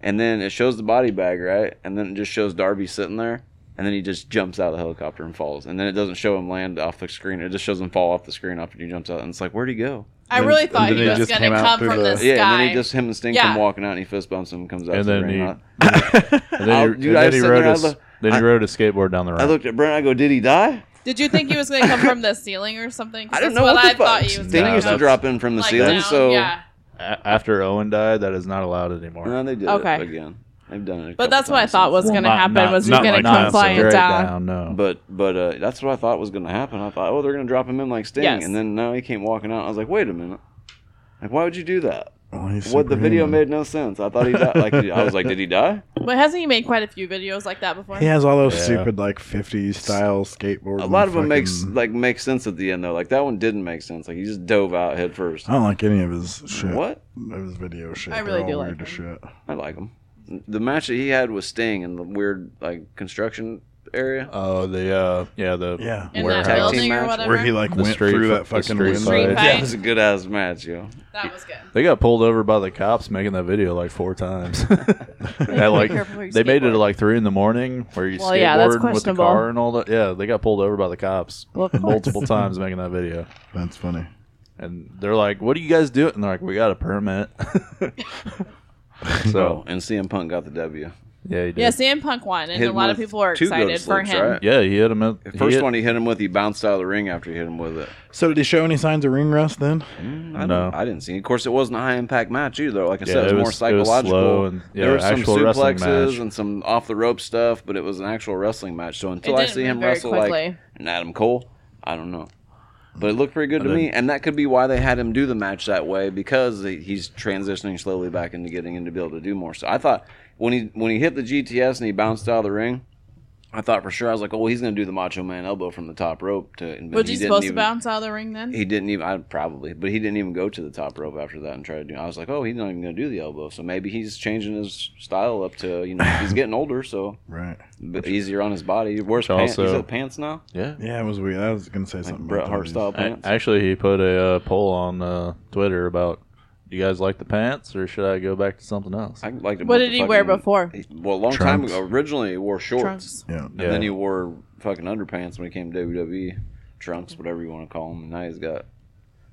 S2: and then it shows the body bag right, and then it just shows Darby sitting there, and then he just jumps out of the helicopter and falls, and then it doesn't show him land off the screen, it just shows him fall off the screen after he jumps out, and it's like where'd he go?
S5: I really thought
S1: then
S5: he
S1: he
S5: was
S1: just
S5: going to
S1: came out
S5: come
S1: through
S5: from
S1: the-
S5: the, sky.
S2: Yeah, and then he just him and Sting
S5: Yeah.
S2: come walking out, and he fist bumps him, and comes out.
S3: And
S2: to the
S3: then
S2: ring.
S3: he-
S2: I-
S3: And then
S2: I'll-
S3: he, and
S2: dude, I
S3: then
S2: was
S3: he
S2: sitting
S3: rode
S2: there, I
S3: his,
S2: lo-
S3: then he
S2: I-
S3: rode his skateboard down the
S2: I
S3: ramp.
S2: looked at Brent. I go, "Did he die?"
S5: Did you think he was going to come from the ceiling or something? 'Cause
S2: I don't
S5: that's
S2: know
S5: what,
S2: what,
S5: I
S2: the
S5: thought
S2: fuck.
S5: he was
S2: Sting
S5: gonna
S2: used to
S5: come,
S2: drop in from the
S5: like,
S2: ceiling,
S5: down.
S2: so
S5: yeah.
S3: A- after Owen died, that is not allowed anymore.
S2: No, they did
S4: Okay.
S2: it again. They've done it. a
S4: But
S2: couple
S4: that's what I
S2: times
S4: thought was
S2: since
S4: gonna
S3: Not-
S4: happen
S3: not-
S4: was he's
S3: not
S4: gonna
S3: like
S4: come
S3: that,
S4: flying
S3: straight
S4: down.
S3: no.
S2: then. But but uh, that's what I thought was going to happen. I thought, oh, they're going to drop him in like Sting,
S4: Yes.
S2: and then now he came walking out. I was like, wait a minute, like why would you do that?
S1: Well, he's
S2: What the video
S1: superhuman.
S2: made no sense. I thought he died. Like I was like, did he die?
S4: But hasn't he made quite a few videos like that before?
S1: He has all those
S3: Yeah.
S1: stupid like '50s style skateboards.
S2: A
S1: and
S2: lot of them makes
S1: fucking-
S2: like make sense at the end though. Like that one didn't make sense. Like he just dove out head first.
S1: I don't like any of his Oh, shit.
S2: What?
S1: Of his video shit.
S4: I
S1: They're
S4: really
S1: all
S4: do like
S1: weird as
S4: him.
S1: shit.
S2: I like him. The match that he had with Sting in the weird like construction area.
S3: oh, the uh, yeah, the
S1: Yeah.
S4: in that
S3: warehouse.
S2: Tag team
S4: building or
S2: match
S4: whatever.
S1: Where he like
S3: The
S1: went
S3: street
S1: through
S3: fi-
S1: that
S3: the
S1: fucking
S3: street
S1: window.
S4: Street
S3: fight.
S4: fight.
S2: That was a good ass match, yo.
S4: That was good.
S3: They got pulled over by the cops making that video like four times. At, like
S4: careful with your
S3: they made it
S4: skateboard.
S3: at like three in the morning where you
S4: Well,
S3: skateboarding
S4: yeah, that's
S3: with the
S4: questionable.
S3: car and all that. Yeah, they got pulled over by the cops
S4: Well, of course.
S3: multiple times making that video.
S1: That's funny.
S3: And they're like, "What are you guys doing?" And they're like, "We got a permit."
S2: So
S3: so
S2: and CM Punk got the W.
S3: yeah, he did.
S4: Yeah, Sam Punk won, and
S2: Hit
S4: a lot
S2: him
S4: of
S2: with
S4: people were
S2: two
S4: excited
S2: go-to
S4: for
S2: sleeps,
S4: him.
S2: right?
S3: yeah, he hit him. At, he
S2: First
S3: hit-
S2: one he hit him with, he bounced out of the ring after he hit him with it.
S1: So did he show any signs of ring rust then?
S2: I
S3: Mm, No.
S2: didn't, I didn't see. Of course, it wasn't a high impact match either. Like I
S3: Yeah,
S2: said, it was,
S3: it
S2: more
S3: was- it was
S2: psychological.
S3: slow and-
S2: there
S3: yeah,
S2: was some
S3: actual wrestling match.
S2: suplexes and some off the rope stuff, but it was an actual wrestling match. So until I
S4: didn't
S2: see
S4: move
S2: him
S4: very
S2: wrestle like
S4: quickly.
S2: an Adam Cole, I don't know. But it looked pretty good to me, and that could be why they had him do the match that way because he- he's transitioning slowly back into getting in to be able to do more. So I thought when he when he hit the GTS and he bounced out of the ring. I thought for sure I was like, oh, well, he's gonna do the Macho Man elbow from the top rope to. and
S4: Was
S2: he
S4: he
S2: didn't
S4: supposed to
S2: even-
S4: bounce out of the ring then?
S2: he didn't even I probably, but he didn't even go to the top rope after that and try to do. I was like, oh, he's not even going to do the elbow, so maybe he's changing his style up to you know he's getting older, so
S1: Right.
S2: a bit easier on his body. Where's pants?
S3: also-
S2: He's at pants now.
S3: Yeah.
S1: Yeah, it was weird. I was gonna say something.
S2: Bret
S1: about
S2: Hart
S1: these.
S2: style
S3: A-
S2: pants.
S3: Actually, he put a uh, poll on uh, Twitter about, "Do you guys like the pants, or should I go back to something else?"
S2: I like to put
S4: What did
S2: the
S4: he wear
S2: fucking-
S4: before?
S2: he- well, a long time
S1: Trunks.
S2: ago, originally he wore shorts,
S4: Trunks.
S1: Yeah.
S2: and then
S3: Yeah.
S2: he wore fucking underpants when he came to WWE, trunks, whatever you want to call them. And now he's got.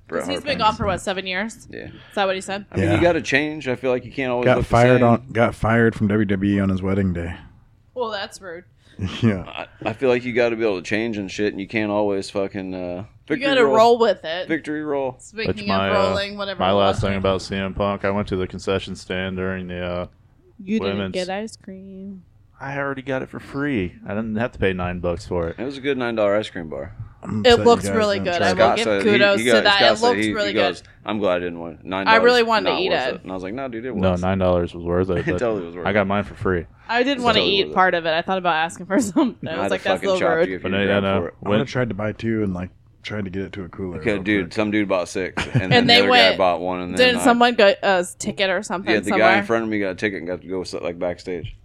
S2: Bret
S4: 'Cause He's
S2: Hart
S4: been gone
S2: pants.
S4: for what seven years?
S2: Yeah,
S4: Is that what he said?
S2: I mean,
S1: Yeah.
S2: you got to change. I feel like you can't always
S1: Got
S2: look the
S1: fired
S2: same.
S1: on. Got fired from WWE on his wedding day.
S4: Well, that's rude.
S1: yeah.
S2: I, I feel like you got to be able to change and shit, and you can't always fucking uh,
S4: You
S2: victory
S4: got to
S2: roll.
S4: roll with it.
S2: Victory roll.
S4: Speaking
S3: my,
S4: of
S3: uh,
S4: rolling, whatever.
S3: my
S4: it
S3: last
S4: was.
S3: thing about CM Punk, I went to the concession stand during the. Uh,
S4: You didn't
S3: women's-
S4: get ice cream.
S3: I already got it for free. I didn't have to pay nine bucks for it.
S2: It was a good nine dollar ice cream bar.
S1: I'm
S4: It
S1: upset you
S4: looks
S1: guys
S4: really
S1: didn't
S4: good.
S1: try
S4: I
S1: it.
S4: will give kudos to that. It
S2: said
S4: looked really good.
S2: I'm glad I didn't want. Nine.
S4: I really wanted to
S2: not
S4: eat
S2: worth
S4: it.
S2: And I was like, no, dude, it
S3: No,
S2: was.
S3: nine dollars was worth it.
S2: It
S3: but
S2: totally was worth
S3: I got
S2: it.
S3: mine for free.
S4: I did want to
S2: totally
S4: eat
S2: worth it.
S4: part of it. I thought about asking for some.
S2: I'd
S4: I was
S2: have
S4: like, that's a
S2: fucking
S4: little
S2: chopped
S4: rude.
S2: you if
S3: But uh,
S2: you
S3: I-
S2: grabbed
S3: I know.
S2: for it.
S1: I would have tried to buy two and like tried to get it to a cooler.
S2: Okay,
S1: real
S2: dude,
S1: quick.
S2: some dude bought six, and, then
S4: they
S2: the other guy
S4: went-
S2: bought one, and then
S4: Didn't
S2: I-
S4: someone get a ticket or something
S2: Yeah, the
S4: somewhere?
S2: guy in front of me got a ticket and got to go sit, like backstage.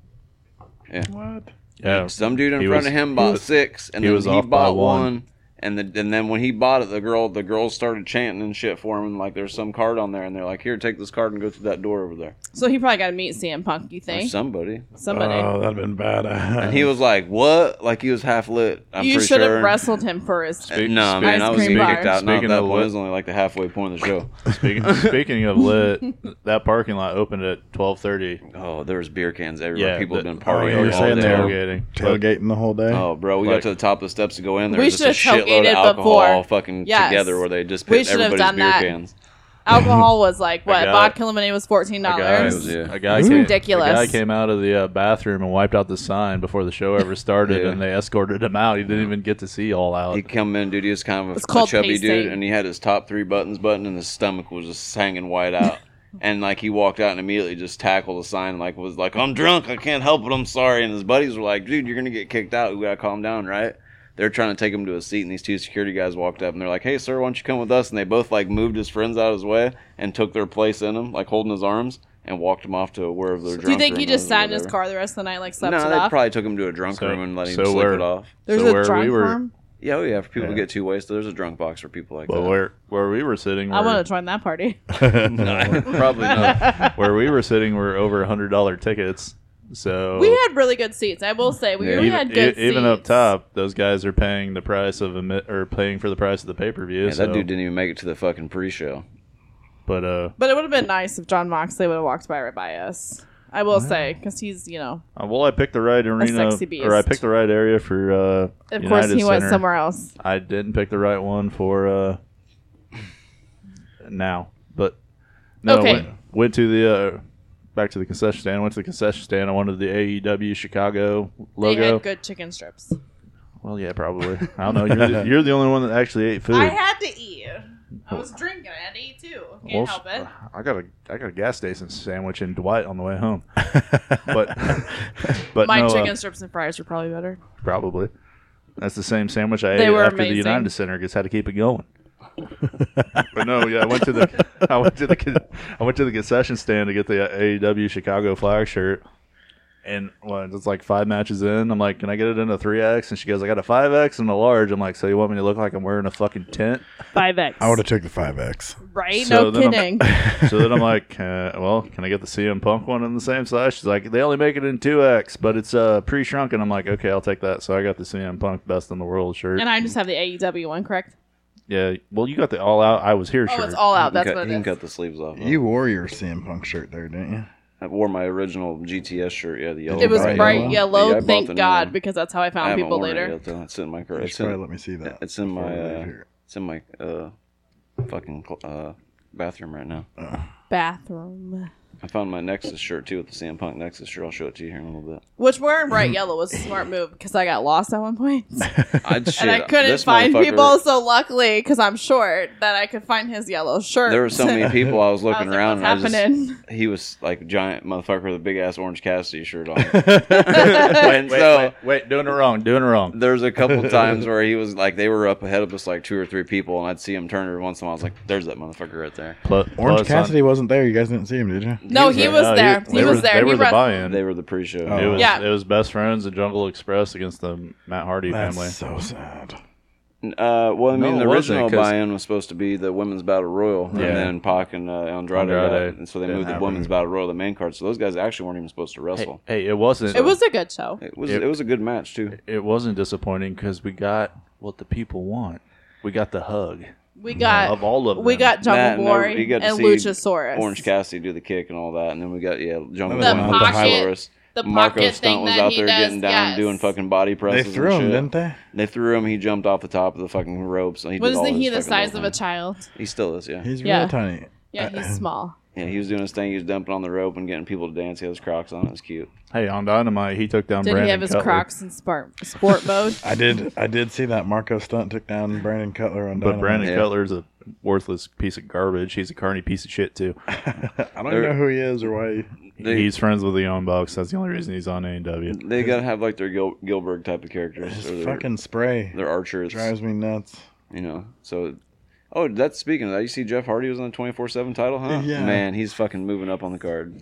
S1: What?
S3: Yeah,
S2: Some dude in
S3: He
S2: front
S3: was-
S2: of him
S3: he
S2: bought
S3: was-
S2: six, and
S3: he
S2: then
S3: was
S2: he
S3: off by
S2: bought
S3: one.
S2: one. and the, and then when he bought it, the girl the girls started chanting and shit for him, and like there's some card on there, and they're like, "Here, take this card and go through that door over there."
S4: So he probably got to meet CM Punk. You
S2: Or
S4: think?
S2: somebody,
S4: Somebody.
S1: Oh, that'd have been bad.
S2: and he was like, "What?" Like he was half lit. I'm
S4: you
S2: pretty
S4: should have
S2: sure.
S4: wrestled him for his.
S2: Uh, No man,
S4: ice
S2: I was
S4: cream
S2: getting
S4: bar.
S2: kicked out. Not at
S3: Speaking
S2: that
S3: of
S2: point,
S3: what-
S2: it was only like the halfway point of the show.
S3: speaking, speaking of lit, that parking lot opened at twelve thirty.
S2: Oh, there was beer cans everywhere.
S3: Yeah,
S2: People
S3: the-
S2: have been
S1: oh,
S2: partying.
S1: you were
S2: all
S1: saying
S2: day.
S1: they were
S3: tailgating.
S1: tailgating the whole day.
S2: Oh, bro, we
S3: Like-
S2: got to the top of the steps to go in there.
S4: We
S2: There's just a
S4: should've
S2: shitload of
S4: tailgated
S2: alcohol
S4: before.
S2: all fucking
S4: Yes.
S2: together where they just
S4: We
S2: pit
S4: should've
S2: everybody's
S4: done
S2: beer
S4: that.
S2: cans.
S4: Alcohol was like what?
S3: I got-
S4: Vodka lemonade was fourteen
S3: A guy,
S4: dollars.
S2: Yeah.
S3: a guy
S4: It's
S3: came,
S4: ridiculous.
S3: A guy came out of the uh, bathroom and wiped out the sign before the show ever started,
S2: Yeah.
S3: and they escorted him out. He didn't even get to see all out.
S2: He come in, dude. He was kind of
S4: It's
S2: a,
S4: called
S2: chubby dude,
S4: pasting.
S2: and he had his top three buttons buttoned, and his stomach was just hanging wide out. and like he walked out and immediately just tackled the sign, and, like was like, "I'm drunk. I can't help it. I'm sorry." And his buddies were like, "Dude, you're gonna get kicked out. We gotta calm down, right?" They're trying to take him to a seat, and these two security guys walked up and they're like, "Hey, sir, why don't you come with us?" And they both like moved his friends out of his way and took their place in him, like holding his arms, and walked him off to wherever they're.
S4: Do you think he just sat in his car the rest of the night, like slept
S2: No,
S4: it
S2: they
S4: off?
S2: probably took him to a drunk
S3: So-
S2: room and let him
S3: so
S2: sleep
S3: where-
S2: it off.
S4: There's
S3: So
S4: a
S3: where
S4: drunk
S3: we were-
S4: farm.
S2: Yeah, oh yeah. For people who
S3: Yeah.
S2: get too wasted, there's a drunk box for people like
S3: but
S2: that.
S3: where where we were sitting,
S4: I
S3: were-
S4: want to join that party.
S2: Probably not.
S3: where we were sitting were over hundred dollar tickets. So
S4: We had really good seats. I will say we
S2: Yeah.
S4: really
S3: Oh. even,
S4: had good
S3: e- even up
S4: seats.
S3: top, those guys are paying the price of a mi- or paying for the price of the pay per view.
S2: Yeah, that dude didn't even make it to the fucking pre-show.
S3: But uh,
S4: But it would have been nice if John Moxley would have walked by right by us. I will say, because he's you know,
S3: uh, well, I picked the right arena,
S4: sexy beast.
S3: or I picked the right area for. Uh,
S4: of
S3: United
S4: course he went
S3: Center.
S4: somewhere else.
S3: I didn't pick the right one for uh, now, but no,
S4: Okay.
S3: went, went to the uh, back to the concession stand. Went to the concession stand. I wanted the AEW Chicago
S4: They
S3: logo.
S4: had good chicken strips.
S3: well, yeah, probably. I don't know. You're the, you're the only one that actually ate food.
S4: I had to eat.
S2: Oh.
S4: I was drinking. I had to eat too. Can't
S3: Well,
S4: help it.
S3: I got a I got a gas station sandwich in Dwight on the way home, but but
S4: My
S3: no, uh,
S4: chicken strips and fries were probably better.
S3: probably that's the same sandwich I
S4: They
S3: ate
S4: were
S3: after the
S4: amazing.
S3: United Center because had to keep it going. but no, yeah, I went to the I went to the con- I went to the concession stand to get the AEW Chicago flag shirt. And when it's like five matches in, I'm like, "Can I get it in a three X?" And she goes, "I got a five X and a large." I'm like, "So you want me to look like I'm wearing a fucking tent?"
S4: Five X.
S1: I would have took the five X.
S4: Right?
S3: So
S4: no
S3: then I'm-
S4: kidding.
S3: so then I'm like, uh, well, can I get the CM Punk one on the same size? She's like, they only make it in 2X, but it's uh, pre shrunk. And I'm like, okay, I'll take that. So I got the CM Punk Best in the World shirt.
S4: and I just have the AEW one, correct?
S3: yeah, well, you got the All Out I Was Here
S4: Oh,
S3: shirt.
S4: it's all out. That's
S2: you can, cut,
S4: what
S2: you can
S4: it is.
S2: cut the sleeves off. of it.
S1: You wore your CM Punk shirt there, didn't you?
S2: I wore my original GTS shirt. Yeah, the yellow.
S4: It was
S1: Bright yellow.
S4: bright yellow.
S2: Yeah, I bought the
S4: thank
S2: new
S4: God,
S2: one.
S4: because that's how I
S2: I
S4: found
S2: haven't
S4: people
S2: worn it
S4: later.
S2: yet, though. It's in my car.
S1: You
S2: It's
S1: should probably
S2: in,
S1: let me see that.
S2: it's in
S1: before
S2: my,
S1: we leave
S2: uh,
S1: here.
S2: it's in my uh, fucking cl- uh, bathroom right now.
S4: Bathroom.
S2: I found my Nexus shirt too with the Sam Punk Nexus shirt. I'll show it to you here in a little bit.
S4: Which wearing bright yellow was a smart move because I got lost at one point
S2: I'd shit,
S4: and I couldn't
S2: this
S4: find
S2: motherfucker-
S4: people. So luckily, because I'm short, that I could find his yellow shirt.
S2: There were so many people I was
S4: I was
S2: looking
S4: like,
S2: around.
S4: What's
S2: and I just,
S4: happening?
S2: he was like a giant motherfucker with a big ass orange Cassidy shirt on. and so
S3: wait, doing it wrong, doing it wrong.
S2: there's a couple times where he was like they were up ahead of us like two or three people, and I'd see him turn every once in a while. I was like, "There's that motherfucker right there."
S3: Pl-
S1: Orange
S3: plus on-
S1: Cassidy wasn't there. You guys didn't see him, did you?
S4: No, he was
S3: No,
S4: there. He
S3: they
S4: was
S3: were-
S4: there.
S3: They
S4: He
S3: were the
S4: wres-
S3: buy-in.
S2: They were the pre-show.
S1: Oh.
S3: it was
S4: Yeah.
S3: it was best friends and Jungle Express against the Matt Hardy
S1: That's
S3: family.
S1: so sad.
S2: Uh, well, I
S3: No,
S2: mean, the
S3: it wasn't,
S2: original
S3: 'cause-
S2: buy-in was supposed to be the women's battle royal,
S3: Yeah.
S2: and then Pac and uh, Andrade, got
S3: Andrade.
S2: it, and so they
S3: Didn't
S2: moved the
S1: happen.
S2: women's battle royal to the main card. So those guys actually weren't even supposed to
S3: Hey,
S2: wrestle.
S3: hey, it wasn't.
S4: It was a good show.
S2: It was
S3: It-
S2: it was a good match too.
S3: It wasn't disappointing because we got what the people want. We got the hug
S4: We got
S3: of all of them.
S4: we got
S2: That
S4: Jungle
S2: and there-
S4: Boy
S2: you got to
S4: and,
S2: see
S4: Luchasaurus.
S2: Orange Cassidy do the kick and all that, and then we got yeah, Jungle
S1: The
S2: Boy,
S1: pocket-
S2: Luchasaurus.
S4: the
S2: Marco
S4: pocket
S2: Stunt
S4: thing
S2: was
S4: that
S2: out
S4: he
S2: there
S4: does,
S2: getting down,
S4: yes.
S2: doing fucking body
S1: They
S2: presses.
S1: threw
S2: and
S1: him,
S2: shit.
S1: didn't they?
S2: They threw him. He jumped off the top of the fucking ropes. And he did all his
S4: Wasn't he the
S2: fucking
S4: size
S2: little
S4: of a
S2: things.
S4: child?
S2: He still is, yeah.
S1: He's
S4: Yeah.
S1: real tiny. Uh,
S5: Yeah, he's small.
S2: Yeah, he was doing his thing. He was dumping on the rope and getting people to dance. He had his Crocs on. It was cute.
S3: Hey, on Dynamite, he took down
S5: Did
S3: Brandon
S5: he have his
S3: Cutler,
S5: Crocs in sport sport mode?
S1: I did. I did see that Marco stunt took down Brandon Cutler on.
S3: But
S1: Dynamite.
S3: Brandon
S2: Yeah.
S3: Cutler's a worthless piece of garbage. He's a carny piece of shit too.
S1: I don't even know who he is or why. He,
S2: They-
S3: he's friends with the Young Bucks. That's the only reason he's on E A&W.
S2: They gotta have like their Gil- Gilbert type of characters, or
S1: his
S2: their,
S1: fucking spray
S2: their archers.
S1: drives me nuts.
S2: You know, so. Oh, that's speaking of that. You see, Jeff Hardy was on the twenty four seven title, huh?
S1: Yeah.
S2: Man, he's fucking moving up on the card.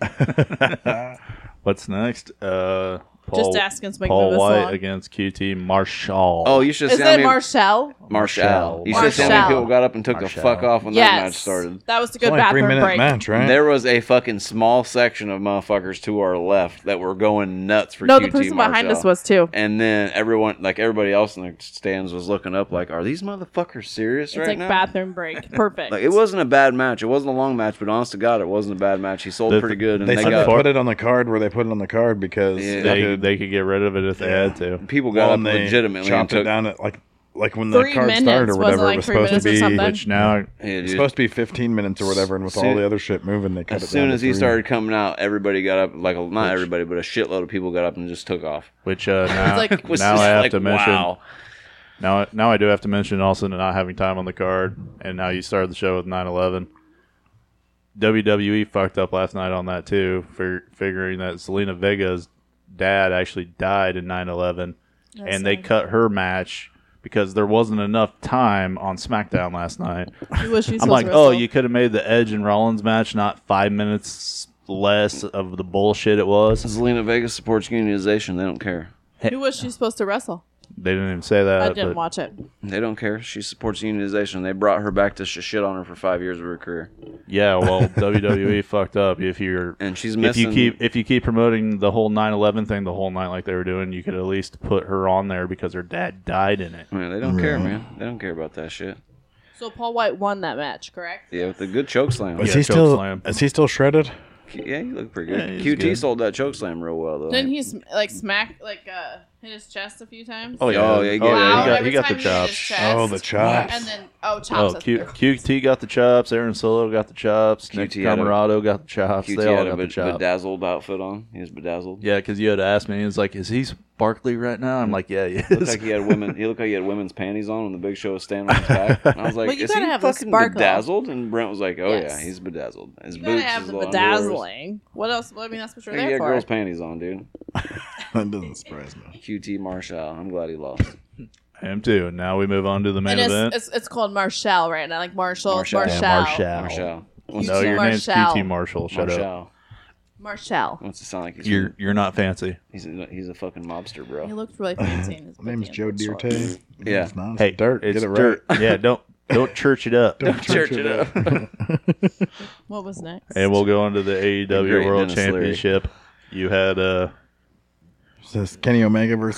S3: What's next? Uh, Paul,
S5: Just asking to make
S3: Paul
S5: this
S3: White
S5: long.
S3: against QT Marshall.
S2: Oh, you should
S5: Is
S2: have seen how
S5: that
S2: many-
S5: Marshall?
S2: Marshall.
S3: Marshall.
S2: You should have seen how many
S5: Marshall.
S2: people got up and took
S3: Marshall.
S2: the fuck off when that match
S5: Yes,
S2: started.
S5: that was a
S1: It's
S5: good
S1: only a three
S5: bathroom
S1: minute
S5: break.
S1: match, right?
S2: There was a fucking small section of motherfuckers to our left that were going nuts for
S5: No,
S2: QT
S5: the person behind
S2: Marshall.
S5: us was too.
S2: And then everyone, like everybody else in the stands, was looking up, like, "Are these motherfuckers serious
S5: It's
S2: right
S5: like
S2: now?"
S5: bathroom break. Perfect.
S2: Like it wasn't a bad match. It wasn't a long match, but honest to God, it wasn't a bad match. He sold
S3: The-
S2: pretty good, and
S1: They,
S2: they,
S1: said
S2: got
S1: they put it on the card where they put it on the card because
S2: Yeah.
S3: they
S1: could-
S3: they could get rid of it if they had to.
S2: people got
S1: well,
S2: up
S1: and they
S2: legitimately and
S1: chopped it
S2: took.
S1: down at like like when the
S5: Three
S1: card
S5: minutes,
S1: started or
S5: wasn't
S1: whatever.
S5: like
S1: it was
S5: three
S1: supposed to
S5: minutes or
S1: be
S5: something?
S3: Which now
S2: Yeah,
S1: it's
S2: dude.
S1: supposed to be 15 minutes or whatever, and with all
S2: Soon-
S1: the other shit moving, they cut it
S2: as soon
S1: down
S2: as
S1: to
S2: he
S1: three.
S2: started coming out, everybody got up. Like a, not everybody, but a shitload of people got up and just took off.
S3: Which uh, now,
S5: like-
S2: It was
S3: now
S2: just
S3: I have
S2: like,
S3: to mention.
S2: wow.
S3: Now, now I do have to mention also not having time on the card, and now you started the show with 9/11. WWE E fucked up last night on that too, for figuring that Selena Vega's dad actually died in 9/11, and they cut her match because there wasn't enough time on SmackDown last night.
S5: You wish you was
S3: I'm like,
S5: wrestled.
S3: oh, you could have made the Edge and Rollins match not five minutes less of the bullshit it was.
S2: Zelina Vegas supports unionization. They don't care.
S5: Who was she supposed to wrestle?
S3: They didn't even say that.
S5: I didn't
S3: but-
S5: watch it.
S2: They don't care. She supports unionization. They brought her back to sh- shit on her for five years of her career,
S3: Yeah, well, WWE fucked up. If you're
S2: and she's
S3: if
S2: missing.
S3: you keep if you keep promoting the whole 9/11 thing the whole night like they were doing, you could at least put her on there because her dad died in it.
S2: Man, they don't care, man. They don't care about that shit.
S5: So Paul White won that match, correct?
S2: Yeah, with a good choke slam.
S1: Is
S3: Yeah,
S1: he
S3: choke
S1: still
S3: slam.
S1: is he still shredded?
S2: Yeah, you look pretty
S3: Yeah,
S2: good.
S3: he's
S2: QT
S3: good.
S2: sold that choke slam real well though.
S5: Didn't he sm- like smack like uh hit his chest a few times?
S2: yeah. Oh, yeah, he got-
S5: Wow,
S3: he got,
S5: every
S3: he got the
S5: time hit his
S3: chops.
S5: chest.
S1: Oh, the chops.
S5: And then oh, chops.
S3: Oh,
S5: that's
S3: Q,
S5: good.
S3: QT got the chops. Aaron Solo got the chops. Nick
S2: QT had a-
S3: Camarado got the chops.
S2: QT
S3: they all
S2: had a
S3: got the
S2: bed-
S3: chops.
S2: bedazzled outfit on. He was bedazzled.
S3: yeah, because you had asked me, he was like, "Is he Barkley right now?" I'm like, "Yeah, he
S2: Looked
S3: is."
S2: like he had women. He looked like he had women's panties on when the Big Show was standing on his back. And I was like,
S5: Well, you
S2: "Is he
S5: gotta have the
S2: fucking
S5: sparkle.
S2: bedazzled?" And Brent was like, "Oh
S5: Yes.
S2: yeah, he's bedazzled. His
S5: You gotta
S2: boots
S5: have
S2: his
S5: the
S2: little underwear
S5: bedazzling. What else? Well, I mean, that's what you're
S2: was- He
S5: there
S2: had
S5: for.
S2: girls' panties on, dude.
S1: that doesn't surprise me.
S2: QT Marshall. I'm glad he lost.
S3: Him too. And Now we move on to the main
S5: and it's,
S3: event.
S5: it's it's called Marshall right now, like Marshall,
S2: Marshall.
S5: Marshall,
S2: Yeah,
S5: Marshall,
S3: Marshall.
S2: Marshall. Wants
S3: No,
S5: QT
S3: your name's
S5: Marshall.
S3: QT Marshall. Shut up.
S2: Marshall. Wants to sound like he's
S3: You're you're not fancy.
S2: he's a, he's a fuccking mobster,
S5: He
S2: bro.
S5: looked really fancy. in his
S1: My name's
S5: bikini.
S1: Joe Dirte.
S2: Yeah.
S1: It's not. It's
S3: Hey,
S1: dirt.
S3: It's
S1: Get it right.
S3: dirt. yeah, don't don't church it up.
S2: Church it up.
S5: What was next?
S3: And we'll go on to the AEW
S2: Great
S3: World
S2: Dennis Leary.
S3: Championship. You had uh,
S1: Is this Kenny Omega versus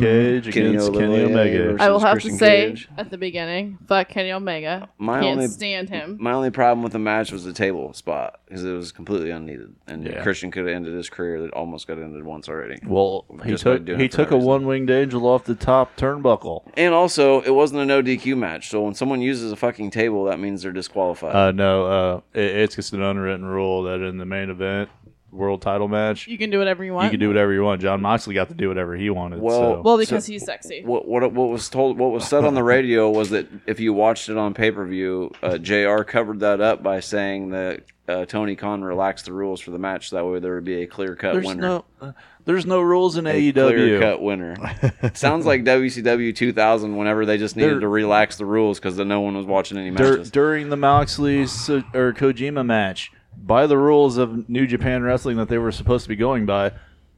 S1: Christian?
S3: Cage
S2: Kenny
S3: against Kenny
S2: Olivia
S3: Omega.
S2: versus-
S5: I will have
S2: Christian
S5: to say
S2: Cage.
S5: at the beginning, fuck Kenny Omega.
S2: My
S5: Can't
S2: only-
S5: stand him.
S2: My only problem with the match was the table spot because it was completely unneeded, and
S3: Yeah.
S2: Christian could have ended his career that almost got ended once already.
S3: Well, he
S2: Just by
S3: took
S2: doing
S3: he
S2: it for that
S3: took a
S2: reason. Uh,
S3: one winged angel off the top turnbuckle.
S2: And also, it wasn't a no DQ match, so when someone uses a fucking table, that means they're disqualified.
S3: Uh, no, uh, it, it's just an unwritten rule that in the main event world title match, you,
S5: You can do whatever you want.
S3: can do whatever you want. John Moxley got to do whatever he wanted.
S2: Well-
S3: so.
S5: well because he's sexy.
S2: what, what what was told, what was said on the radio was that if you watched it on pay per view, uh, Jr. covered that up by saying that uh, Tony Khan relaxed the rules for the match. That way, there would be a clear cut
S3: there's
S2: winner.
S3: no uh, there's no rules in E
S2: Clear
S3: AEW.
S2: cut winner. Sounds like WCW 2000. Whenever they just needed
S3: They're-
S2: to relax the rules because no one was watching any
S3: Dur-
S2: matches.
S3: during the Moxley so- or Kojima match, by the rules of New Japan Wrestling that they were supposed to be going by,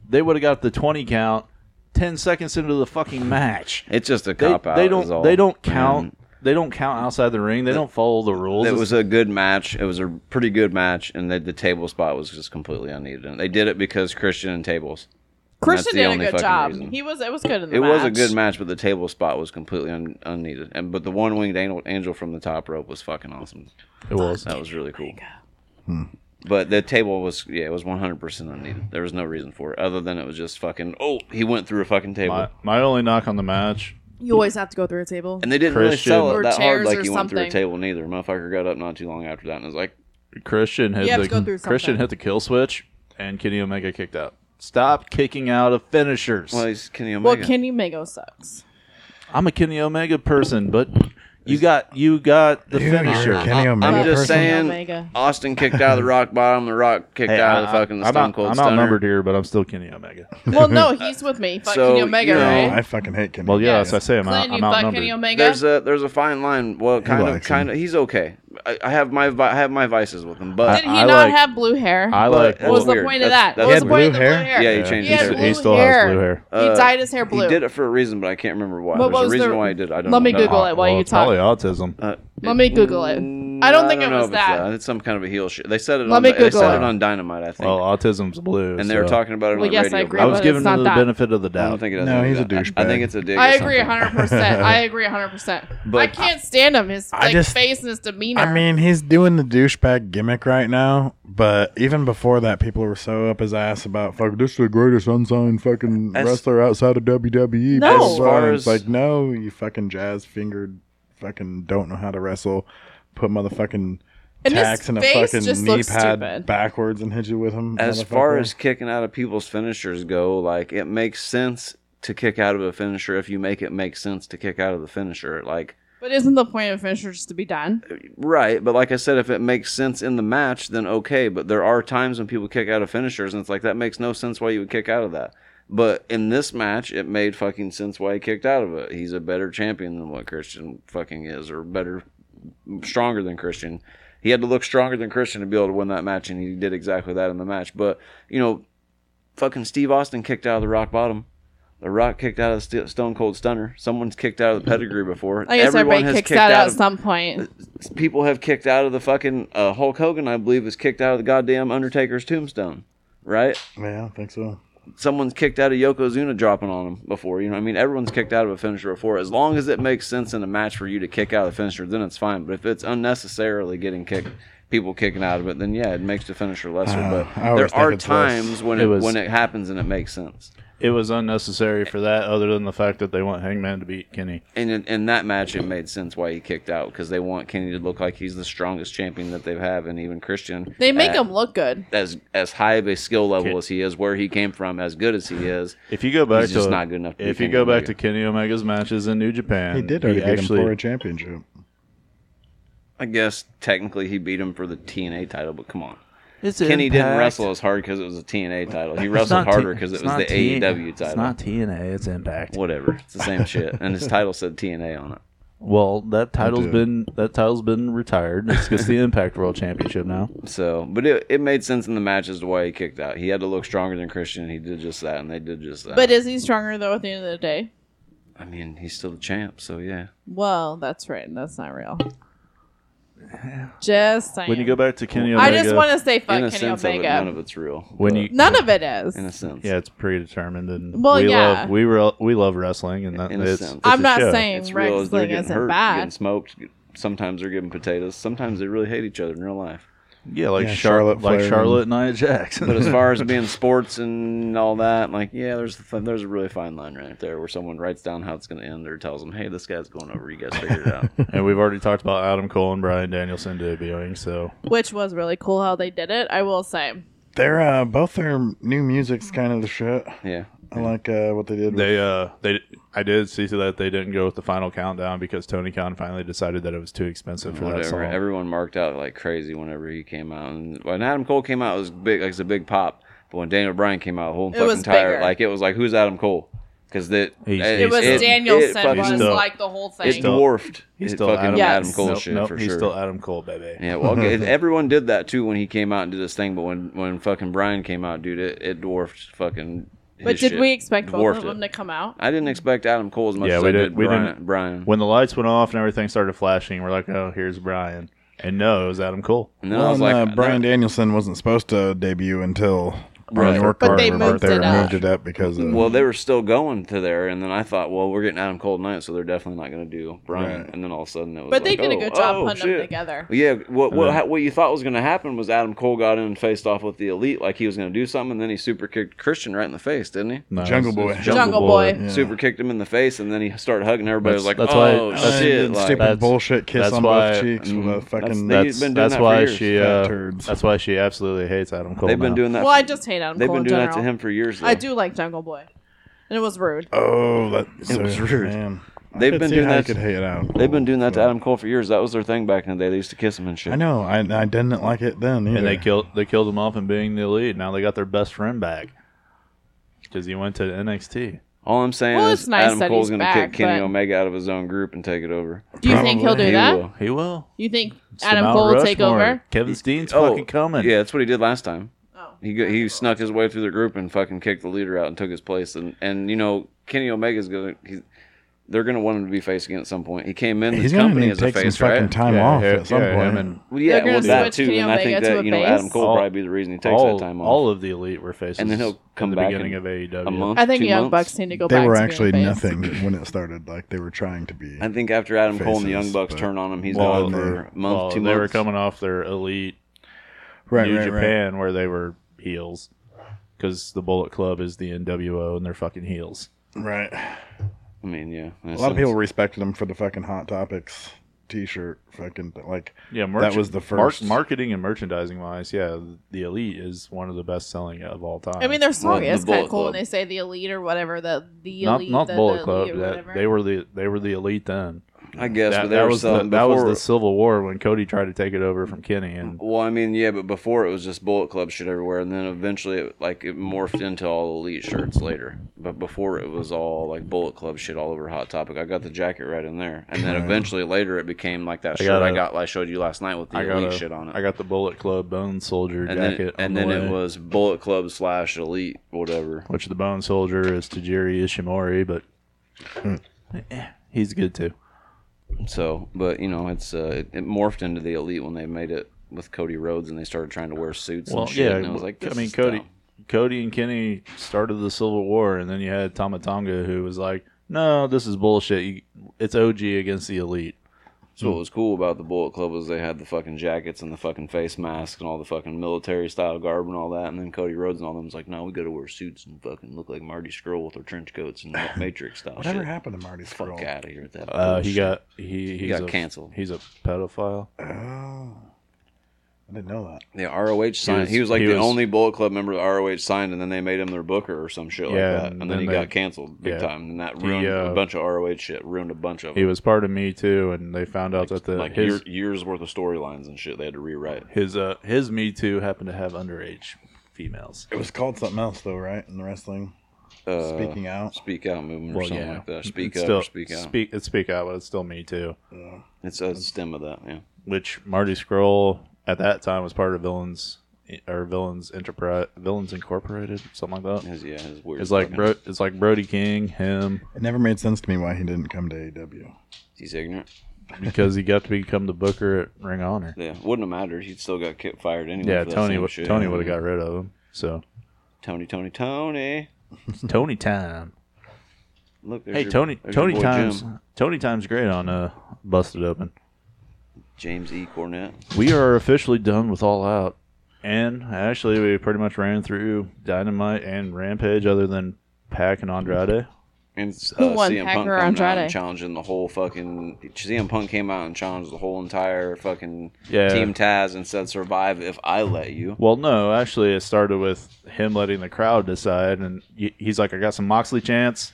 S3: they would have got the twenty count ten seconds into the fucking match.
S2: It's just a
S3: They,
S2: cop out.
S3: they
S2: is
S3: don't
S2: all. Mm-hmm.
S3: they don't count they don't count outside the ring. They don't follow the rules.
S2: It was a good match. It was a pretty good match, and the, the table spot was just completely unneeded. And they did it because Christian and tables.
S5: Christian
S2: the
S5: did a
S2: only
S5: good
S2: fucking
S5: job.
S2: reason.
S5: He was it was good in the
S2: It
S5: match.
S2: was a good match, but the table spot was completely un- unneeded. And but the one winged angel, angel from the top rope was fucking awesome.
S3: It was.
S2: That was really cool.
S3: Hmm.
S2: But the table was yeah, it was 100 percent unneeded. There was no reason for it other than it was just fucking oh he went through a fucking table.
S3: My, my only knock on the match.
S5: You always have to go through a table.
S2: And they didn't really
S3: Christian-
S2: sell it
S5: Or
S2: that hard
S5: chairs
S2: like
S5: or
S2: he went through a
S5: something.
S2: table neither. Motherfucker got up not too long after that and was like,
S3: Christian hit
S4: You have to go
S3: the
S4: through
S3: Christian
S4: something.
S3: hit the kill switch, and Kenny Omega kicked out. Stop kicking out of finishers.
S2: Well, he's Kenny Omega.
S4: Well, Kenny Mago sucks.
S3: I'm a Kenny Omega person, but you got you got the
S1: You- you're
S3: finisher.
S1: a Kenny
S2: I-
S1: Omega
S2: I'm just
S1: person?
S2: saying,
S4: Omega.
S2: Austin kicked out of the rock bottom. The rock kicked
S3: Hey,
S2: out
S3: I-
S2: of the fucking the
S3: I'm,
S2: Stone
S3: out-
S2: Cold
S3: I'm
S2: Stunner.
S3: outnumbered here, but I'm still Kenny Omega.
S4: Well, no, he's with me. Fuck
S2: So,
S4: Kenny Omega,
S2: you know,
S1: Oh,
S4: right?
S1: I fucking hate Kenny.
S3: Well, yeah,
S4: Yes.
S3: that's what I say. I'm, out,
S5: Glenn,
S3: I'm
S5: you fuck Kenny
S3: outnumbered.
S5: Omega.
S2: There's a there's a fine line. Well, kind of,
S1: likes him.
S2: kind of. He's okay. I, I have my vi- I have my vices with him, but
S4: Did he
S3: I
S4: not
S3: like-
S4: have blue hair?
S3: I
S2: But
S3: like.
S2: that's
S4: what was
S2: weird.
S4: the point of
S2: That's- that's
S4: that? what was the
S1: weird.
S4: point of the
S1: Blue
S4: blue hair?
S2: yeah, he changed
S4: He
S2: his
S4: had
S2: hair.
S3: he
S4: blue
S3: still
S4: hair.
S3: has blue hair.
S2: Uh,
S4: he dyed his hair blue.
S2: He did it for a reason, but I can't remember why.
S4: What
S2: There's
S4: was
S2: a
S4: the-
S2: reason why he did. it. I don't.
S4: Let me
S2: know.
S4: Google it while
S3: well,
S4: you
S3: it's
S4: talk.
S3: Oh, probably autism.
S2: Uh, Mm,
S4: Let me Google it. I don't think it
S2: know
S4: was
S2: if it's uh,
S4: that.
S2: It's some kind of a heel shit. They said it.
S4: Let
S2: on,
S4: me
S2: They
S4: Google
S2: said
S4: it.
S2: it on Dynamite, I think.
S3: Well, Oh,
S1: Oh,
S3: autism's blue.
S2: and they were
S3: so-
S2: talking about it on
S4: Well,
S2: the
S4: yes, I
S2: radio.
S4: agree
S3: I
S2: but
S4: with
S3: was
S4: it's
S3: giving
S4: not
S3: them the
S4: that.
S3: benefit of the
S2: I don't
S3: doubt.
S2: think it has
S1: No,
S2: anything
S1: he's
S2: to
S1: a
S2: do- I
S1: douchebag.
S2: think it's a dig. or
S4: I agree
S2: something.
S4: 100%. I agree 100%. I
S2: But-
S4: can't stand him. His like,
S1: just-
S4: face and his demeanor.
S1: I mean, he's doing the douchebag gimmick right now, but even before that, people were so up his ass about fuck. This is the greatest unsigned fucking
S2: As-
S1: wrestler outside of E." WWE. blah, blah,
S4: No.
S1: blah."
S2: As far
S1: And it's
S2: as-
S1: like no, you fucking jazz fingered, fucking don't know how to wrestle. Put motherfucking
S4: And his
S1: tacks and a
S4: face
S1: fucking
S4: just
S1: knee
S4: looks
S1: pad
S4: stupid.
S1: backwards and hit you with him.
S2: As far
S1: motherfucker.
S2: as kicking out of people's finishers go, like it makes sense to kick out of a finisher if you make it make sense to kick out of the finisher. Like
S4: but isn't the point of finisher just to be done?
S2: right, but like I said, if it makes sense in the match, then okay. But there are times when people kick out of finishers, and it's like that makes no sense why you would kick out of that. But in this match, it made fucking sense why he kicked out of it. He's a better champion than what Christian fucking is, or better, stronger than Christian. He had to look stronger than Christian to be able to win that match, and he did exactly that in the match. But you know, fucking Steve Austin kicked out of the rock bottom. The Rock kicked out of the St- Stone Cold Stunner. Someone's kicked out of the pedigree before.
S4: I guess everybody kicks that out at some point.
S2: people have kicked out of the fucking uh, Hulk Hogan. I believe is kicked out of the goddamn Undertaker's tombstone. Right?
S1: yeah, I think so.
S2: Someone's kicked out of Yokozuna dropping on him before. You know, what I mean, everyone's kicked out of a finisher before. As long as it makes sense in a match for you to kick out of the finisher, then it's fine. But if it's unnecessarily getting kicked, people kicking out of it, then yeah, it makes the finisher lesser.
S1: Uh,
S2: but
S1: I always
S2: there
S1: think
S2: are
S1: it's less.
S2: times when
S3: It
S2: it,
S3: was-
S2: when it happens and it makes sense.
S3: It was unnecessary for that, other than the fact that they want Hangman to beat Kenny.
S2: And in, in that match, it made sense why he kicked out because they want Kenny to look like he's the strongest champion that they've have, and even Christian.
S4: They make
S2: at-
S4: him look good.
S2: as as high of a skill level as he is, where he came from, as good as he is.
S3: If you go back
S2: He's
S3: to
S2: just not good enough to
S3: if
S2: be
S3: you
S2: Kenny
S3: go back
S2: Omega.
S3: to Kenny Omega's matches in New Japan,
S1: He did already beat
S3: actually,
S1: him for a championship.
S2: I guess technically he beat him for the TNA title, but come on,
S3: It's
S2: Kenny didn't
S3: Impact.
S2: wrestle as hard because it was a TNA title. He
S3: It's
S2: wrestled
S3: not
S2: harder
S3: T-
S2: because it
S3: it's
S2: was
S3: not
S2: the
S3: T-
S2: AEW title.
S3: It's not TNA. It's Impact.
S2: Whatever, it's the same shit. And his title said TNA on it.
S3: Well, that title's
S1: do.
S3: been that title's been retired. It's just the Impact World Championship now.
S2: So, but it, it made sense in the match as to why he kicked out. He had to look stronger than Christian. and He did just that, and they did just that.
S4: But is he stronger, though, at the end of the day?
S2: I mean, he's still the champ, so yeah.
S4: Well, that's right. and That's not real. Just saying.
S3: When you go back to Kenny Omega,
S4: I just want to say fuck
S2: in a
S4: Kenny
S2: sense of it,
S4: Omega.
S2: none of it's real.
S3: when
S2: but
S3: you
S4: None of it is.
S2: in a sense,
S3: yeah, it's predetermined and
S4: Well,
S3: we
S4: yeah.
S3: love we re- we love wrestling and that
S2: In a
S3: it's,
S2: sense.
S3: it's
S4: I'm
S3: a
S4: not
S3: show.
S4: saying
S2: it's real as they're
S4: wrestling
S2: getting
S4: isn't
S2: hurt, getting
S4: bad.
S2: smoked. Sometimes they're giving potatoes. Sometimes they really hate each other in real life.
S3: yeah like
S1: Yeah,
S3: Charlotte
S1: Charlotte
S3: like
S1: Flair
S3: Charlotte and Nia Jackson.
S2: But as far as being sports and all that, like yeah, there's a, there's a really fine line right there where someone writes down how it's going to end or tells them, hey, this guy's going over. You guys figure it out.
S3: and we've already talked about Adam Cole and Brian Danielson debuting, so
S4: Which was really cool how they did it, I will say.
S1: They're uh, both their new music's kind of the shit.
S2: Yeah,
S1: I like uh, what they did. with
S3: They uh they I did see that they didn't go with the final countdown because Tony Khan finally decided that it was too expensive for that
S2: whatever.
S3: song.
S2: Everyone marked out like crazy whenever he came out, and when Adam Cole came out, it was big. Like, it was a big pop. But when Daniel Bryan came out, the whole
S4: It
S2: fucking
S4: was
S2: entire
S4: bigger.
S2: like it was like who's Adam Cole? Because that
S3: He's-
S4: It was
S3: It-
S4: Danielson
S2: fucking-
S4: was
S3: still-
S4: like the whole
S2: it
S4: thing.
S2: dwarfed.
S3: he's
S2: it
S3: still
S2: fucking
S3: Adam,
S4: Yes.
S2: Adam Cole
S3: nope,
S2: shit
S3: nope,
S2: for
S3: he's
S2: sure.
S3: still Adam Cole, baby.
S2: Yeah, well, okay, everyone did that too when he came out and did his thing, but when when fucking Brian came out, dude, it, it dwarfed fucking. His
S4: but did
S2: shit.
S4: we expect both
S2: Dwarfed
S4: of them
S2: it.
S4: to come out?
S2: I didn't expect Adam Cole as much
S3: Yeah,
S2: as
S3: we
S2: I
S3: did-
S2: did,
S3: we
S2: Brian.
S3: didn't-
S2: Brian.
S3: Mm-hmm. When the lights went off and everything started flashing, we're like, oh, here's Brian, and no, it was Adam Cole.
S2: and then
S1: Well,
S2: I was
S1: and,
S2: like,
S1: uh, Brian
S2: that-
S1: Danielson wasn't supposed to debut until Our
S2: Right.
S1: New York
S4: But
S1: card
S4: they
S1: remember
S4: moved
S1: they
S4: it up.
S1: moved it up because of
S2: Well, they were still going to there, and then I thought, well, we're getting Adam Cole tonight, so they're definitely not going to do Brian.
S1: Right.
S2: And then all of a sudden, it was
S4: But they
S2: like,
S4: did a
S2: oh,
S4: good job
S2: oh,
S4: putting
S2: shit.
S4: them together.
S2: Yeah, what what
S3: Yeah.
S2: ha what you thought was going to happen was Adam Cole got in and faced off with the elite like he was going to do something, and then he super kicked Christian right in the face, didn't he?
S3: No,
S1: Jungle
S3: it's- it's
S1: Boy.
S4: Jungle Boy.
S1: Yeah.
S2: Super kicked him in the face, and then he started hugging everybody.
S3: That's-
S2: It was
S3: that's
S2: like,
S3: why-
S2: oh
S3: that's-
S2: shit!
S1: Uh, Stupid
S2: Like,
S3: that's-
S1: bullshit kiss
S3: that's
S1: on
S3: why-
S1: both cheeks with a
S2: Mhm.
S1: fucking.
S2: That's-
S3: That's,
S2: been doing
S3: that's
S2: that for
S3: why
S2: years,
S3: she.
S1: fat
S3: Uh,
S1: turds.
S3: that's why she absolutely hates Adam Cole.
S2: they've been
S3: now.
S2: doing that.
S4: Well, I
S2: for-
S4: just hate Adam
S2: they've
S4: Cole
S2: been
S4: in
S2: doing that
S4: general.
S2: to him for years. Though.
S4: I do like Jungle Boy, and it was rude.
S1: oh, that it
S2: was rude.
S1: Man. I
S2: They've
S1: could
S2: been
S1: see
S2: doing
S1: how you
S2: that-
S1: Could hate it out.
S2: They've been doing that to Adam Cole for years. That was their thing back in the day. They used to kiss him and shit.
S1: I know. I I didn't like it then either.
S3: and they killed they killed him off in being the elite. Now they got their best friend back because he went to NXT.
S2: All I'm saying
S4: Well,
S2: is
S4: it's nice
S2: Adam
S4: that
S2: Cole's
S4: he's
S2: going to
S4: back,
S2: kick Kenny
S4: but-
S2: Omega out of his own group and take it over.
S4: Do you think he'll do
S2: He
S4: that?
S2: will.
S3: He will.
S4: You think
S3: It's the
S4: Adam
S3: Mount
S4: Cole will take
S3: Rushmore.
S4: over?
S3: Kevin Steen's
S2: Oh,
S3: fucking coming.
S2: Yeah, that's what he did last time.
S4: Oh.
S2: He go- he snuck his way through the group and fucking kicked the leader out and took his place. And and you know Kenny Omega's gonna he's, they're gonna want him to be face again at some point. He came in
S1: He's
S2: this
S1: gonna
S2: company
S1: need to
S2: as a
S1: take some
S2: face,
S1: fucking
S2: right?
S1: time
S3: Yeah,
S1: off
S3: yeah,
S1: at some
S3: yeah,
S1: point.
S3: him and
S2: Well, yeah,
S4: They're gonna
S2: well, that
S4: switch
S2: too.
S4: Kenny
S2: and I think
S4: Omega to
S2: that
S4: a
S2: you know
S4: face?
S2: Adam Cole
S3: All-
S2: probably be the reason he takes
S3: all,
S2: that time off.
S3: all of the elite were faces,
S2: And then he'll come
S3: in the
S2: back
S3: beginning
S2: in
S3: of E AEW.
S2: a month.
S4: I think
S2: two months.
S4: Young Bucks need to go
S1: they
S4: back.
S1: were
S4: to being
S1: actually
S4: face.
S1: nothing when it started. Like they were trying to be.
S2: I think after Adam Cole and the Young
S1: Faces,
S2: Bucks
S1: but-
S2: turn on him, he's
S3: Well,
S2: gone for a month,
S3: Well,
S2: two
S3: they
S2: months.
S3: were coming off their elite
S1: right,
S3: New
S1: right, right.
S3: Japan where they were heels because the Bullet Club is the NWO and they're fucking heels.
S1: Right.
S2: I mean, yeah,
S1: A lot of people respected him for the fucking hot topics T-shirt. Fucking like
S3: Yeah, merch-
S1: that was the
S3: mar-
S1: first.
S3: marketing and merchandising wise. Yeah, the elite is one of the best selling of all time.
S4: I mean, their
S2: Well,
S4: song
S2: the
S4: is kind
S2: Bullet
S4: of cool
S2: Club.
S4: when they say the elite or whatever. The the
S3: not
S4: elite,
S3: not
S4: the,
S3: Bullet
S4: the
S3: Club.
S4: elite or
S3: That,
S4: whatever.
S3: they were the they were the elite then.
S2: I guess,
S3: that,
S2: but they
S3: that
S2: were
S3: was the,
S2: selling
S3: that was
S2: before-
S3: the Civil War when Cody tried to take it over from Kenny and
S2: Well, I mean, yeah, but before it was just Bullet Club shit everywhere, and then eventually, it, like, it morphed into all Elite shirts later. But before it was all like Bullet Club shit all over Hot Topic. I got the jacket right in there, and then eventually later it became like that shirt
S3: got
S2: I
S3: a-
S2: got, I showed you last night with the
S3: I got
S2: Elite
S3: a-
S2: shit on it.
S3: I got the Bullet Club Bone Soldier
S2: and then,
S3: jacket, on
S2: and
S3: the
S2: then
S3: way,
S2: it was Bullet Club slash Elite, whatever.
S3: which the Bone Soldier is Tajiri Ishimori, but
S2: Hmm.
S3: eh, he's good too.
S2: So, but you know, it's uh, it, it morphed into the Elite when they made it with Cody Rhodes, and they started trying to wear suits.
S3: Well,
S2: and shit,
S3: yeah,
S2: and it was like,
S3: I
S2: this
S3: mean,
S2: is
S3: Cody,
S2: dumb.
S3: Cody and Kenny started the Civil War, and then you had Tamatanga who was like, "No, this is bullshit. You, it's OG against the elite." Hmm.
S2: So what was cool about the Bullet Club was they had the fucking jackets and the fucking face masks and all the fucking military style garb and all that. And then Cody Rhodes and all them was like, no, we gotta wear suits and fucking look like Marty Skrull with our trench coats and that Matrix style
S1: Whatever
S2: Oh, shit.
S1: happened to Marty Scroll?
S2: Fuck out of here with that.
S3: Uh, he
S2: bullshit.
S3: got he he's
S2: Oh, got
S3: a,
S2: canceled.
S3: He's a pedophile.
S1: Oh, I didn't know that.
S2: the ROH signed. He was,
S3: was-
S2: like
S3: he
S2: the
S3: was-
S2: only Bullet Club member the ROH signed, and then they made him their booker or some shit
S3: Yeah,
S2: like that.
S3: and
S2: And then,
S3: then
S2: he
S3: they-
S2: got canceled big
S3: yeah.
S2: time, and that
S3: He,
S2: ruined
S3: uh,
S2: a bunch of ROH shit. Ruined a bunch of
S3: He
S2: them.
S3: was part of me too, and they found out that the
S2: like
S3: his
S2: year, years worth of storylines and shit they had to rewrite.
S3: his uh his Me Too happened to have underage females.
S1: It was called something else though, right? In the wrestling,
S2: Uh,
S1: speaking out.
S2: Speak out movement or
S3: Well,
S2: something
S3: yeah,
S2: like that. Speak
S3: It's
S2: up,
S3: still,
S2: or speak out.
S3: Speak it's speak out, but it's still Me Too.
S2: It's a stem of that, yeah.
S3: which Marty Scroll at that time was part of Villains or Villains Enterprise, Villains Incorporated, something like that.
S2: His, yeah, his weird.
S3: It's like
S2: fucking-
S3: Bro, it's like Brody King, him,
S1: It never made sense to me why he didn't come to E AEW.
S2: he's ignorant.
S3: because he got to become the Booker at Ring of Honor.
S2: Yeah, wouldn't have mattered. He still got kicked fired anyway.
S3: Yeah,
S2: for that
S3: Tony
S2: same
S3: would
S2: shit.
S3: Tony would have got rid of him. So
S2: Tony, Tony, Tony.
S3: it's Tony time.
S2: Look, Hmm. there's
S3: Hey
S2: your,
S3: Tony,
S2: there's your
S3: Tony
S2: boy
S3: times
S2: Jim.
S3: Tony times great on uh Busted Open.
S2: James E. Cornett.
S3: We are officially done with All Out, and actually we pretty much ran through Dynamite and Rampage, other than Pac and Andrade.
S2: And uh,
S4: Who won,
S2: CM
S4: Packer
S2: Punk
S4: or
S2: coming out and
S4: Andrade?
S2: challenging the whole fucking. CM Punk came out and challenged the whole entire fucking
S3: Yeah.
S2: team Taz and said, "Survive if I let you."
S3: Well, no, actually, it started with him letting the crowd decide, and y- he's like, "I got some Moxley chants."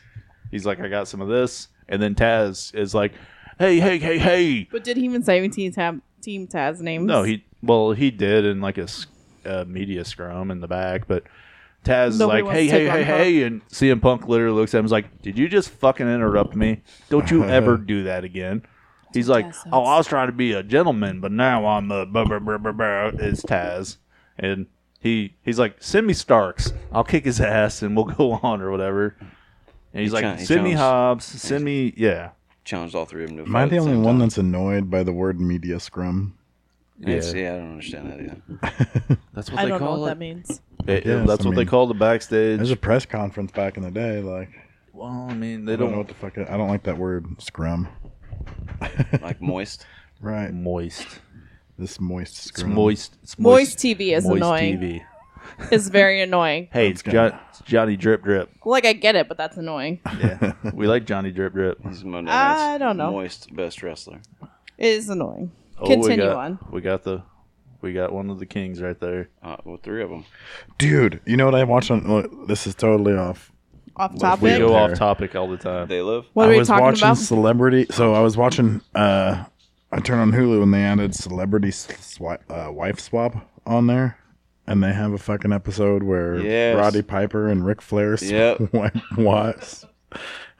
S3: He's like, "I got some of this," and then Taz is like, "Hey, hey, hey, hey!"
S4: But did he even say Team Taz, Team Taz names?
S3: No, he well, he did in like a s- uh, media scrum in the back, but Taz is
S4: Nobody
S3: like,
S4: wants
S3: "Hey,
S4: to take
S3: hey,
S4: on
S3: hey,
S4: Punk.
S3: hey!" and CM Punk literally looks at him, and is like, "Did you just fucking interrupt me? Don't you ever do that again." He's like,
S4: Taz sucks.
S3: "Oh, I was trying to be a gentleman, but now I'm a blah, blah, blah, blah, blah." It's Taz, and he he's like, "Send me Starks. I'll kick his ass, and we'll go on or whatever." And he's like,
S2: try- he
S3: "Send me
S2: challenged-
S3: Hobbs. Send me yeah."
S2: Challenged all three of them. To
S1: Am I
S2: fight
S1: the
S2: at
S1: only
S2: same
S1: one
S2: time.
S1: that's annoyed by the word media scrum?
S2: It's-
S3: Yeah.
S2: yeah, I don't understand that either. That's what
S4: I
S2: they
S4: don't know
S2: call
S4: what
S2: it.
S4: that means.
S3: It- it-
S1: Yes,
S3: that's
S1: I
S3: what they
S1: mean-
S3: call the backstage.
S1: There's a press conference back in the day. Like
S3: well, I mean, they
S1: I don't know
S3: don't
S1: what the fuck. It, I don't like that word scrum.
S2: Like moist.
S1: Right.
S3: moist.
S1: This moist
S3: Mm. It's
S1: scrum.
S3: moist. It's
S4: Moist TV is annoying.
S3: TV.
S4: It's very annoying.
S3: Hey, it's,
S1: That's good.
S3: Jo- it's Johnny Drip Drip.
S4: Like I get it, but that's annoying.
S3: Yeah, we like Johnny Drip Drip.
S2: He's Monday night's
S4: I don't know.
S2: Moist best wrestler.
S4: It is annoying.
S3: Oh, we
S4: Continue
S3: got,
S4: on.
S3: We got the, we got one of the kings right there.
S2: Uh, well, three of them.
S1: Dude, you know what I watched on? Look, this is totally off.
S4: Off
S3: We
S4: topic.
S3: go
S1: There.
S3: off topic all the time.
S2: They live.
S4: What
S1: I
S4: are we
S1: was
S4: talking
S1: watching
S4: about?
S1: Celebrity. So I was watching. uh I turned on Hulu and they added Celebrity swi- uh, Wife Swap on there, and they have a fucking episode where
S2: Yes.
S1: Roddy Piper and Ric Flair.
S2: Yep.
S1: What?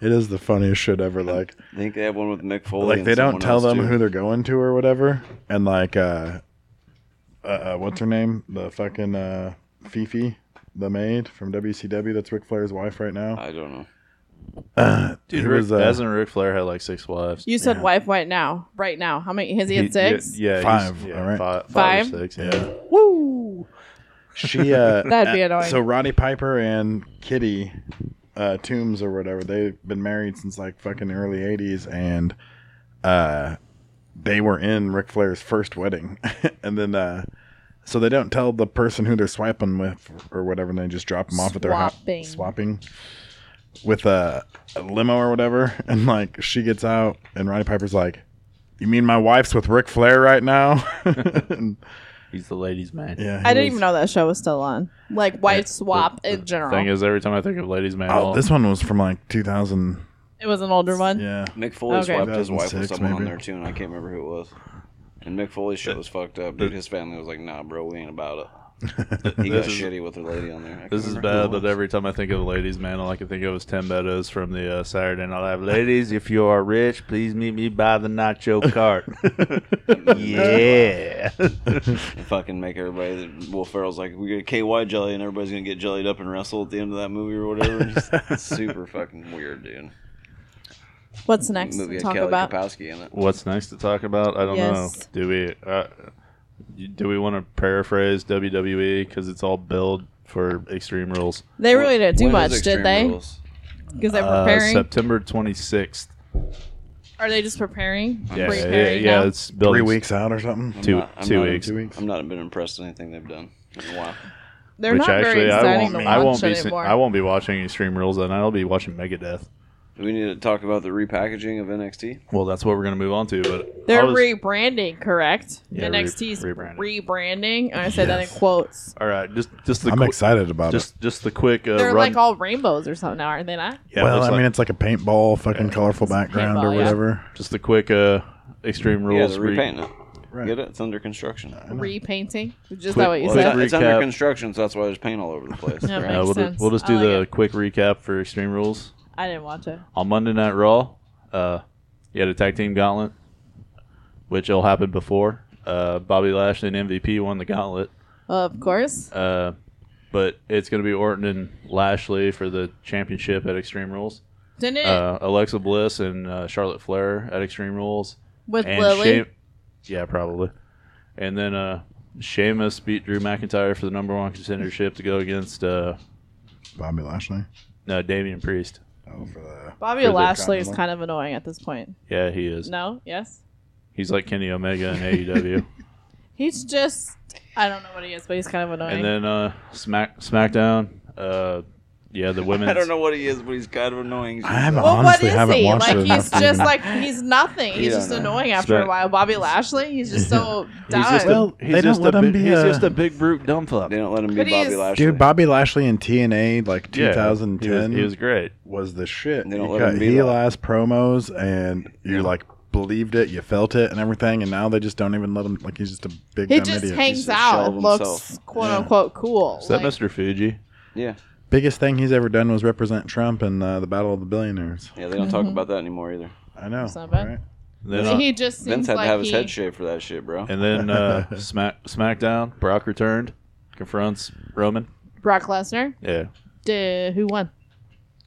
S1: It is the funniest shit ever. Like.
S2: I think they have one with Mick Foley.
S1: like
S2: and
S1: they don't
S2: someone
S1: tell
S2: else,
S1: them
S2: too.
S1: who they're going to or whatever and like uh uh, uh what's her name the fucking uh fifi the maid from wcw that's Ric flair's wife right now
S2: I don't know.
S3: Dude,
S1: He
S3: Rick,
S1: was, uh,
S3: hasn't Ric Flair had like six wives?
S4: You said wife right now. Right now. How many? Has he
S3: He-
S4: had six?
S3: Yeah, yeah,
S1: Five,
S3: he's- yeah,
S1: all right.
S3: five,
S4: Five?
S3: or six. Yeah,
S4: Woo!
S1: she uh
S4: That'd be annoying.
S1: so roddy piper and kitty uh tombs or whatever they've been married since like fucking early 80s and uh they were in Ric Flair's first wedding and then uh so they don't tell the person who they're swiping with or whatever and they just drop them off at their house
S4: Swapping.
S1: swapping with a, a limo or whatever and like she gets out and Roddy Piper's like you mean my wife's with Ric Flair right now And,
S3: he's the ladies' man.
S1: yeah he
S4: I didn't
S1: was-
S4: even know that show was still on. Like wife swap in
S3: Thing
S4: general.
S3: is, every time I think of ladies' man,
S1: oh this one was from like 2000
S4: It was an older one.
S1: yeah
S2: Mick Foley
S4: Okay.
S2: swiped his wife with
S1: 2006
S2: someone on
S1: maybe.
S2: there too, and I can't remember who it was. And Mick Foley's shit was fucked up, dude. His family was like, "Nah, bro, we ain't about it." He got
S3: This is-
S2: shitty with her lady on there. I can't
S3: This is
S2: remember who it
S3: bad, but
S2: was.
S3: every time I think of the ladies' man, all I can think of is Tim Meadows from the uh, Saturday Night Live. Ladies, if you are rich, please meet me by the nacho cart. yeah.
S2: and fucking make everybody. That Will Ferrell's like, "We get KY jelly, and everybody's gonna get jellied up and wrestle at the end of that movie or whatever." Just super fucking weird, dude.
S4: What's next
S2: movie
S4: to
S2: had
S4: talk
S2: Kelly
S4: about?
S2: Kapowski in it.
S3: What's next to talk about? I don't
S4: Yes.
S3: know. Do we uh, you- do we want to paraphrase WWE because it's all billed for Extreme Rules?
S4: They really didn't do
S2: When is
S4: much, did
S2: Extreme
S4: they?
S2: Rules?
S4: Because they're
S3: Uh,
S4: preparing.
S3: September twenty sixth.
S4: Are they just preparing?
S3: Yeah, yeah,
S4: preparing
S3: yeah,
S4: now?
S3: It's billed
S1: three weeks out or something
S3: Two
S2: not- I'm
S3: two
S2: not-
S3: weeks.
S1: two weeks
S2: I'm not been impressed with anything they've done in a while.
S4: They're
S3: Which
S4: not very
S3: actually, I
S4: exciting
S3: won't.
S4: to watch
S3: I won't be. se-
S4: anymore.
S3: I won't be watching Extreme Rules, and I'll be watching Megadeth.
S2: Do we need to talk about the repackaging of NXT?
S3: Well, that's what we're gonna move on to. But I
S4: They're
S3: was-
S4: rebranding, correct?
S3: Yeah, re-
S4: NXT's
S3: rebranding.
S4: rebranding. And I say that in quotes.
S3: all right. Just just the
S1: I'm
S3: qu-
S1: excited about it.
S3: just just the quick uh,
S4: They're
S3: run.
S4: like all rainbows or something now, aren't they not?
S3: yeah, it
S1: well,
S3: looks
S1: I
S3: like-
S1: mean, it's like a paintball, fucking colorful background or
S4: paintball, yeah.
S1: whatever.
S3: just the quick uh, Extreme
S2: Yeah,
S3: Rules.
S2: they're
S3: re-
S2: repainting it.
S1: Right.
S2: Get it? It's under construction.
S4: Repainting. Just
S3: Quick-
S4: that what you
S2: Well,
S3: quick
S4: said?
S2: it's, it's under
S3: recap.
S2: construction, so that's why there's paint all over the place.
S4: Yeah,
S2: right?
S4: makes
S3: uh, we'll, do,
S4: sense.
S3: we'll just
S4: I
S3: do
S4: like
S3: the
S4: it.
S3: quick recap for Extreme Rules.
S4: I didn't watch it.
S3: on Monday Night Raw, uh, you had a tag team gauntlet, which all happened before. Uh, Bobby Lashley and MVP won the gauntlet,
S4: Of course.
S3: uh, but it's going to be Orton and Lashley for the championship at Extreme Rules.
S4: Didn't it
S3: Uh, Alexa Bliss and uh, Charlotte Flair at Extreme Rules,
S4: with
S3: and
S4: Lily?
S3: Shea- yeah, probably. And then uh, Sheamus beat Drew McIntyre for the number one contendership to go against uh,
S1: Bobby Lashley.
S3: no Damian Priest.
S1: Oh, for the
S4: Bobby
S3: for the
S4: Lashley is
S1: Continental.
S4: kind of annoying at this point.
S3: Yeah, he is.
S4: No? Yes?
S3: He's like Kenny Omega in E AEW.
S4: He's just, I don't know what he is, but he's kind of annoying.
S3: And then uh, Smack SmackDown, uh, yeah, the women's.
S2: I don't know what he is, but he's kind of annoying.
S1: I haven't
S4: well, what
S1: honestly
S4: is
S1: haven't
S4: he?
S1: watched
S4: Like,
S1: it.
S4: he's
S1: enough to
S4: just
S1: even-
S4: like, he's nothing. He's
S2: Yeah,
S4: just
S2: no.
S4: annoying after
S3: Smack-
S4: a while. Bobby Lashley, he's just so
S3: He's
S4: done.
S3: just,
S1: Well,
S3: a,
S1: they
S3: he's,
S1: don't
S3: just a
S1: let him
S3: big,
S1: be uh,
S3: he's
S1: a-
S3: just a big brute dumb fuck.
S2: They
S3: Yeah,
S2: don't let him be
S4: But he
S2: Bobby
S4: is-
S2: Lashley.
S1: dude. Bobby Lashley in TNA like
S3: he was-
S1: 2010
S3: He was, great.
S1: was the shit.
S2: They don't
S1: you
S2: let
S1: got
S2: him be
S1: heel
S2: that.
S1: ass promos, and you like believed it, you felt it, and everything. And now they just don't even let him. Like he's just a big
S4: He
S1: dumb
S4: just
S1: idiot.
S4: hangs
S2: just a shell
S4: out
S2: of
S4: and looks
S2: himself.
S4: quote unquote cool.
S3: Is that
S4: Like,
S3: Mr. Fuji?
S2: Yeah,
S1: Biggest thing he's ever done was represent Trump in uh, the Battle of the Billionaires.
S2: yeah. They don't
S4: Mm-hmm.
S2: talk about that anymore either.
S1: I know.
S4: That's not bad.
S1: right?
S3: Then, uh,
S4: he just seems
S2: Vince had
S4: like
S2: to have his
S4: he,
S2: head shaved for that shit, bro.
S3: and then uh, Smack SmackDown, Brock returned, confronts Roman.
S4: Brock Lesnar.
S3: Yeah,
S4: Duh, who won?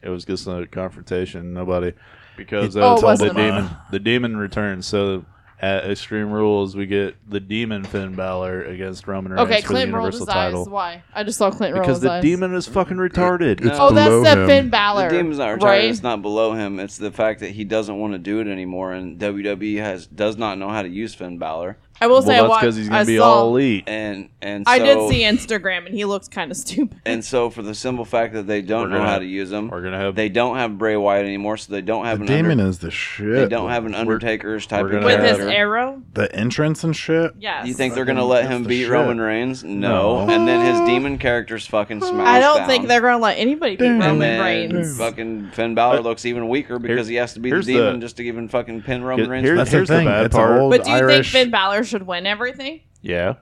S3: it was just a confrontation. Nobody, because
S1: He-
S3: uh,
S4: Oh,
S3: it's all the
S4: wasn't it?
S3: demon. The demon returns, so At Extreme Rules, we get the Demon Finn Balor against Roman Reigns
S5: Okay,
S3: for
S5: Clint
S3: the
S5: rolled his
S3: Universal title.
S5: eyes. Why? I just saw Clint roll
S3: Because
S5: his
S3: the
S5: eyes.
S3: demon is fucking retarded.
S1: It's
S5: Oh, that's
S1: below
S5: the
S1: him.
S5: Finn Balor.
S2: The demon's not retired.
S5: Right?
S2: It's not below him. It's the fact that he doesn't want to do it anymore, and WWE has does not know how to use Finn Balor.
S4: I will
S3: well,
S4: say I
S3: that's
S4: watched.
S3: because he's gonna
S4: I
S3: be
S4: saw,
S3: all elite.
S2: And and so,
S4: I did see Instagram, and he looked kind of stupid.
S2: And so for the simple fact that they don't know
S3: We're gonna-
S2: how to use him,
S3: We're gonna have
S2: they don't have Bray Wyatt anymore, so they don't have
S1: The
S2: an
S1: demon
S2: under,
S1: is the shit.
S2: they don't have an Undertaker's type
S3: we're
S2: of
S3: gonna
S4: With
S3: Yeah.
S4: his
S2: character.
S4: arrow,
S1: the entrance and shit.
S4: yes.
S2: You think they're
S1: Fucking-
S2: gonna let
S1: that's
S2: him
S1: the
S2: beat
S1: shit.
S2: Roman Reigns? No.
S1: No.
S2: And then his demon character's fucking smashed.
S4: I don't
S2: down.
S4: think they're gonna let anybody beat
S1: Dude.
S2: And
S4: Roman
S2: then
S4: Reigns.
S2: fucking Finn Balor looks even weaker because he has to be the
S3: here's the-
S2: demon just to even fucking pin Roman
S3: Here-
S2: Reigns.
S3: here's-
S1: That's the thing.
S3: the bad
S1: it's an
S3: part.
S1: old
S4: But do you
S1: Irish.
S4: think Finn Balor should win everything?
S3: yeah,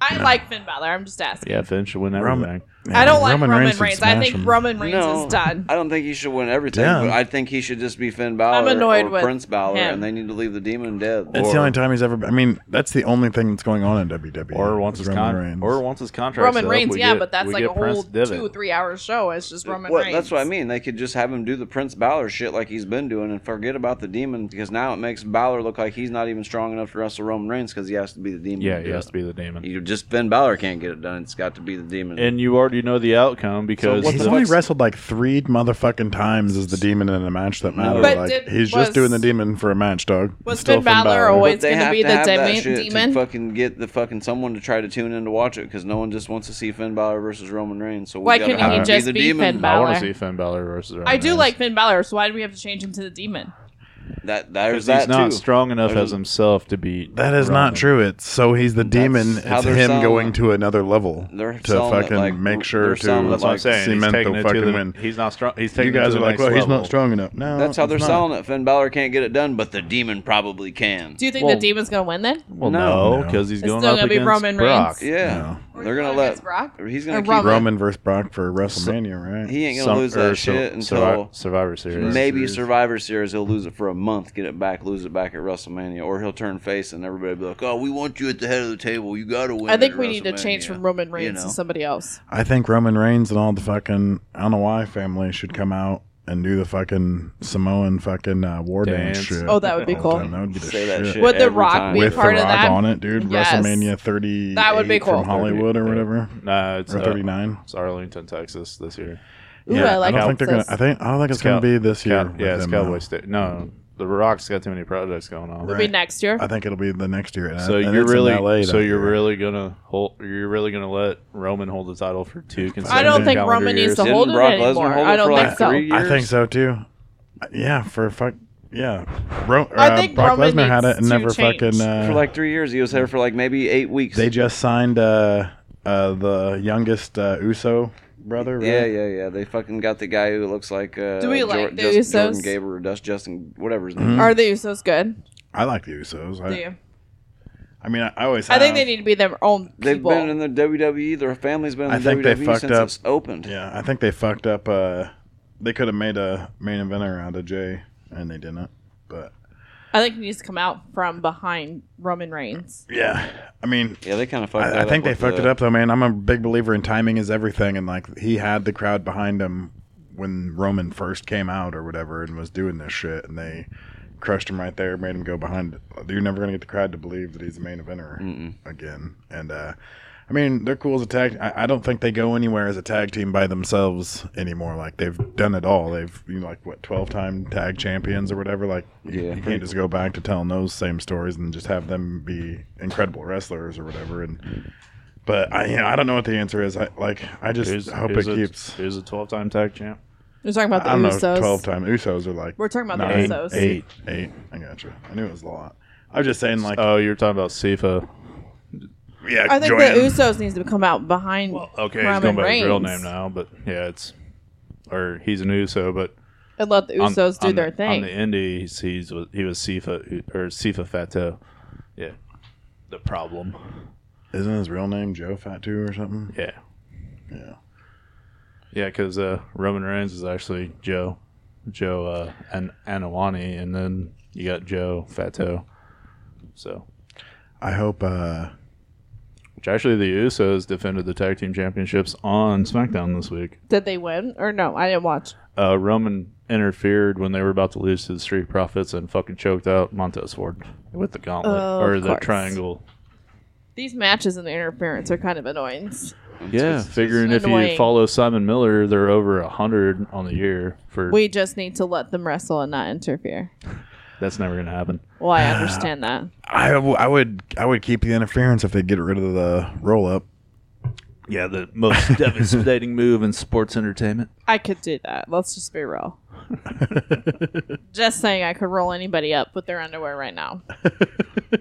S4: I like Finn Balor. I'm just asking.
S3: yeah. Finn should win
S1: Roman-
S3: everything.
S4: I don't like
S1: Roman
S4: Roman
S1: Reigns
S4: Reigns.
S1: would
S4: I
S1: smash
S4: think
S1: him.
S4: Roman Reigns
S2: No,
S4: is done.
S2: I don't think he should win everything,
S1: Yeah.
S2: but I think he should just be Finn Balor
S4: I'm annoyed
S2: or
S4: with
S2: Prince Balor,
S4: him.
S2: and they need to leave the demon dead.
S1: It's
S2: Or-
S1: the only time he's ever. I mean, that's the only thing that's going on in WWE.
S3: Or
S1: is
S3: once his
S1: Roman
S3: con-
S1: Reigns.
S3: or once his contract.
S4: Roman
S3: up,
S4: Reigns,
S3: we
S4: yeah,
S3: get-
S4: but that's
S3: we
S4: like
S3: get
S4: a
S3: Prince
S4: whole
S3: Divitt.
S4: two, three hour show. It's just Roman
S2: Well,
S4: Reigns.
S2: that's what I mean. They could just have him do the Prince Balor shit like he's been doing, and forget about the demon because now it makes Balor look like he's not even strong enough to wrestle Roman Reigns because he has to be the demon.
S3: Yeah,
S2: to
S3: he
S2: do
S3: has
S2: it.
S3: to be the demon.
S2: You just Finn Balor can't get it done. It's got to be the demon.
S3: and you already know the outcome because
S2: what
S1: He's
S2: the
S1: only
S2: fuck's-
S1: wrestled like three motherfucking times as the demon in a match that mattered.
S2: But
S1: like,
S4: did-
S1: he's
S4: was-
S1: just doing the demon for a match, dog.
S4: was
S1: It's still
S4: Finn Balor
S2: But
S4: always- it's
S2: they
S4: gonna
S2: have
S4: be
S2: to
S4: the
S2: have that
S4: demi-
S2: shit to
S4: demon?
S2: fucking get the fucking someone to try to tune in to watch it because no one just wants to see Finn Balor versus Roman Reigns. So we
S4: Why
S2: gotta
S4: couldn't
S2: have
S4: he
S2: him
S4: just
S2: the
S4: be
S2: demon.
S4: Finn
S3: I want
S4: Balor.
S3: to see Finn Balor versus. Roman
S4: I do
S3: Reigns.
S4: like Finn Balor, so why do we have to change him to the demon?
S2: That there's
S3: Because
S2: that
S3: he's not
S2: too.
S3: strong enough
S2: There's-
S3: as himself to beat.
S1: That is
S3: Roman.
S1: not true. It's so he's the demon.
S2: how
S1: It's
S2: they're
S1: him
S2: selling
S1: going
S2: it.
S1: to another level
S2: They're
S1: to
S2: selling it
S1: fucking
S2: like-
S1: make
S2: they're
S1: sure to
S2: selling it
S3: That's what I'm
S1: like,
S3: saying. He's
S1: cement
S3: taking
S1: the
S3: it to
S1: fucking
S3: the,
S1: win.
S3: He's not strong. He's taking
S1: You guys
S3: it to
S1: are
S3: the
S1: like,
S3: next
S1: well, he's
S3: level."
S1: not strong enough. No,
S2: That's how they're
S1: he's not.
S2: selling it. Finn Balor can't get it done, but the demon probably can.
S4: Do you think
S3: Well-
S4: the demon's gonna win then?
S3: Well,
S1: No.
S3: no, because he's
S4: It's
S3: going
S4: still
S3: up
S4: gonna be
S3: against
S4: Roman
S3: Brock.
S4: Reigns.
S2: Yeah,
S4: No.
S2: they're gonna
S4: Or
S2: let
S4: Brock?
S2: He's
S4: Or
S2: gonna keep.
S4: Roman.
S1: Roman versus Brock for WrestleMania, right?
S2: He ain't gonna
S3: Some-
S2: lose
S3: or
S2: that
S3: Sur-
S2: shit
S3: Survi-
S2: until
S3: Survivor Series.
S2: maybe Survivor Series. He'll lose it for a month, get it back, lose it back at WrestleMania, or he'll turn face and everybody will be like, "Oh, we want you at the head of the table. You gotta win."
S4: I think
S2: at
S4: we need to change
S2: WrestleMania."
S4: from Roman Reigns
S2: know.
S4: to somebody else.
S1: I think Roman Reigns and all the fucking I don't know why family should come out and do the fucking Samoan fucking uh, war dance,
S3: Dance.
S1: shit.
S4: Oh, that would be
S1: All the
S4: cool.
S1: time. That would be the
S2: Say that
S1: shit.
S2: shit.
S4: Would The
S2: every
S4: Rock
S2: time.
S4: be
S1: With
S4: part
S1: The
S4: of
S1: Rock
S4: that?
S1: on it, dude.
S4: Yes.
S1: WrestleMania 30.
S4: That would be cool.
S1: From Hollywood or
S3: 30,
S1: whatever,
S3: Nah, it's
S1: or
S3: uh,
S1: 39.
S3: It's Arlington, Texas this year.
S4: Ooh, I like
S1: don't think they're gonna.
S4: Texas.
S1: I think I don't think it's
S3: Scout-
S1: gonna be this year.
S3: Cow-
S1: with
S3: yeah, it's
S1: them, though.
S3: Cowboy State. No, the Rock's got too many projects going on.
S4: It'll
S1: Right.
S4: be next year.
S1: I think it'll be the next year. and-
S3: So
S1: and
S3: you're
S1: it's in
S3: really,
S1: LA
S3: so
S1: that
S3: you're
S1: year.
S3: really gonna hold, you're really gonna let Roman hold the title for two consecutive.
S4: I don't think
S3: calendar
S4: Roman needs
S3: years?
S4: to
S2: Didn't
S4: hold
S2: Brock
S4: it
S2: Lesnar
S4: anymore.
S2: hold it
S4: I
S2: for
S4: don't
S2: like
S4: think so.
S2: three years?
S1: I think so too. Yeah, for fuck. Yeah, Ro-
S4: I
S1: uh,
S4: think
S1: Brock
S4: Roman
S1: Lesnar had it
S4: needs
S1: and
S4: to
S1: never
S4: change.
S1: fucking. Uh,
S2: for like three years. He was there for like maybe eight weeks.
S1: They just signed uh, uh, the youngest uh, Uso brother. Right?
S2: yeah, yeah, yeah. They fucking got the guy who looks like uh,
S4: Do we like the
S2: just, Jordan
S4: Usos?
S2: Gaber or Dust Justin, whatever his
S1: Mm-hmm.
S2: name. is.
S4: Are the Usos good?
S1: I like the Usos.
S4: Do
S1: I,
S4: you?
S1: I mean, I, I always.
S4: I think they
S1: have.
S4: need to be their own
S2: They've
S4: people.
S2: been in the WWE. Their family's been in
S1: I
S2: the
S1: think they
S2: WWE
S1: fucked
S2: since
S1: up.
S2: it's opened.
S1: Yeah, I think they fucked up. Uh, they could have made a main eventer out of Jay, and they didn't. But
S4: I think he needs to come out from behind Roman Reigns.
S1: yeah, I mean,
S2: Yeah, they kind of fucked.
S1: I, I
S2: that
S1: think
S2: up
S1: they
S2: with
S1: fucked
S2: the-
S1: it up though, man. I'm a big believer in timing is everything, and like he had the crowd behind him when Roman first came out or whatever, and was doing this shit, and they crushed him right there, made him go behind. You're never gonna get the crowd to believe that he's the main eventer again, and uh. I mean, they're cool as a tag. I, I don't think they go anywhere as a tag team by themselves anymore. Like they've done it all. They've you know, like what twelve time tag champions or whatever. Like you-
S2: Yeah.
S1: you can't just go back to telling those same stories and just have them be incredible wrestlers or whatever. And but I you know, I don't know what the answer is. I like I just
S3: Who's-
S1: hope it
S3: who's a-
S1: keeps.
S3: Who's a 12-time tag champ?
S4: We're talking about the
S1: I don't
S4: Usos.
S1: know. Twelve time Usos are like
S4: We're talking about the
S1: nine,
S4: Usos.
S1: Eight, eight. I got you. I knew it was a lot. I was just saying like
S3: Oh, you're talking about Sifa.
S1: yeah.
S4: I think
S1: join
S4: the
S1: in.
S4: Usos needs to come out behind
S3: Okay, he's
S4: Roman
S3: going by his
S4: Reigns
S3: real name now, but yeah, it's or he's an Uso, but
S4: and let the
S3: on-
S4: Usos do
S3: on
S4: their
S3: the,
S4: thing.
S3: On the Indies, he's he was Sifa or Sifa Fato. Yeah, the problem.
S1: Isn't his real name Joe Fatu or something?
S3: Yeah,
S1: Yeah.
S3: yeah, because uh, Roman Reigns is actually Joe, Joe uh, and Anawani, and then you got Joe Fato. So,
S1: I hope. uh
S3: which actually the Usos defended the tag team championships on SmackDown this week.
S4: Did they win or no? I didn't watch.
S3: Uh, Roman interfered when they were about to lose to the Street Profits and fucking choked out Montez Ford with the gauntlet
S5: Oh,
S3: or
S5: of
S3: the
S5: course.
S3: triangle.
S5: These matches and the interference are kind of annoying.
S3: Yeah, figuring if you
S5: annoying.
S3: follow Simon Miller, they're over a hundred on the year for.
S5: We just need to let them wrestle and not interfere.
S3: That's never gonna happen.
S5: Well, I understand that.
S1: I, w- I would I would keep the interference if they get rid of the roll up.
S3: Yeah, the most devastating move in sports entertainment.
S5: I could do that. Let's just be real. just saying, I could roll anybody up with their underwear right now.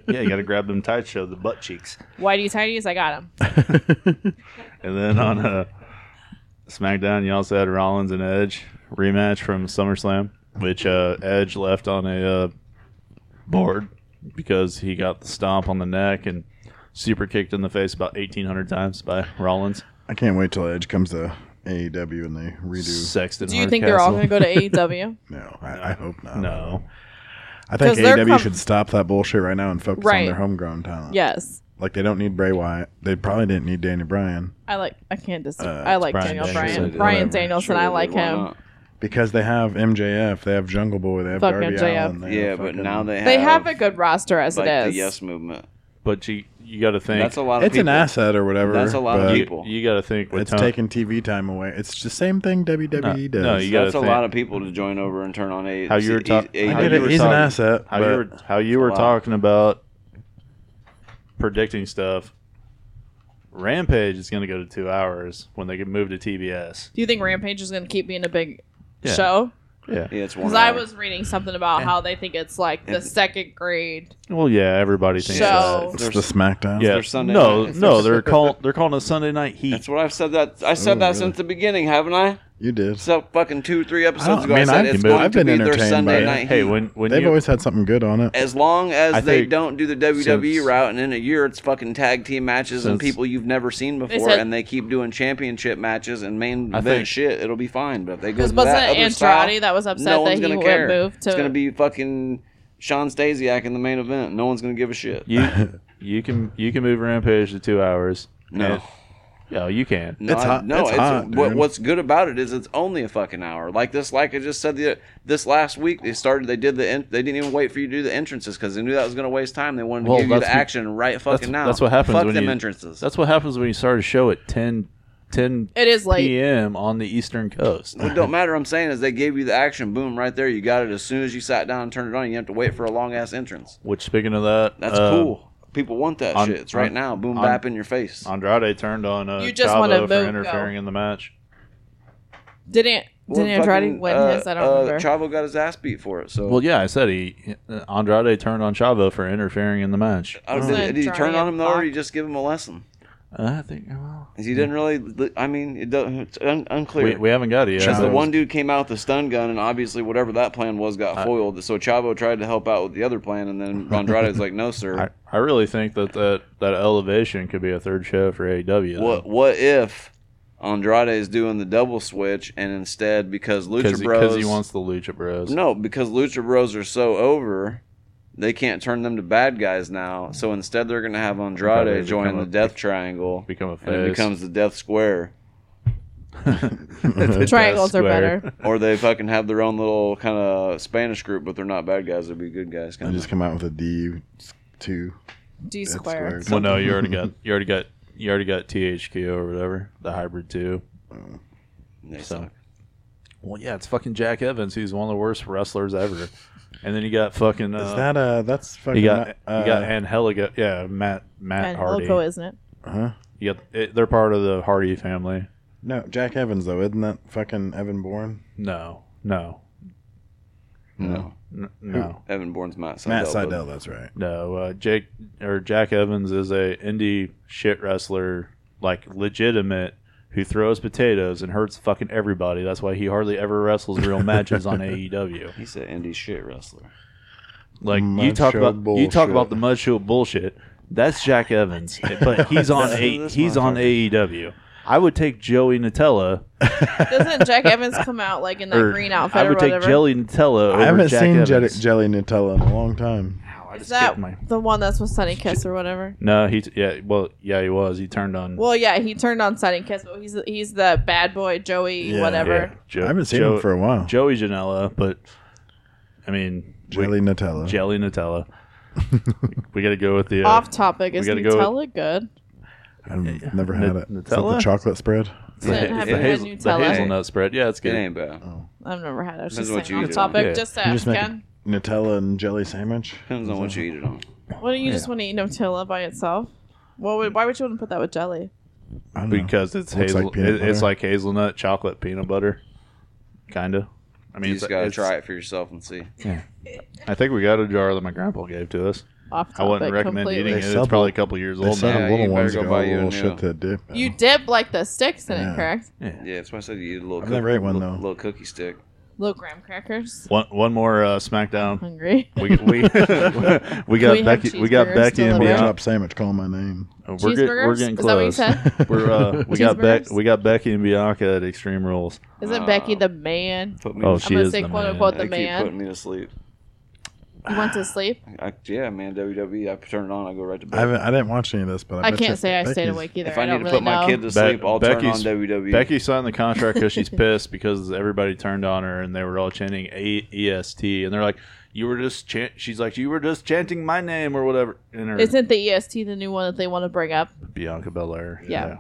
S3: Yeah, you got to grab them tight, show the butt cheeks,
S5: Whitey tighties, I got them.
S3: and then on uh, SmackDown, you also had Rollins and Edge rematch from SummerSlam, which uh, Edge left on a uh, board because he got the stomp on the neck and super kicked in the face about eighteen hundred times by Rollins.
S1: I can't wait till Edge comes to AEW and they redo.
S3: Sexton.
S5: Do you think they're all going to E go to AEW?
S1: No, I, I hope not.
S3: No.
S1: I think
S5: 'Cause they're
S1: AEW
S5: com-
S1: should stop that bullshit right now and focus on
S5: Right.
S1: their homegrown talent.
S5: yes.
S1: Like they don't need Bray Wyatt. They probably didn't need Danny Bryan
S5: I like. I can't just.
S1: Uh,
S5: I like
S3: Brian
S5: Daniel
S3: Danielson.
S5: Bryan.
S3: Sure
S5: Brian
S3: they did.
S5: Danielson. I like him.
S1: because they have MJF, they have Jungle Boy, they have
S5: Fuck
S1: Darby
S5: MJF.
S1: Allin. they
S2: Yeah,
S1: have
S2: but
S1: fucking-
S2: now they have,
S5: They have a good roster as
S2: like
S5: it
S2: the
S5: is.
S2: yes movement.
S3: But you you got to think
S2: That's a lot of
S1: it's an
S2: people.
S1: asset or whatever.
S2: That's a lot of
S1: but
S2: people.
S3: You got to think with
S1: It's
S3: Tony-
S1: taking TV time away. It's the same thing WWE does.
S3: no, you got-
S2: That's a
S3: gotta
S2: lot
S3: think.
S2: of people to join over and turn on A.
S3: How you were talk-
S2: A-
S1: I
S3: how
S1: get
S3: you
S1: it.
S3: were
S1: He's an
S3: talking-
S1: asset.
S3: how
S1: but
S3: you were how you were
S2: Wow.
S3: talking about predicting stuff. Rampage is going to go to two hours when they get moved to TBS.
S5: Do you think Rampage is going to keep being a big
S3: Yeah.
S5: show?
S3: Yeah.
S2: yeah, it's one.
S5: Because I
S2: hour.
S5: was reading something about how they think it's like the second grade.
S3: Well, yeah, everybody thinks
S5: So-
S3: that.
S1: it's
S2: there's-
S1: the SmackDown.
S3: Yeah.
S2: their Sunday
S3: no,
S2: night.
S3: no, they're call they're calling it Sunday Night
S2: That's
S3: Heat.
S2: what I've said. That I said
S1: Oh,
S2: that
S1: really?
S2: since the beginning, haven't I?
S1: you did.
S2: So fucking two, three episodes
S1: I
S2: ago, I,
S1: mean,
S2: said
S1: I
S2: it's
S1: can-
S2: going
S1: I've
S2: to
S1: been
S2: be their
S1: entertained by
S2: Sunday
S1: it.
S2: night.
S3: Hey,
S2: heat.
S3: when when
S1: They've
S3: you
S1: always had something good on it.
S2: as long as
S3: I
S2: they
S3: think-
S2: don't do the WWE
S3: since-
S2: route, and in a year it's fucking tag team matches and
S3: Since-
S2: people you've never seen before,
S5: said-
S2: and they keep doing championship matches and main
S3: I
S2: event
S3: think-
S2: shit, it'll be fine. But if they go
S5: Because
S2: to that
S5: wasn't it
S2: other
S5: Andrade
S2: style,
S5: that was upset
S2: no
S5: that
S2: one's
S5: he
S2: gonna
S5: would
S2: care.
S5: move to?
S2: It's gonna be fucking Sean Stasiak in the main event. No one's gonna give a shit.
S3: you you can you can move Rampage to two hours.
S2: No.
S3: And- yeah, you can.
S2: No,
S1: It's
S2: I-
S1: hot-
S2: No,
S1: it's
S2: it's,
S1: hot,
S2: what,
S1: dude.
S2: what's good about it is it's only a fucking hour. Like this, like I just said, the this last week they started. They did the. En- they didn't even wait for you to do the entrances because they knew that was going to waste time. They wanted to
S3: Well,
S2: give you the
S3: that's what-
S2: action right fucking
S3: That's,
S2: now.
S3: that's what happens
S2: Fuck
S3: when
S2: them
S3: you,
S2: entrances.
S3: That's what happens when you start a show at 10, 10
S5: It is late.
S3: p.m. on the Eastern Coast.
S2: It don't matter. I'm saying is they gave you the action. Boom, right there. You got it as soon as you sat down and turned it on. You have to wait for a long ass entrance.
S3: Which, speaking of that,
S2: That's
S3: uh,
S2: cool. People want that
S3: on-
S2: shit. It's right
S3: on-
S2: now. Boom,
S3: on-
S2: bap in your face.
S3: Andrade turned on uh,
S5: You just
S3: Chavo
S5: wanna
S3: for
S5: move,
S3: interfering in the match.
S5: Didn't
S2: Well,
S5: didn't Andrade
S2: fucking,
S5: win
S2: uh,
S5: his? I don't
S2: uh,
S5: remember.
S2: Chavo got his ass beat for it. So
S3: Well, yeah, I said he uh, Andrade turned on Chavo for interfering in the match.
S2: I don't-
S5: Wasn't
S2: did,
S5: it
S2: did he turn
S5: Johnny
S2: on him though, or
S5: Black?
S2: did he just give him a lesson?
S3: I think well,
S2: 'Cause He didn't really. li- I mean, it doesn't, it's un,
S3: we,
S2: unclear.
S3: we haven't got it yet.
S2: Because the
S3: Chavo's-
S2: one dude came out with the stun gun, and obviously whatever that plan was got foiled. So Chavo tried to help out with the other plan, and then Andrade's like, "No, sir.
S3: I, I really think that, that that elevation could be a third show for AEW. though.
S2: What what if Andrade is doing the double switch and instead because Lucha
S3: Because he, 'cause
S2: Bros
S3: he wants the Lucha Bros.
S2: No, because Lucha Bros are so over, they can't turn them to bad guys now. So instead they're gonna have
S3: Probably
S2: Andrade
S3: become
S2: join
S3: a-
S2: the Death Triangle
S3: become a
S2: and it
S3: face.
S2: becomes the Death Square.
S3: The
S5: Triangles are
S3: square.
S5: better.
S2: Or they fucking have their own little kind of Spanish group, but they're not bad guys. They'd be good guys.
S1: I
S2: Kind of.
S1: just come out with a D two.
S5: D
S1: That's
S5: square.
S1: squared.
S3: Well, no, you already got you already got you already got THQ or whatever the hybrid two.
S2: They
S3: So-
S2: suck.
S3: Well, yeah, it's fucking Jack Evans. He's one of the worst wrestlers ever. And then you got fucking. Uh,
S1: Is that uh? That's fucking.
S3: you got
S1: uh,
S3: you got Angelica. Yeah, Matt Matt
S5: And
S3: Hardy.
S5: Loco, isn't it?
S1: uh, huh?
S3: You got, it, they're part of the Hardy family.
S1: No, Jack Evans though, isn't that fucking Evan Bourne?
S3: No, no,
S2: No,
S3: n- no,
S2: Evan Bourne's Matt Seidel.
S1: Matt
S2: but-
S1: Seidel, that's right.
S3: no. Uh, Jake or Jack Evans is a indie shit wrestler, like legitimate, who throws potatoes and hurts fucking everybody. That's why he hardly ever wrestles real matches on AEW.
S2: He's an indie shit wrestler.
S3: Like you
S1: Mud
S3: talk
S1: show
S3: about you talk
S1: bullshit.
S3: about the mud show bullshit. That's Jack Evans, but he's on
S2: That's
S3: a,
S2: this
S3: he's on AEW. I would take Joey Nutella,
S5: Doesn't Jack Evans come out like in that
S3: or
S5: green
S3: I
S5: outfit or
S3: would take
S5: whatever?
S3: Jelly Nutella. Over
S1: I haven't
S3: Jack
S1: seen
S3: Evans.
S1: Jelly, Jelly Nutella in a long time.
S3: I
S4: Is
S3: skipped
S4: that
S3: my-
S4: the one that's with Sunny Kiss or whatever?
S3: No, he. T- yeah, well, yeah, he was. He turned on.
S4: Well, yeah, he turned on Sunny Kiss, but he's he's the bad boy Joey,
S1: Yeah.
S4: whatever.
S3: yeah, Jo-
S1: I haven't seen
S3: Jo-
S1: him for a while.
S3: Joey Janela, but I mean we-
S1: Jelly Nutella.
S3: Jelly Nutella. we got to go with the uh,
S4: Off topic
S3: We
S4: is
S3: gotta go
S4: Nutella good?
S1: I've never had
S3: Nut-
S1: it. Is that the
S3: Nutella?
S1: chocolate spread?
S4: So
S2: Yeah,
S4: it have
S2: it
S4: a
S2: has-
S4: good
S3: the
S4: Nutella.
S3: hazelnut spread. Yeah, it's
S2: It
S3: good.
S2: ain't bad.
S1: Oh,
S4: I've never had it. I was
S2: Depends
S4: just
S2: on what
S4: saying
S2: you
S4: off
S2: eat it
S4: topic.
S3: on.
S4: Just
S1: You
S4: ask
S1: just make
S4: Ken.
S1: Nutella and jelly sandwich.
S2: Depends on what you eat it on.
S4: Why don't you just want to eat Nutella by itself? Well, why would you want to put that with jelly?
S1: I don't know.
S3: because it's
S1: Looks like
S3: hazel.
S1: peanut
S3: it- it's
S1: butter.
S3: like hazelnut chocolate peanut butter, kind of. I mean,
S2: You
S3: it's-
S2: just gotta
S3: it's-
S2: try it for yourself and see.
S3: I think we got a jar that my grandpa gave to us.
S4: Off topic
S3: I wouldn't recommend
S4: completely.
S3: eating
S1: They
S3: it.
S1: sell
S3: It's probably a couple years
S1: they
S3: old
S1: said
S3: now.
S1: a
S2: Yeah, you
S1: little
S2: better
S1: ones
S2: go
S1: ago,
S2: buy
S1: a
S2: you a
S1: little
S2: new.
S1: shit to dip. in.
S4: You dip like the sticks in
S1: Yeah.
S4: it, correct?
S2: Yeah, that's why I said you eat a little.
S1: I've never ate one,
S2: little-
S1: though.
S2: Little cookie stick.
S4: Little graham crackers.
S3: One one more uh, SmackDown.
S4: Hungry.
S3: We we we got
S4: we Oh have
S3: Becky. We got
S4: cheeseburgers
S3: Becky
S4: still
S3: and
S1: Pork
S4: around?
S3: Bianca.
S1: chop sandwich. Call my name.
S3: We're, get- we're
S4: Cheeseburgers?
S3: getting
S4: Is that what you
S3: close.
S4: said?
S3: We're uh, we got Beck
S4: Cheeseburgers?
S3: we got Becky and Bianca at Extreme Rules.
S4: Isn't
S2: Uh,
S4: Becky the man?
S2: Put me.
S3: Oh,
S2: to
S3: she
S4: I'm gonna
S3: is
S4: say
S3: the
S4: quote
S3: man.
S4: unquote
S2: they
S4: the
S2: keep putting
S4: man.
S2: me to sleep.
S4: You went to sleep.
S2: I, yeah, man, WWE. I turn it on, I go right to
S1: I
S2: bed.
S1: haven't. I didn't watch any of this, but I,
S4: I
S1: bet you
S4: can't say I stayed
S1: Becky's-
S4: awake either.
S2: if I,
S4: I,
S2: need
S4: don't
S2: to
S4: really
S2: put my
S4: know.
S2: kid to
S3: Be-
S2: sleep, I'll
S3: Becky's-
S2: turn on E. WWE.
S3: Becky signed the contract because she's pissed because everybody turned on her and they were all chanting A- EST and they're like, "You were just chant." She's like, "You were just chanting my name or whatever." And her
S4: Isn't the EST the new one that they want to bring up?
S3: Bianca Belair.
S4: Yeah.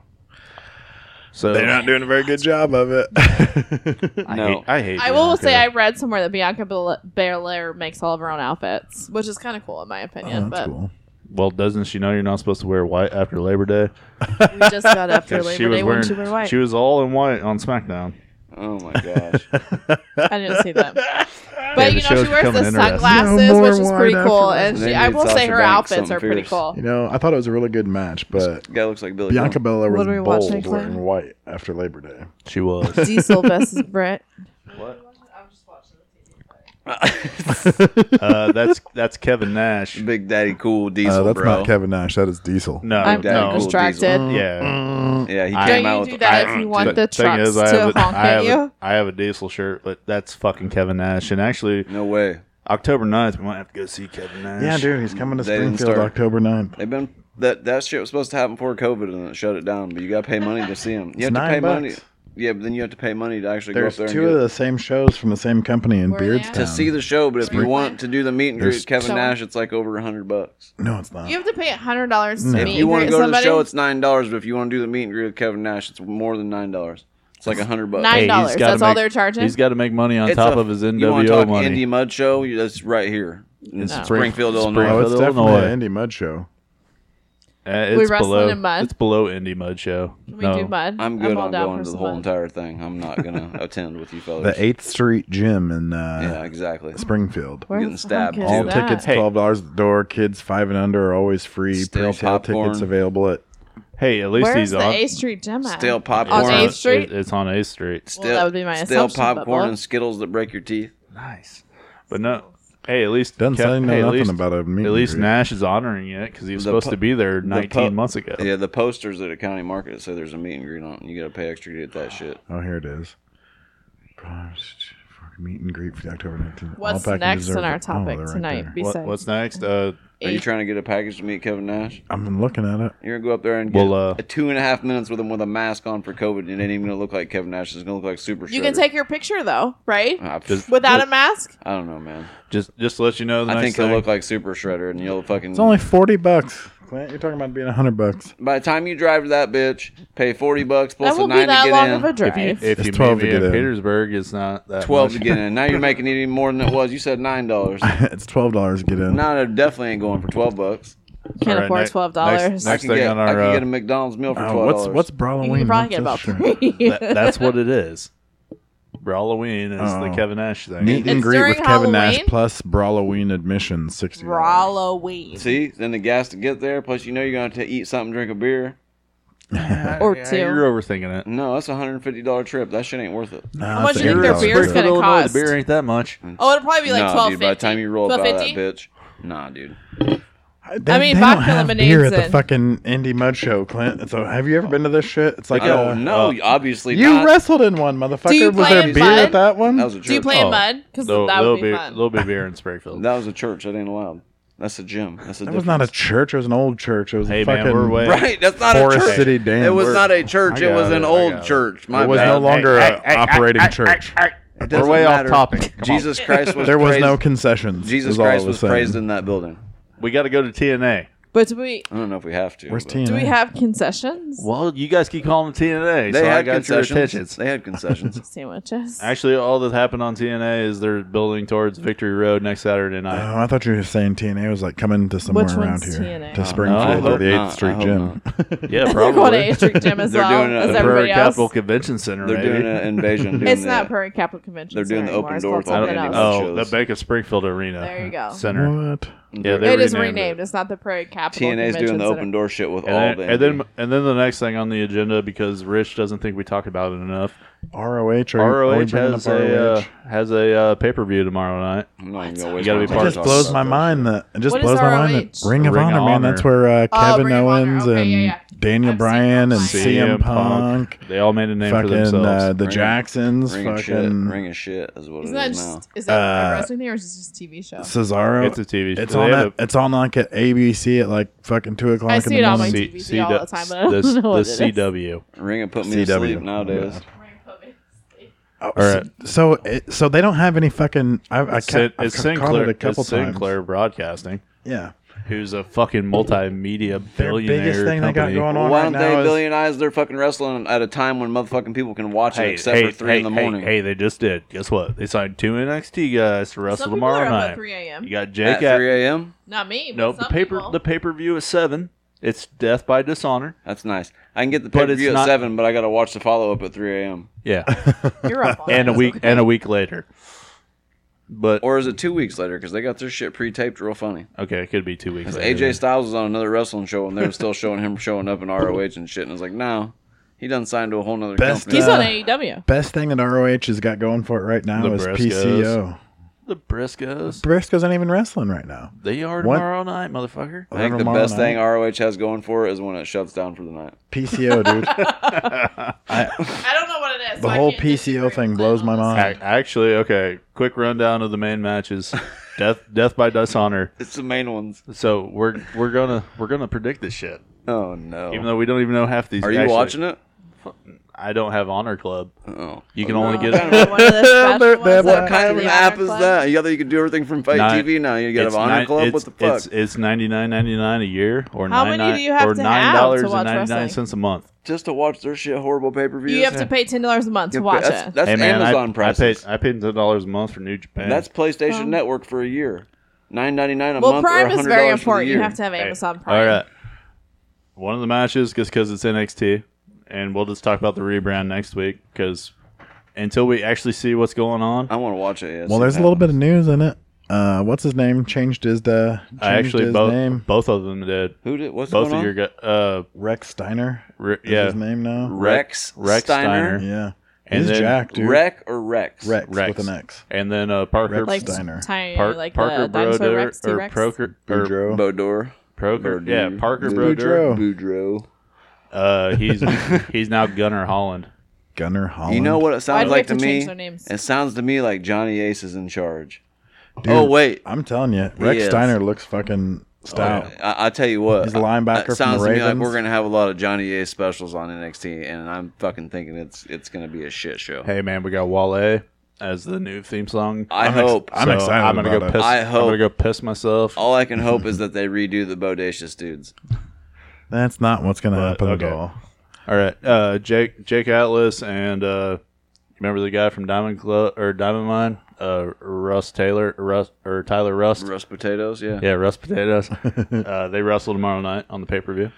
S3: So
S1: They're not doing a very good job of it.
S3: I
S2: No.
S3: hate. I, hate
S4: I will
S3: Bianca.
S4: say I read somewhere that Bianca Bel- Belair makes all of her own outfits, which is kind of cool in my opinion.
S1: Oh,
S4: but
S1: that's cool.
S3: Well, doesn't she know you're not supposed to wear white after Labor Day?
S4: we just got up for
S3: 'Cause
S4: Labor
S3: she was
S4: Day when
S3: wearing.
S4: she were white.
S3: She was all in white on SmackDown.
S2: Oh my gosh.
S4: I didn't see that.
S3: Yeah,
S4: But you
S3: the
S4: know
S3: show's
S4: she wears
S3: becoming
S4: the
S3: interesting.
S4: sunglasses,
S1: No more
S4: which is pretty
S1: wine
S4: cool.
S1: after
S4: And
S2: this. They
S4: she, I
S2: made
S4: will say
S2: Sasha
S4: her
S2: Banks
S4: outfits are
S2: something
S4: pretty
S2: fierce.
S4: cool.
S1: You know, I thought it was a really good match, but
S2: Guy looks like Billy.
S1: Bianca
S2: Gunn.
S1: Belair was
S4: What are we watching
S1: bold
S4: next
S1: wearing
S4: time?
S1: white after Labor Day.
S3: She was.
S4: Diesel versus Brett.
S3: uh, that's that's Kevin Nash.
S2: Big Daddy Cool Diesel,
S1: Uh, that's
S2: bro.
S1: not Kevin Nash. That is Diesel.
S3: No,
S4: I'm
S2: Daddy
S3: no.
S2: Cool Diesel.
S4: distracted.
S3: Yeah.
S2: Yeah, he
S3: I-
S2: came
S4: Don't
S2: out
S4: you
S2: with
S4: do that if you want the trucks
S3: I
S4: to
S3: have, a,
S4: honk
S3: I,
S4: at
S3: have a,
S4: you?
S3: I have a diesel shirt, but that's fucking Kevin Nash. And actually,
S2: No way.
S3: October 9th, we might have to go see Kevin Nash.
S1: Yeah, dude, he's coming to
S2: They didn't
S1: Springfield
S2: start.
S1: October 9th.
S2: They've been that that shit was supposed to happen before COVID and it shut it down. But you gotta pay money to see him. You have to
S1: nine
S2: pay
S1: bucks.
S2: money. Yeah, but then you have to pay money to actually
S1: There's
S2: go up there
S1: two
S2: and
S1: of
S2: get,
S1: the same shows from the same company in
S4: Where are they
S1: Beardstown.
S4: at?
S2: to see the show. But if you want to do the meet and greet
S1: There's-
S2: with Kevin
S4: So-
S2: Nash, it's like over a hundred bucks.
S1: no, it's not.
S4: You have to pay hundred dollars to
S2: If
S4: meet
S2: you
S4: and
S2: want to
S4: greet
S2: go to the
S4: somebody.
S2: show, it's nine dollars. But if you want to do the meet and greet with Kevin Nash, it's more than nine dollars. It's like a hundred bucks.
S4: Nine
S3: he's
S4: dollars.
S3: gotta
S4: That's all
S3: make-
S4: they're charging.
S3: He's got to make money on
S2: It's
S3: top
S2: a-
S3: of his
S2: you wanna
S3: NWO
S2: talk
S3: money.
S2: Indie Mud Show? You- That's right here. It's
S3: No.
S2: Springfield, Illinois.
S1: oh, it's
S3: Springfield,
S1: definitely
S3: Illinois.
S1: an Indie Mud show.
S3: Uh, it's
S4: wrestling
S3: below.
S4: in mud?
S3: It's below Indie Mud Show.
S4: Can we
S3: no.
S4: do mud.
S2: I'm good
S4: all
S2: on
S4: down
S2: going
S4: for
S2: to the
S4: some
S2: whole
S4: mud.
S2: entire thing. I'm not gonna attend with you fellas.
S1: The Eighth Street Gym in uh,
S2: yeah, exactly.
S1: Springfield.
S4: Where
S2: getting
S4: the fuck
S2: stabbed,
S4: is
S1: All
S2: dude.
S4: that?
S1: tickets twelve dollars at the door. Kids five and under are always free.
S2: Stale
S1: Pre-sale tickets
S2: popcorn.
S1: available at
S3: Hey, at least
S4: Where's
S3: he's
S4: the
S3: on.
S4: A Street gym at?
S2: Stale
S4: On
S2: popcorn.
S3: it's
S4: Eighth
S3: on-
S4: Street?
S3: it- it's on A Street.
S2: Stale,
S4: Well, that would be my
S2: stale
S4: assumption, but
S2: popcorn
S4: what?
S2: and Skittles that break your teeth.
S3: Nice, but no. Hey, at least
S1: Doesn't
S3: Kev-
S1: say no
S3: hey, at
S1: nothing
S3: least-
S1: about a meet
S3: At
S1: and
S3: least
S1: greet.
S3: Nash is honoring it because he was
S2: Mm-hmm. The
S3: supposed
S2: pu-
S3: to be there 19
S2: pu-
S3: months ago.
S2: Yeah, the posters at a county market that say there's a meet and greet on. it. You got to pay extra to get that shit.
S1: Oh, here it is. Promised for Meet and greet for the October 19th.
S4: What's
S1: All packages
S4: next
S1: are-
S4: on our
S1: oh,
S4: topic
S1: they're right
S4: tonight?
S1: there.
S3: What,
S4: Besides,
S3: what's next? Uh,
S2: Are you
S4: Eight.
S2: trying to get a package to meet Kevin Nash?
S1: I'm looking at it.
S2: You're gonna go up there and get
S3: Well, uh,
S2: a two and a half minutes with him with a mask on for COVID, and it ain't even gonna look like Kevin Nash. It's gonna look like Super.
S4: you can
S2: Shredder.
S4: take your picture though, right?
S2: Ah, pff,
S3: Does-
S4: Without a mask.
S2: I don't know, man.
S3: just just to let you know. The
S2: I
S3: next
S2: think
S3: thing.
S2: he'll look like Super Shredder, and you'll fucking.
S1: It's only forty bucks. Clint, you're talking about being hundred bucks.
S2: By the time you drive to that bitch, pay forty bucks plus
S4: That
S2: a
S4: will
S2: nine
S4: be
S2: to
S4: that
S2: get
S4: long
S2: in.
S4: of a drive.
S3: If you, if
S1: It's
S3: you
S1: 12
S3: 12
S1: to
S3: meet
S1: get
S3: me in
S1: in.
S3: Pittsburgh, it's not that
S2: Twelve to
S3: much.
S2: get in. Now you're making it even more than it was. You said nine dollars.
S1: it's twelve dollars to get in.
S2: No, no, definitely ain't going for twelve bucks.
S4: Can't
S3: All right,
S4: afford
S3: next-
S4: twelve dollars.
S2: I
S3: next-
S2: can
S3: thing
S2: get
S3: on our,
S2: I can
S3: uh,
S2: get a McDonald's meal for
S1: Uh,
S2: twelve
S1: what's
S2: dollars.
S1: what's Brawloween?
S4: You can probably
S1: What's this
S4: get about
S1: shit?
S4: three.
S3: That- that's what it is. Brawloween is
S1: Oh.
S3: the Kevin Nash thing.
S1: Meet and
S4: It's
S1: greet with
S4: during
S1: Kevin Nash
S4: Halloween?
S1: plus Brawloween admission sixty.
S4: Halloween
S2: See, then the gas to get there. Plus, you know you're gonna have to eat something, drink a beer.
S4: or
S3: Yeah,
S4: two.
S3: You're overthinking it.
S2: No, that's a hundred and fifty dollar trip. That shit ain't worth it.
S1: How
S4: much do you think their beer's
S3: Springfield,
S4: gonna
S3: Illinois,
S4: cost?
S3: The beer ain't that much.
S4: Oh, it'll probably be like
S2: nah,
S4: twelve
S2: dude.
S4: fifty.
S2: By the time you roll up out of that
S4: 1250?
S2: bitch, nah, dude.
S1: They,
S4: I mean,
S1: they don't
S4: vodka
S1: have
S4: lemonade's
S1: beer at the
S4: in.
S1: fucking Indie Mud Show, Clint. So, have you ever been to this shit? It's like,
S2: Yo,
S1: uh,
S2: no, obviously
S1: you
S2: not.
S1: wrestled in one, motherfucker.
S4: Do you
S1: was
S4: play
S1: there
S4: in
S1: beer
S4: mud?
S1: at that one?
S2: that was a church.
S4: Do you play
S3: Oh,
S4: in mud? Because
S3: There'll-
S4: that
S3: there'll
S4: would be fun.
S3: There'll be beer in Springfield.
S2: That was a church. That ain't allowed. That's a gym. That's a.
S1: Oh. That was not a
S2: difference.
S1: church. It was an old church. It was
S3: Hey,
S1: a
S3: man,
S1: fucking.
S3: we're way-
S2: Right, that's not a
S1: Forest
S2: church.
S1: City Dam.
S2: It was
S1: We're-
S2: not a church.
S3: I
S2: It
S3: got
S2: was
S3: it,
S2: an
S3: I
S2: old
S3: got it.
S2: church. My
S1: It was
S2: bad.
S1: no longer
S6: Hey,
S1: an
S6: hey, hey,
S1: operating
S6: hey,
S1: church.
S6: hey, hey.
S2: It
S3: We're
S2: doesn't
S3: way
S2: matter.
S3: off topic. Come on.
S2: Jesus Christ was.
S1: There was
S2: praised-
S1: no concessions.
S2: Jesus
S1: is all
S2: Christ
S1: it
S2: was
S1: saying.
S2: praised in that building.
S3: We got to go to TNA.
S5: But do we
S2: I don't know if we have to.
S1: Where's
S2: but-
S1: TNA?
S5: do we have concessions?
S3: Well, you guys keep calling them TNA.
S2: They
S3: so I
S2: had
S3: got your
S2: concessions.
S3: attentions.
S2: They had concessions.
S5: Sandwiches.
S3: Actually, all that happened on TNA is they're building towards Victory Road next Saturday night.
S1: Oh, I thought you were saying TNA was like coming to somewhere
S5: Which
S1: around
S5: one's
S1: here
S5: TNA?
S1: to
S2: Oh,
S1: Springfield
S3: no,
S1: or the
S2: they're
S1: Eighth
S2: not. I
S1: Street
S2: hope
S1: Gym.
S3: yeah,
S5: They're going to
S3: probably.
S5: H Gym as
S2: They're
S5: well
S2: doing it at
S5: as
S2: the
S5: everybody
S3: Prairie Capital
S5: else.
S3: Convention Center.
S2: They're
S3: maybe.
S2: doing an invasion. doing
S5: It's
S2: the-
S5: not Prairie Capital Convention.
S2: They're doing the
S5: Center
S2: open
S5: anymore. It's
S2: door
S5: called
S2: with all
S5: something
S2: the
S5: else.
S2: animals.
S3: Oh,
S2: shows.
S3: the Bank of Springfield Arena.
S5: There you go.
S3: Center.
S1: What?
S3: Yeah, they
S5: it is
S3: renamed it.
S5: renamed. It's not the Prairie Capital.
S2: TNA's doing
S5: Convention
S2: the
S5: Center.
S2: open door shit with all
S3: And,
S2: the
S3: then, and then and then the next thing on the agenda because Rich doesn't think we talk about it enough.
S1: ROH? Are, you- are we
S3: ROH
S1: bringing
S3: has
S1: up
S3: a
S1: ROH?
S3: uh, has a uh, pay per view tomorrow night.
S2: I'm not even gonna waste
S3: You gotta
S2: my
S3: be
S2: time
S1: It
S3: part of
S1: just
S2: talking
S3: Talk
S1: blows
S2: about
S1: my
S2: that
S1: mind that it just
S5: What is
S1: blows my mind that
S5: ROH?
S1: Ring of
S3: Ring of
S1: Honor, man.
S3: Honor.
S1: That's where uh, Kevin
S5: Oh, Ring of Honor.
S1: Owens
S5: Okay,
S1: and
S5: yeah, yeah.
S1: Daniel
S5: I've seen
S1: Bryan and
S5: Punk.
S1: CM Punk,
S3: They all made a name for
S1: fucking
S3: themselves.
S1: uh, the
S2: Ring of-
S1: Jacksons,
S2: Ring of shit.
S1: fucking
S2: Ring of shit is what
S5: Isn't
S2: it
S5: that
S2: is now.
S5: just is that
S1: Uh,
S5: a wrestling thing or is it just a TV show?
S1: Cesaro.
S3: it's a TV show.
S1: It's
S3: They
S1: on
S3: had
S1: at, it's on like at ABC at like fucking two o'clock.
S5: I
S1: in
S5: see
S1: the
S5: it on
S1: morning.
S5: my
S3: C-
S5: TV all the time, but I don't
S3: the,
S5: know what
S3: the
S5: it is.
S3: CW.
S2: Ring of put me to
S1: CW.
S2: sleep nowadays.
S1: Oh,
S3: All right.
S1: So it, so they don't have any fucking. I, I
S3: Sin-
S1: ca- I've
S3: it's
S1: ca-
S3: Sinclair.
S1: caught it a couple
S3: it's
S1: times.
S3: Sinclair Broadcasting,
S1: Yeah,
S3: who's a fucking multimedia
S1: their
S3: billionaire
S1: biggest thing they got
S3: company.
S1: going on
S2: Why
S1: right
S2: don't they
S1: now is
S2: billionize their fucking wrestling at a time when motherfucking people can watch it
S3: Hey,
S2: except
S3: hey,
S2: for three
S3: hey,
S2: in the
S3: hey,
S2: morning?
S3: Hey, they just did. Guess what? They signed two NXT guys to wrestle
S5: Some people
S3: tomorrow
S5: are up
S3: night.
S5: at 3 a.m.
S3: You got
S2: At
S3: Jake. At
S2: 3 a.m.
S5: Not me.
S3: no,
S5: but
S3: the
S5: some
S3: paper.
S5: people.
S3: The pay per view is seven. It's Death by Dishonor.
S2: That's nice. I can get the pay
S3: But
S2: per
S3: it's
S2: view at
S3: not-
S2: seven, but I gotta watch the follow up at 3 a.m.
S3: Yeah,
S5: You're up on
S3: and a
S5: it.
S3: week and a week later. But
S2: Or is it two weeks later? Because they got their shit pre taped real funny.
S3: okay, it could be two weeks.
S2: Because
S3: later.
S2: AJ Styles was on another wrestling show and they were still showing him showing up in ROH and shit. And I was like, no, he done signed to a whole nother
S1: Best
S2: company.
S5: He's
S1: uh,
S5: on E AEW.
S1: best thing that ROH has got going for it right now
S3: The
S1: is
S3: Briscoes.
S1: PCO.
S3: the Briscoes.
S1: Briscoe's not even wrestling right now.
S3: They are
S1: What?
S3: tomorrow night, motherfucker.
S2: I think the
S1: Tomorrow
S2: best
S1: night.
S2: thing ROH has going for it is when it shuts down for the night.
S1: PCO, dude.
S5: I don't know what it is.
S1: The whole PCO thing blows my mind.
S3: Ac- Actually, okay. Quick rundown of the main matches: Death, Death by Dishonor.
S2: It's the main ones.
S3: So we're we're gonna we're gonna predict this shit,
S2: Oh no.
S3: even though we don't even know half these.
S2: Are you watching it?
S3: I don't have Honor Club.
S2: Oh.
S3: You can only get
S5: One of the special
S1: They're-
S5: ones
S1: they're
S5: that
S1: what
S5: come
S2: What kind
S5: to
S2: of
S5: the
S2: an
S5: Honor
S2: app is
S5: Club.
S2: that? You got you can do everything from Fight
S3: Nine-
S2: TV now. You got
S3: it's
S2: have Honor
S3: nine-
S2: Club. What
S3: it's-
S2: the fuck?
S3: It's, it's ninety nine ninety nine a year, or
S5: How many
S3: 99
S5: do you have
S3: or
S5: to
S3: nine
S5: have
S3: dollars
S5: to watch
S3: and ninety nine
S5: wrestling?
S3: cents a month.
S2: Just to watch their shit horrible pay per views.
S5: You have to pay ten dollars a month to watch
S2: that's,
S5: it.
S2: That's
S3: hey man, I-
S2: Amazon
S3: I,
S2: prices.
S3: paid I paid ten dollars a month for New Japan.
S2: that's PlayStation Network for a year. Nine ninety nine a
S5: Well,
S2: month.
S5: Prime
S2: or $100
S5: is very
S2: for the
S5: important. You
S2: year.
S5: have to have
S3: Hey,
S5: Amazon Prime.
S3: All right, one of the matches just because it's NXT, and we'll just talk about the rebrand next week because until we actually see what's going on,
S2: I want to watch it. Yeah,
S1: Well, there's a little bit of news in it. Uh, what's his name? Changed his uh, changed
S3: I actually
S1: his
S3: both
S1: name.
S3: both of them did.
S2: Who did? What's
S3: Both
S2: going
S3: of
S2: on?
S3: your gu- uh
S1: Rex Steiner.
S3: re-
S1: Is
S3: yeah
S1: his name now.
S2: Rex
S3: Rex
S2: Steiner.
S3: Steiner.
S1: Yeah,
S3: And
S1: he's
S3: then-
S1: Jack, dude.
S2: Rex or Rex?
S1: Rex,
S3: Rex.
S1: with an X.
S3: and then uh Parker
S1: Rex
S5: like
S1: Steiner.
S5: tiny,
S3: Par-
S5: like
S3: Parker
S5: the dinosaur
S3: Broder
S5: Rex,
S3: or
S5: T-Rex.
S3: Proker or
S1: Boudreaux.
S2: Bodor.
S3: Proker
S2: Broder.
S3: yeah Parker Broder.
S1: Boudreaux.
S2: Boudreaux.
S3: Uh, he's he's now Gunnar Holland.
S1: Gunnar Holland.
S2: You know what it
S5: Why
S2: sounds
S5: do we
S2: like to
S5: have to
S2: me?
S5: change their names?
S2: It sounds to me like Johnny Ace is in charge.
S1: Dude,
S2: oh wait,
S1: I'm telling you, Rex
S2: is.
S1: Steiner looks fucking
S3: Oh,
S1: stout.
S2: I, I tell you what,
S1: He's a linebacker
S2: it
S1: from the
S2: sounds to me like
S1: Ravens.
S2: we're gonna have a lot of Johnny Ace specials on NXT, and I'm fucking thinking it's it's gonna be a shit show.
S3: Hey man, we got Wale as the new theme song.
S2: I
S1: ex-
S2: hope.
S1: I'm excited
S3: I'm gonna
S1: about
S3: go
S1: it.
S3: piss.
S2: I
S3: I'm
S2: hope-
S3: gonna go piss myself.
S2: all I can hope is that they redo the bodacious dudes.
S1: That's not what's going to
S3: But,
S1: happen
S3: okay.
S1: at all.
S3: All right, uh, Jake Jake Atlas and uh, remember the guy from Diamond Club or Diamond Mine, uh, Russ Taylor, Russ or Tyler Rust.
S2: Roast potatoes, yeah.
S3: Yeah, Russ Potatoes. uh, they wrestle tomorrow night on the pay per view.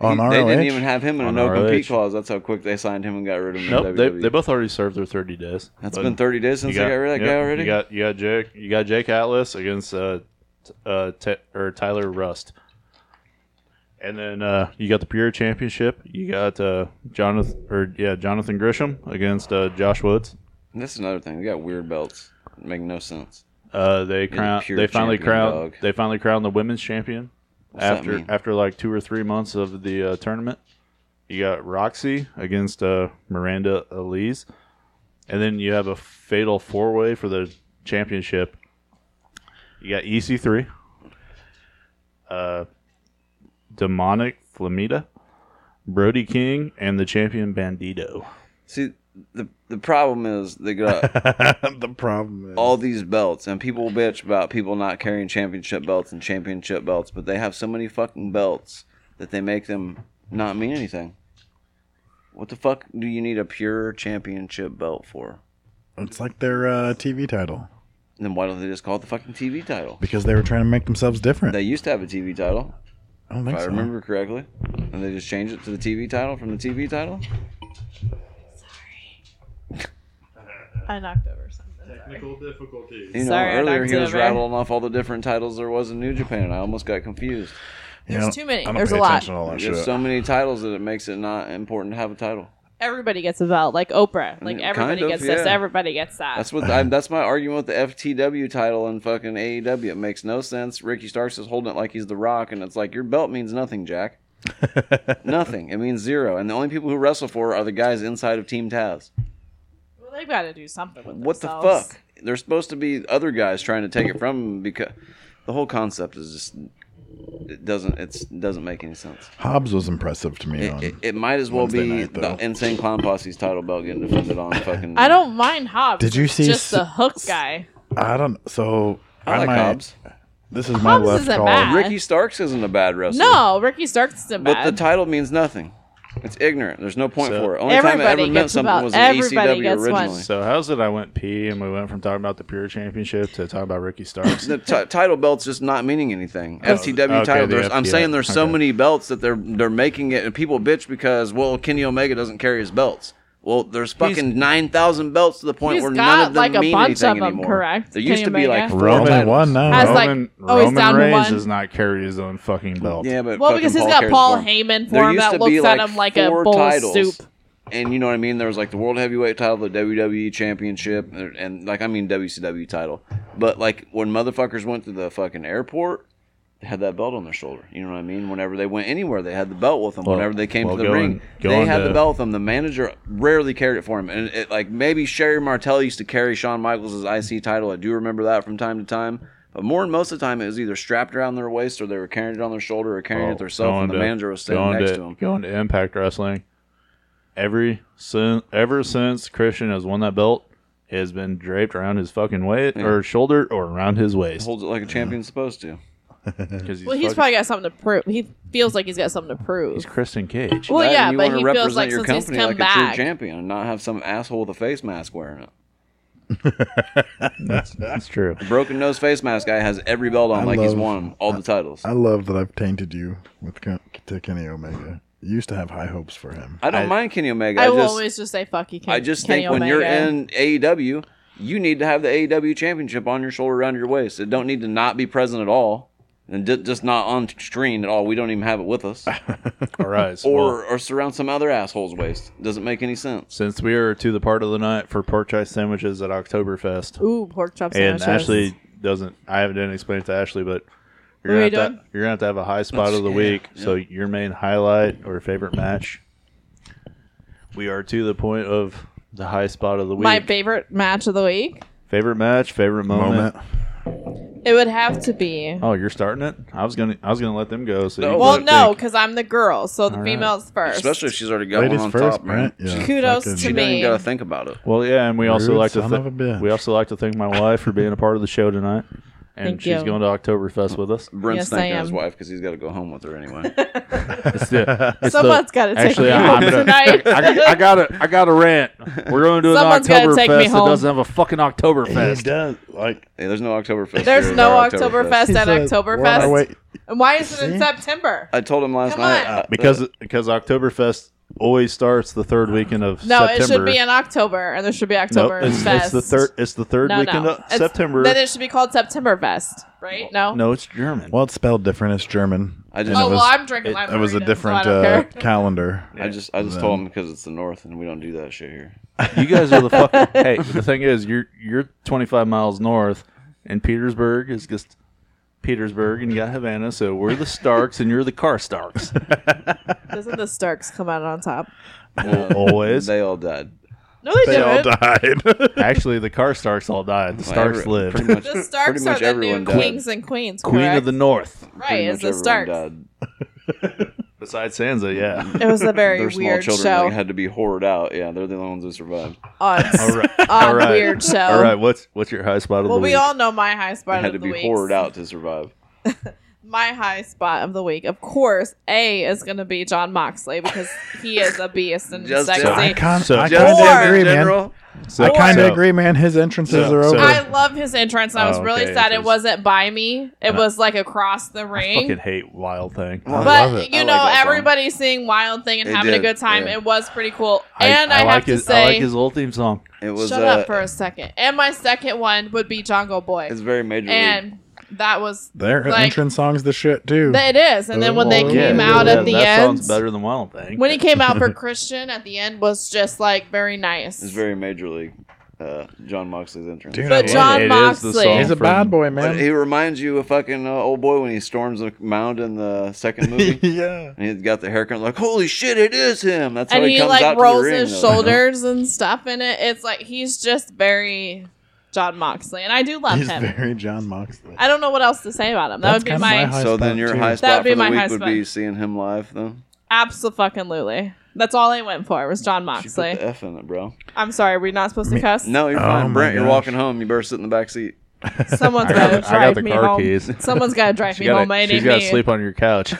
S1: On
S2: He-
S1: ROH,
S2: they didn't even have him in a
S3: On
S2: no compete
S3: ROH.
S2: clause. That's how quick they signed him and got rid of him. in E.
S3: Nope, they,
S2: WWE.
S3: they both already served their thirty days.
S2: That's
S3: E. That's
S2: been 30 days since they got rid of that guy already.
S3: You got you got Jake you got Jake Atlas against uh, t- uh t- or Tyler Rust, and then uh, you got the Pure Championship. You got uh, Jonathan or yeah Jonathan Grisham against uh, Josh Woods.
S2: That's another thing. We got weird belts. Make no sense.
S3: Uh, they crown.
S2: pure
S3: They finally
S2: champion,
S3: crowned.
S2: dog.
S3: They finally crowned the women's champion
S2: that
S3: after
S2: mean?
S3: after like two or three months of the uh, tournament. You got Roxy against uh, Miranda Elise, and then you have a fatal four way for the championship. You got EC3, E uh, Demonic Flamita, Brody King, and the champion Bandito.
S2: See, the the problem is they got
S1: the problem is
S2: all these belts, and people bitch about people not carrying championship belts and championship belts, but they have so many fucking belts that they make them not mean anything. What the fuck do you need a pure championship belt for?
S1: it's like their uh, TV title
S2: Then why don't they just call it the fucking TV title?
S1: because they were trying to make themselves different.
S2: They used to have a TV title,
S1: I don't
S2: if
S1: think
S2: I
S1: so.
S2: remember correctly, and they just changed it to the TV title from the TV title.
S5: I knocked over something.
S3: Technical difficulties.
S2: You know,
S5: Sorry, I
S2: earlier
S5: knocked
S2: he
S5: it
S2: was
S5: over.
S2: rattling off all the different titles there was in New Japan, and I almost got confused.
S1: You
S5: There's
S1: know,
S5: too many.
S1: I don't
S5: There's
S1: pay
S5: a lot.
S1: attention to all that
S2: There's
S1: shit.
S2: so many titles that it makes it not important to have a title.
S5: Everybody gets a belt, like Oprah. Like
S2: Mm,
S5: everybody
S2: kind of,
S5: gets this.
S2: yeah.
S5: Everybody gets that.
S2: That's what I, that's my argument with the FTW title and fucking AEW. It makes no sense. Ricky Starks is holding it like he's the Rock, and it's like your belt means nothing, Jack. nothing. It means zero. And the only people who wrestle for are the guys inside of Team Taz.
S5: well, they've got to do something with
S2: What the
S5: themselves.
S2: fuck? They're supposed to be other guys trying to take it from them because the whole concept is just it doesn't it's doesn't make any sense.
S1: Hobbs was impressive to me. on,
S2: It, it, it might as well
S1: Wednesday
S2: be
S1: night,
S2: the
S1: though.
S2: insane clown posse's title belt getting defended on fucking.
S5: I don't mind Hobbs.
S1: Did you
S5: It's
S1: see
S5: just
S1: s-
S5: the hook guy?
S1: I don't. So
S2: I like
S1: might-
S2: Hobbs.
S1: This is my
S5: Hobbs
S1: left
S5: isn't
S1: call.
S5: bad.
S2: Ricky Starks isn't a bad wrestler.
S5: No, Ricky Starks isn't
S2: but
S5: bad.
S2: the title means nothing. It's ignorant. There's no point
S3: So-
S2: for it. Only time it
S5: Everybody
S2: ever meant
S5: gets
S2: something
S5: about-
S2: was in
S5: everybody
S2: ECW
S5: gets one.
S2: originally.
S3: So how's it? I went P, and we went from talking about the pure championship to talking about Ricky Starks.
S2: The t- title belt's just not meaning anything. FTW
S3: okay,
S2: title.
S3: the
S2: There's, I'm
S3: FTW,
S2: saying there's so
S3: okay.
S2: many belts that they're they're making it, and people bitch because well, Kenny Omega doesn't carry his belts. Well, there's fucking nine thousand belts to the point
S5: He's
S2: where none
S5: got,
S2: of them
S5: like, a
S2: mean
S5: bunch of
S2: anything
S5: them,
S2: anymore.
S5: correct?
S2: There used
S5: Kenny
S2: to be like
S5: Omega?
S2: four
S1: Roman
S2: titles.
S1: won now.
S5: I was like,
S3: Roman,
S5: oh, he's down
S3: Roman
S5: to
S3: Reigns
S5: one.
S3: does not carry his own fucking belt.
S2: Yeah, but
S5: well,
S2: fucking
S5: because he's
S2: Paul
S5: got
S2: carries
S5: Paul
S2: one.
S5: Heyman
S2: There
S5: for him
S2: used
S5: that
S2: to
S5: looks
S2: be,
S5: at him like a
S2: four
S5: bowl of
S2: titles.
S5: soup.
S2: And you know what I mean? There was like the World Heavyweight title, the WWE Championship, and, and, like I mean WCW title. But like when motherfuckers went to the fucking airport, they had that belt on their shoulder. You know what I mean? Whenever they went anywhere, they had the belt with them.
S3: Well-
S2: Whenever they came
S3: well,
S2: to the
S3: going-
S2: ring, they
S3: going
S2: had
S3: to-
S2: the belt with them. The manager rarely carried it for him. And it, like maybe Sherry Martel used to carry Shawn Michaels' IC title. I do remember that from time to time. But more and most of the time, it was either strapped around their waist or they were carrying it on their shoulder or carrying it
S1: Oh,
S2: themselves, and the manager was standing
S3: going
S2: next
S3: to,
S2: to him.
S3: Going to Impact Wrestling. Every since ever since Christian has won that belt, it has been draped around his fucking waist or shoulder or around his waist.
S2: holds it like a champion's supposed to.
S3: 'Cause he's
S5: Well, he's
S3: fucking-
S5: probably got something to prove. He feels like he's got something to prove.
S3: he's Christian Cage.
S5: Well,
S2: That,
S5: yeah,
S2: and you
S5: but
S2: wanna
S5: he
S2: represent
S5: feels like
S2: your
S5: since he's
S2: company
S5: come
S2: like a
S5: back,
S2: true champion and not have some asshole with a face mask wearing it.
S3: That's, that's true.
S2: Broken nose face mask guy has every belt on
S1: I
S2: like he's
S1: love-
S2: won all the titles.
S1: I love that I've tainted you with Ken- to Kenny Omega. You used to have high hopes for him.
S2: I don't mind Kenny Omega. I,
S5: I will
S2: just
S5: always just say fuck you. Ken,
S2: I just
S5: Kenny
S2: think when you're
S5: Omega.
S2: in AEW, you need to have the AEW championship on your shoulder around your waist. It don't need to not be present at all. And ju- just not on screen at all. We don't even have it with us,
S1: Ah,
S3: All right. so-
S2: or or surround some other asshole's waist. Doesn't make any sense.
S3: since we are to the part of the night for pork chops sandwiches at Oktoberfest,
S5: ooh pork chop
S3: and
S5: sandwiches.
S3: Ashley doesn't, I haven't didn't explain it to Ashley, but
S5: What are
S3: you're gonna, have
S5: we
S3: to,
S5: doing?
S3: you're gonna have to have a high spot of the week. So your main highlight or favorite match. We are to the point of the high spot of the week.
S5: my favorite match of the week.
S3: favorite match, favorite moment.
S1: Moment.
S5: It would have to be.
S3: Oh, you're starting it. I was gonna, I was gonna let them go. So
S2: No.
S3: you
S5: well,
S3: can
S5: no,
S3: think.
S5: because I'm the girl, so the
S3: All right.
S5: females first.
S2: Especially if she's already got
S1: Ladies
S2: one on
S1: first,
S2: top, man.
S1: Brent. Yeah,
S5: Kudos
S1: fucking-
S5: to
S2: She
S5: me.
S2: don't even
S5: Me.
S2: gotta think about it.
S3: Well, yeah, and we also
S1: Rude
S3: like to
S1: son
S3: thi-
S1: of a bitch.
S3: we also like to thank my wife for being a part of the show tonight, and
S5: Thank
S3: she's
S5: you.
S3: going to Oktoberfest with us.
S2: Brent's
S5: Yes, I
S2: thanking his
S5: am.
S2: wife because he's got to go home with her anyway.
S3: It's the, it's the-
S5: Someone's got to take
S3: actually,
S5: me
S3: I'm
S5: home
S3: gonna-
S5: tonight.
S3: I, got- I got a, I got a rant. We're going to do an
S5: Someone's gotta
S3: Oktoberfest
S5: take me
S3: that
S5: home.
S3: doesn't have a fucking
S1: He
S3: Oktoberfest.
S1: does like.
S2: Hey, there's no Oktoberfest.
S5: There's
S2: here,
S5: no
S2: our
S5: Oktoberfest
S1: he
S5: at
S1: says, "We're on our
S5: Oktoberfest.
S1: way-
S5: And why is it in September?
S2: I told him last
S5: Come
S2: night.
S5: on.
S2: uh,
S3: Because because Oktoberfest always starts the third weekend of
S5: No,
S3: September.
S5: it should be in October, and there should be
S3: Nope,
S5: October
S3: it's, it's
S5: Fest.
S3: the third. It's the third
S5: No,
S3: weekend
S5: no.
S3: of
S5: It's-
S3: September.
S5: Then it should be called September Fest, right? No.
S3: no, it's German.
S1: Well, it's spelled different. It's German.
S2: I just-
S1: And
S5: Oh
S1: it was,
S5: well, I'm drinking.
S3: it-
S5: my
S1: it was
S5: margarita,
S1: a
S5: so
S1: different
S5: I don't
S1: uh,
S5: care.
S1: calendar.
S2: I just, I just told him because it's the North and we don't do that shit here.
S3: you guys are the fucking. hey, the thing is, you're you're 25 miles north, and Petersburg is just Petersburg, and you got Havana. So we're the Starks, and you're the Car Starks.
S5: Doesn't the Starks come out on top?
S2: Well,
S3: Always.
S2: they all died.
S4: No, they,
S1: They all
S4: didn't.
S1: died.
S3: Actually, the car Starks all died. The
S2: Well,
S3: Starks
S2: every-
S3: lived.
S2: Pretty much,
S4: The Starks
S2: pretty much
S4: are the new
S2: everyone died.
S4: kings and queens.
S3: Queen
S4: correct?
S3: of the North.
S4: right
S2: Pretty
S4: is
S2: much
S4: the
S2: everyone
S4: Starks.
S2: died.
S3: Besides Sansa, yeah.
S4: It was a very
S2: Their small
S4: weird
S2: children
S4: show.
S2: like, had to be hoarded out. Yeah, they're the only ones who survived.
S4: Odd,
S3: All right.
S4: odd
S3: All right.
S4: Ah, weird show.
S3: All right. What's what's your high spot of
S4: Well,
S3: the week?
S4: we all know my high spot
S2: They had
S4: of
S2: to be
S4: the week.
S2: hoarded out to survive.
S4: My high spot of the week, of course, A is going to be John Moxley because he is a beast and
S2: Just
S4: sexy.
S2: John.
S1: I, kind
S3: So-
S1: I kind
S3: Just
S4: in
S1: of agree, man.
S2: General,
S3: So-
S1: I kind of
S3: so-
S1: agree, man. His entrances
S3: So-
S1: are over.
S3: so-
S4: I love his entrance. and I was
S3: Oh,
S4: really
S3: okay,
S4: sad it
S3: entrance.
S4: wasn't by me. It
S3: Uh,
S4: was like across the
S3: I
S4: ring.
S3: fucking hate Wild Thing.
S2: Well, I
S4: but
S1: love it.
S2: I
S4: you
S2: like
S4: know,
S2: that song.
S4: everybody seeing Wild Thing and
S2: It
S4: having
S2: did,
S4: a good time.
S2: yeah.
S4: It was pretty cool. and I, have
S3: like
S4: to
S3: his,
S4: say,
S3: I like his old theme song.
S2: it was.
S4: shut
S2: uh,
S4: up for a second. And my second one would be Jungle Boy,
S2: It's very major. league.
S4: and that was
S1: Their
S4: Like-
S1: entrance song's the shit too.
S4: that. It is. And then when they
S1: Yeah,
S4: came
S1: yeah,
S4: out
S1: yeah,
S4: at the
S3: that
S4: end,
S3: sounds better than Wild Thing.
S4: when he came out for Christian at the end, was just like very nice.
S2: It's very major league. Uh, John Moxley's entrance.
S1: Dude,
S4: but
S1: It-
S4: John
S3: it is the
S4: Moxley,
S3: song.
S1: He's a bad boy,
S2: But
S1: man.
S2: he reminds you of fucking uh, old boy when he storms the mound in the second movie.
S1: yeah.
S2: And he's got the haircut like, holy shit, it is him. That's how
S4: and
S2: he,
S4: he
S2: comes out
S4: like
S2: to
S4: rolls
S2: the ring,
S4: his
S2: though.
S4: shoulders and stuff in it. It's like he's just very John Moxley, and I do love
S1: He's
S4: him.
S1: very John Moxley.
S4: I don't know what else to say about him. That
S1: That's
S4: would be
S1: kinda
S4: my,
S1: my high
S2: So
S1: spot,
S2: then your
S1: too.
S2: high
S4: That
S2: spot
S4: would be
S2: for the
S4: my high
S2: week would be
S4: spot.
S2: seeing him live, then.
S4: absolutely. That's all I went for was John
S2: She put
S4: Moxley.
S2: the F in it, bro.
S4: I'm sorry, we're not supposed to cuss.
S2: No, you're
S1: Oh
S2: fine.
S1: my
S2: Brent, you're
S1: gosh.
S2: walking home. You better sit in the back seat.
S4: someone's
S3: I got,
S4: gotta
S3: the- I got
S4: drive
S3: the
S4: me
S3: car
S4: home.
S3: keys.
S4: Someone's gotta drive
S3: She
S4: me home.
S3: gotta,
S4: I
S3: she's
S4: need
S3: got to
S4: me.
S3: sleep on your couch.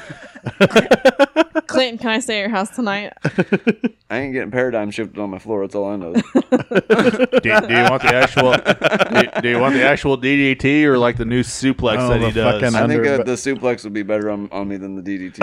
S4: Clinton, can I stay at your house tonight?
S2: I ain't getting paradigm shifted on my floor. That's all I know.
S3: do, you- do you want the actual? Do, do you want the actual DDT or like the new suplex
S1: Oh,
S3: that he
S1: the
S3: does?
S1: fucking-
S2: I think
S1: Under-
S2: uh, the suplex would be better on, on me than the DDT.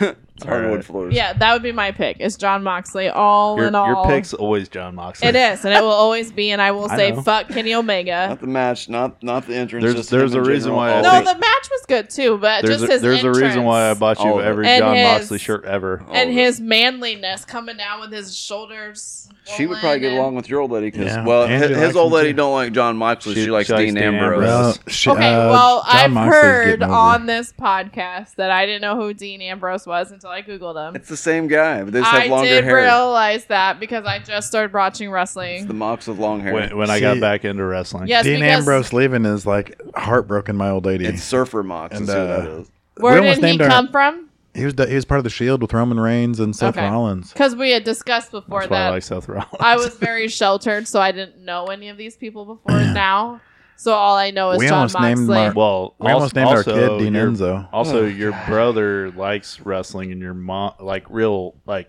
S2: would. it's hardwood
S3: right.
S2: floors.
S4: yeah, that would be my pick. It's John Moxley. All
S3: your,
S4: in all,
S3: your pick's always John Moxley.
S4: it is, and it will always be. And I will
S3: I
S4: say,
S3: know.
S4: fuck Kenny Omega.
S2: Not the match, not not the entrance.
S3: There's-
S2: just
S3: there's
S2: him in
S3: a reason
S2: general,
S3: why I
S2: all
S4: No,
S2: of
S4: the match was good too, but
S3: There's,
S4: just
S3: a,
S4: his
S3: there's a reason why I
S4: entrance
S3: bought you
S2: All of it.
S3: every
S4: And
S3: John
S4: his-
S3: Moxley shirt ever.
S2: all
S4: and
S2: of it.
S4: his manliness coming down with his shoulders.
S2: She would
S4: rolling
S2: probably get
S4: and-
S2: along with your old lady because,
S1: Yeah,
S2: well,
S1: Angie
S2: his,
S1: likes
S2: his old
S1: him
S2: lady
S1: too.
S2: don't like John Moxley. She,
S3: She-
S2: likes
S3: she likes
S2: Dean
S3: Dean
S2: Ambrose.
S3: Ambrose.
S1: Well,
S3: Yes.
S1: sh-
S4: Okay,
S1: uh,
S4: well,
S1: John
S4: I've
S1: Moxley's
S4: heard
S1: getting over
S4: on this podcast that I didn't know who Dean Ambrose was until I Googled him.
S2: It's the same guy, but they just have
S4: I
S2: longer
S4: did
S2: hair.
S4: realize that because I just started watching
S2: It's
S4: wrestling.
S2: the Mox with long hair.
S3: When, when I got
S1: See-
S3: back into wrestling,
S4: yes,
S1: Dean
S4: because
S1: Ambrose leaving is like heartbroken. My old lady.
S2: It's Surfer Mox.
S1: And,
S2: is who
S1: uh,
S2: that is.
S4: Where
S1: We almost
S4: did he
S1: named our-
S4: come from?
S1: he was the, he was part of the Shield with Roman Reigns and Seth
S4: Okay.
S1: Rollins.
S4: Because we had discussed before
S3: that's why I
S4: that
S3: like Seth Rollins.
S4: I was very sheltered, so I didn't know any of these people before now. So all I know is
S1: We
S4: John
S1: almost named
S4: Moxley.
S1: Mark-
S3: well,
S1: We almost
S3: als-
S1: named our
S3: also
S1: kid Dean
S3: your-
S1: Enzo.
S2: Oh,
S3: Also, your brother likes wrestling, and your mom like real like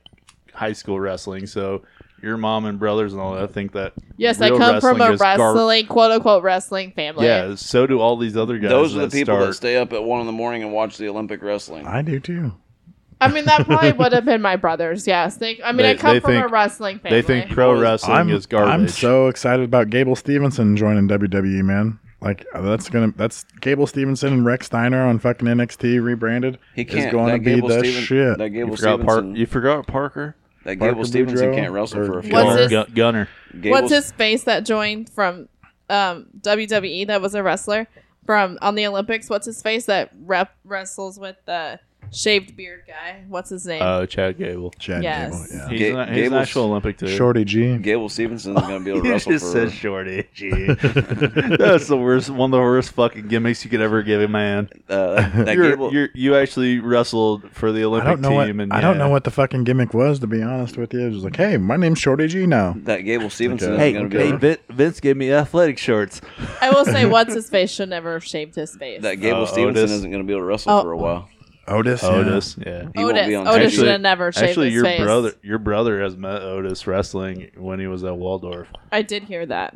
S3: high school wrestling. So your mom and brothers and all that think that.
S4: yes, I
S3: real
S4: come from a
S3: is gar-
S4: wrestling, quote unquote, wrestling family.
S3: yeah, so do all these other guys.
S2: Those are the
S3: that
S2: people that
S3: start-
S2: stay up at one in the morning and watch the Olympic wrestling.
S1: I do too.
S4: I mean, that probably would have been my brothers. Yes, they. I mean,
S3: They-
S4: I come
S3: they
S4: from a
S3: think-
S4: wrestling family.
S3: They think pro
S2: Boys,
S3: wrestling
S1: I'm
S3: is garbage.
S1: I'm so excited about Gable Stevenson joining WWE, man. Like uh, that's gonna that's Gable Stevenson and Rex Steiner on fucking NXT rebranded.
S2: he can't.
S1: is going
S2: that
S1: to be
S2: Gable
S1: the
S2: Steven-
S1: shit.
S2: That Gable
S3: you forgot, Par-
S2: Stevenson.
S3: you forgot Parker.
S2: that
S1: Parker
S2: Gable Stevenson
S1: Boudreaux
S2: can't wrestle
S1: or
S2: for a few.
S1: What's
S2: hours.
S4: his-
S3: Gun- Gunner.
S2: Gable-
S4: What's his face that joined from um, WWE that was a wrestler from on the Olympics? What's his face that rep wrestles with the shaved beard guy? What's his name?
S3: Uh, Chad Gable.
S1: Chad
S4: Yes.
S1: Gable, yeah.
S3: He's,
S2: Ga-
S3: an, he's an
S2: Gable's-
S3: actual Olympic too.
S1: Shorty G.
S2: Gable Stevenson's going to be able to
S3: He
S2: wrestle
S3: just
S2: for.
S3: says shorty. Gee. That's the worst. One of the worst fucking gimmicks you could ever give a man.
S2: Uh, that, that
S3: You're,
S2: Gable.
S3: you're, you actually wrestled for the
S1: I
S3: Olympic
S1: don't know
S3: team,
S1: what
S3: and
S1: I don't
S3: yeah.
S1: know what the fucking gimmick was to be honest with you. It was like, hey, my name's Shorty G now.
S2: that Gable Stevenson
S1: Okay.
S2: is going to be.
S1: Hey,
S2: able-
S1: Vin-
S3: Vince gave me athletic shorts.
S4: I will say, what's his face should never have shaved his face.
S2: That Gable
S3: Uh,
S2: Stevenson
S3: Otis.
S2: isn't going to be able to wrestle
S4: Oh.
S2: for a while.
S1: Otis. yeah.
S3: Otis, yeah.
S2: He won't be
S4: Otis,
S2: on
S4: Otis
S2: TV.
S4: should have never shaved
S3: Actually,
S4: his
S3: your
S4: face.
S3: brother, your brother has met Otis wrestling when he was at Waldorf.
S4: I did hear that.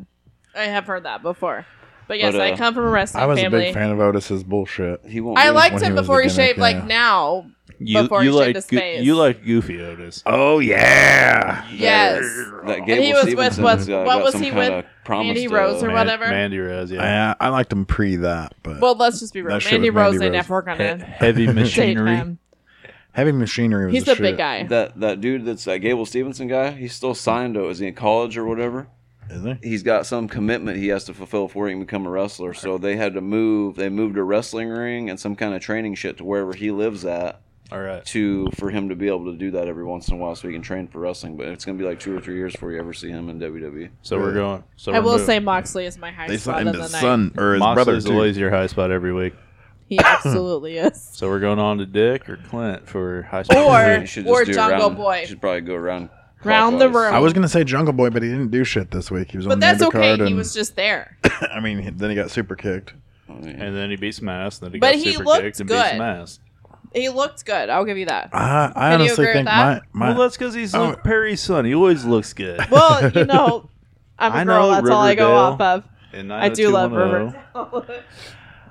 S4: I have heard that before. But yes,
S2: But, uh,
S4: I come from a wrestling
S1: I was
S4: family.
S1: a big fan of Otis's bullshit.
S2: He won't. be-
S4: I liked
S1: When
S4: him
S1: he was
S4: before
S1: the
S4: he
S1: gimmick,
S4: shaved. Like
S1: yeah.
S4: now,
S3: You,
S4: Before he
S3: you
S4: shaved
S3: like
S4: his
S3: Goo-
S4: face.
S3: you like Goofy Otis.
S1: Oh yeah.
S4: yes.
S2: That Gable
S4: he was with
S2: Stevenson
S4: what-
S2: has, uh,
S4: what
S2: got
S4: was
S2: some
S4: he
S2: kinda
S4: with?
S2: promise
S4: Mandy
S2: to-
S4: Rose or
S3: Man-
S4: whatever?
S3: Mandy Rose, yeah.
S1: I, I liked him pre that, but
S4: Well, let's just be real.
S1: That shit
S4: Mandy
S1: was
S4: Rose,
S1: Mandy
S4: they
S1: Rose.
S4: never going
S3: He-
S4: to
S3: heavy
S4: shave
S3: machinery.
S4: him.
S1: heavy machinery was
S4: He's
S1: the
S4: a big
S1: shit.
S4: guy.
S2: That that dude that's that Gable Stevenson guy, he's still signed to. Is he in college or whatever?
S1: Is he?
S2: He's got some commitment he has to fulfill before he can become a wrestler. So they had to move. They moved a wrestling ring and some kind of training shit to wherever he lives at.
S3: All right.
S2: to for him to be able to do that every once in a while so he can train for wrestling. But it's gonna be like two or three years before you ever see him in E. WWE.
S3: So we're going. So
S4: I
S3: we're
S4: will
S3: moving.
S4: say Moxley is my high
S1: They
S4: spot
S1: signed
S4: of the night.
S1: his son or his brother
S3: Moxley's
S1: too.
S3: always your high spot every week.
S4: He absolutely is.
S3: So we're going on to Dick or Clint for high spot.
S4: Or-
S3: of the
S2: You
S3: week.
S2: should
S4: or
S2: do
S4: Jungle
S2: round-
S4: Boy.
S2: you Should probably go around
S4: Round the
S2: clockwise.
S1: I was gonna say Jungle Boy, but he didn't do shit this week. He was on
S4: But that's
S1: the
S4: okay.
S1: undercard
S4: He
S1: and-
S4: was just there.
S1: I mean, he- then he got super kicked.
S2: I mean,
S3: and then he beats some ass. Then he
S4: But
S3: got
S4: he
S3: super
S4: looked
S3: kicked and
S4: good.
S3: beat some ass.
S4: He looked good. I'll give you that.
S1: I, I
S4: Can you
S1: honestly
S4: agree with
S1: think my,
S4: that?
S1: my
S3: well, that's because he's
S1: Oh.
S3: Luke Perry's son. He always looks good.
S4: Well, you know, I'm a
S3: I
S4: girl.
S3: know
S4: that's all I go off
S3: Riverdale.
S4: of.
S3: And
S4: I do love
S3: 90210.
S4: Riverdale.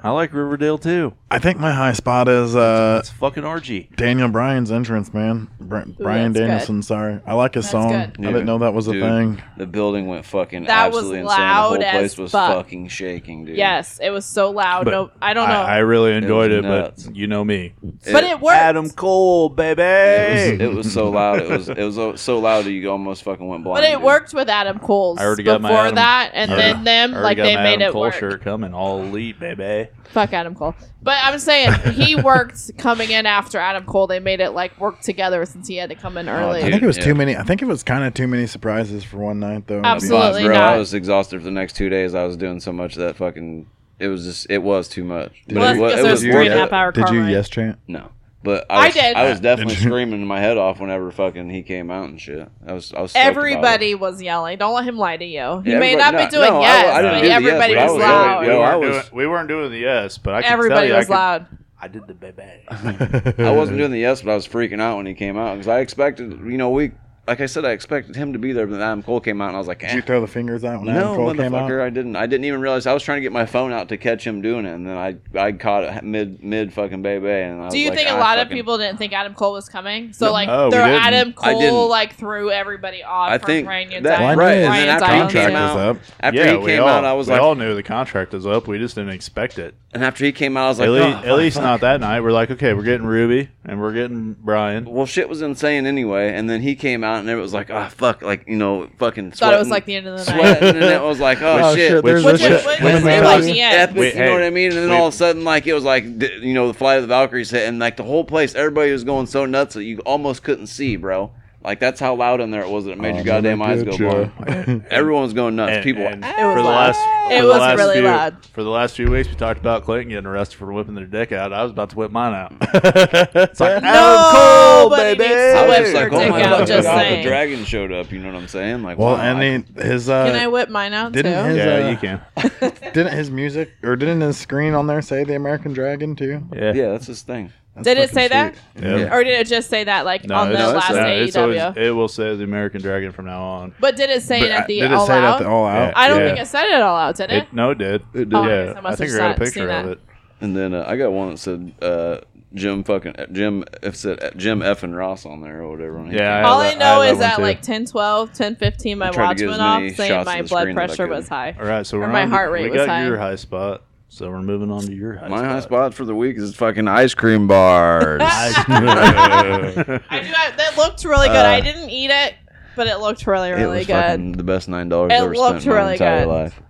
S3: I like Riverdale too.
S1: I think my high spot is uh,
S3: It's fucking RG.
S1: Daniel Bryan's entrance, man. Br- Brian
S4: that's good.
S1: Danielson, sorry. I like his
S4: That's
S1: song.
S4: good.
S1: I didn't know that was a
S2: Dude,
S1: thing.
S2: The building went fucking
S4: That was
S2: absolutely
S4: loud
S2: insane. The whole
S4: as
S2: place was
S4: fuck.
S2: fucking shaking, dude.
S4: yes, it was so loud.
S3: But
S4: no, I don't know.
S3: I, I really enjoyed it,
S2: nuts.
S3: but you know me.
S4: but it worked.
S3: Adam Cole, baby.
S2: It was, it was so loud. It was it was o- so loud that you almost fucking went blind.
S4: but it
S2: dude.
S4: worked with Adam Cole's
S3: I already got my
S4: before
S3: Adam-
S4: that, and
S3: I
S4: then them
S3: I already
S4: like
S3: got
S4: they
S3: my
S4: made
S3: Adam
S4: it
S3: Cole
S4: work.
S3: shirt coming all elite, baby.
S4: Fuck Adam Cole. But I'm saying he worked coming in after Adam Cole. They made it like work together since he had to come in
S3: Oh,
S4: early.
S1: I
S2: dude.
S1: think it was
S2: yeah.
S1: too many. I think it was kind of too many surprises for one night, though.
S2: But,
S4: Absolutely.
S2: bro,
S4: not.
S2: I was exhausted for the next two days. I was doing so much that fucking. It was just. It was too much. But
S4: Well,
S2: it,
S4: that's
S2: wa-
S4: because
S2: it
S4: there
S2: was
S4: was three and a
S2: worth
S4: half
S2: it.
S4: hour
S1: Did
S4: car
S1: you
S4: ride.
S1: yes chant?
S2: No, but
S4: I
S2: I was,
S4: did.
S2: I was definitely
S1: Did you?
S2: screaming my head off whenever fucking he came out and shit. I was. I was. stoked about it.
S4: Everybody was yelling. Don't let him lie to you. He
S2: Yeah,
S4: may
S2: everybody-
S4: not be
S2: no,
S4: doing
S2: no, I-
S4: yes,
S2: I
S3: didn't
S4: but
S3: do the
S4: everybody
S3: yes, but I
S4: was
S3: was
S4: loud.
S2: yelling, yo,
S3: we, weren't
S2: I was-
S3: doing, we weren't doing the yes, but I can tell
S4: everybody
S3: you,
S4: was
S3: I, could-
S4: loud.
S3: I did the baby.
S2: I wasn't doing the yes, but I was freaking out when he came out because I expected. You know, we like I said, I expected him to be there, but then Adam Cole came out and I was like, eh.
S1: Did you throw the fingers out when Adam
S2: No,
S1: Cole came out?
S2: motherfucker, I didn't. I didn't even realize I was trying to get my phone out to catch him doing it, and then I I caught it mid mid fucking bay bay. And I was
S4: Do you
S2: like,
S4: think a
S2: I
S4: lot of
S2: fucking-
S4: people didn't think Adam Cole was coming? So like,
S3: Oh, we
S4: throw
S3: didn't.
S4: Adam
S2: I
S4: Cole
S2: didn't.
S4: like threw everybody off.
S2: I
S4: from
S2: think
S4: Ryan
S2: that-
S4: Diamond.
S2: Right,
S1: and
S4: Ryan
S2: then after
S4: Diamond
S1: contract
S4: came out.
S1: was up.
S2: After
S3: yeah,
S2: he
S3: we
S2: came
S3: all,
S2: out, I was
S3: we
S2: like,
S3: all knew the contract was up. We just didn't expect it.
S2: and after he came out, I was like,
S3: At, lea-
S2: "Oh,
S3: at least not that night. We're like, okay, we're getting Ruby and we're getting Brian.
S2: well, shit was insane anyway. And then he came out, and it was like, oh fuck, like you know, fucking.
S4: Thought it was
S2: sweating-
S4: like the end of the night.
S2: sweating, and it was like, oh,
S1: Oh,
S2: shit.
S1: shit,
S3: Which-
S1: there's
S3: which
S1: this
S3: is-
S1: shit.
S4: which
S1: Let
S4: is
S1: me
S4: like
S1: tell
S4: the
S1: you.
S4: end.
S2: epic,
S3: Wait,
S2: you know
S3: hey,
S2: what I mean? And then
S3: wait.
S2: all of a sudden, like it was like d- you know the flight of the Valkyries hit, and like the whole place, everybody was going so nuts that you almost couldn't see, bro. Like that's how loud in there it was that it
S3: Oh,
S2: made your goddamn eyes go blind. Everyone was going nuts.
S3: And-
S2: People,
S3: and
S4: It was
S3: for the
S4: loud.
S3: last,
S4: It
S3: for the
S4: was
S3: last
S4: really
S3: few,
S4: loud.
S3: For the last few weeks, we talked about Clinton getting arrested for whipping their dick out. I was about to whip mine out. it's like Adam Cole,
S4: Nobody
S3: baby.
S4: needs to
S2: I
S4: whip
S2: was just
S4: your
S2: like, oh
S4: dick
S2: my
S4: out,
S2: fucking
S4: just
S2: god,
S4: saying.
S2: the dragon showed up. You know what I'm saying? Like,
S1: Well,
S2: wow.
S1: and he, his
S4: Can I
S1: uh,
S4: whip mine out too?
S1: didn't his-
S3: Yeah,
S1: uh,
S3: you can.
S1: didn't his music or didn't his screen on there say the American Dragon too?
S3: Yeah.
S2: yeah, that's his thing.
S1: That's
S4: Did it
S1: fucking
S4: say that?
S1: sweet.
S3: Yeah.
S4: Or did it just say that like
S3: No,
S4: on the
S3: it's-
S2: no, it's-
S4: last
S3: no,
S4: day E
S3: it's
S4: AEW?
S3: always, it will say the American Dragon from now on.
S4: but did it say
S1: But,
S4: it at
S1: uh,
S4: the
S1: did it
S4: all
S1: say
S4: out?
S1: that the all out?
S4: I don't
S3: Yeah.
S4: think it said it all out, did it?
S3: It, no, it did. It
S4: did. Oh, I
S3: yeah,
S4: guess I
S3: I
S4: must
S3: think I
S4: have
S3: got a
S4: not seen
S3: picture of
S4: that.
S3: it.
S2: And then uh, I got one that said uh, Jim fucking Jim if said uh, Jim F and Ross on there or whatever. when he came
S3: Yeah, I
S2: out.
S4: all
S3: have
S4: I
S3: that-
S4: know
S3: I have
S4: is
S3: that
S4: at
S3: one,
S4: like 10, 12, 10, 15, my
S2: tried to
S4: watch
S2: get as
S4: went off
S2: many
S4: saying
S2: shots
S4: my
S2: of the
S4: blood
S2: screen as I
S4: pressure
S2: could.
S4: was high.
S3: All right, so we're
S4: my
S3: on-
S4: heart rate
S3: we
S4: was
S3: got
S4: high.
S3: your high spot, so we're moving on to your high
S2: My high
S3: spot.
S2: spot for the week is fucking ice cream bars.
S4: I do. I, that looked really good. I didn't eat it, but it looked really,
S2: It
S4: really
S2: was
S4: good.
S2: fucking the best nine dollars
S4: It
S2: I've ever
S4: looked
S2: spent in my
S4: really
S2: entire
S4: good.
S2: life.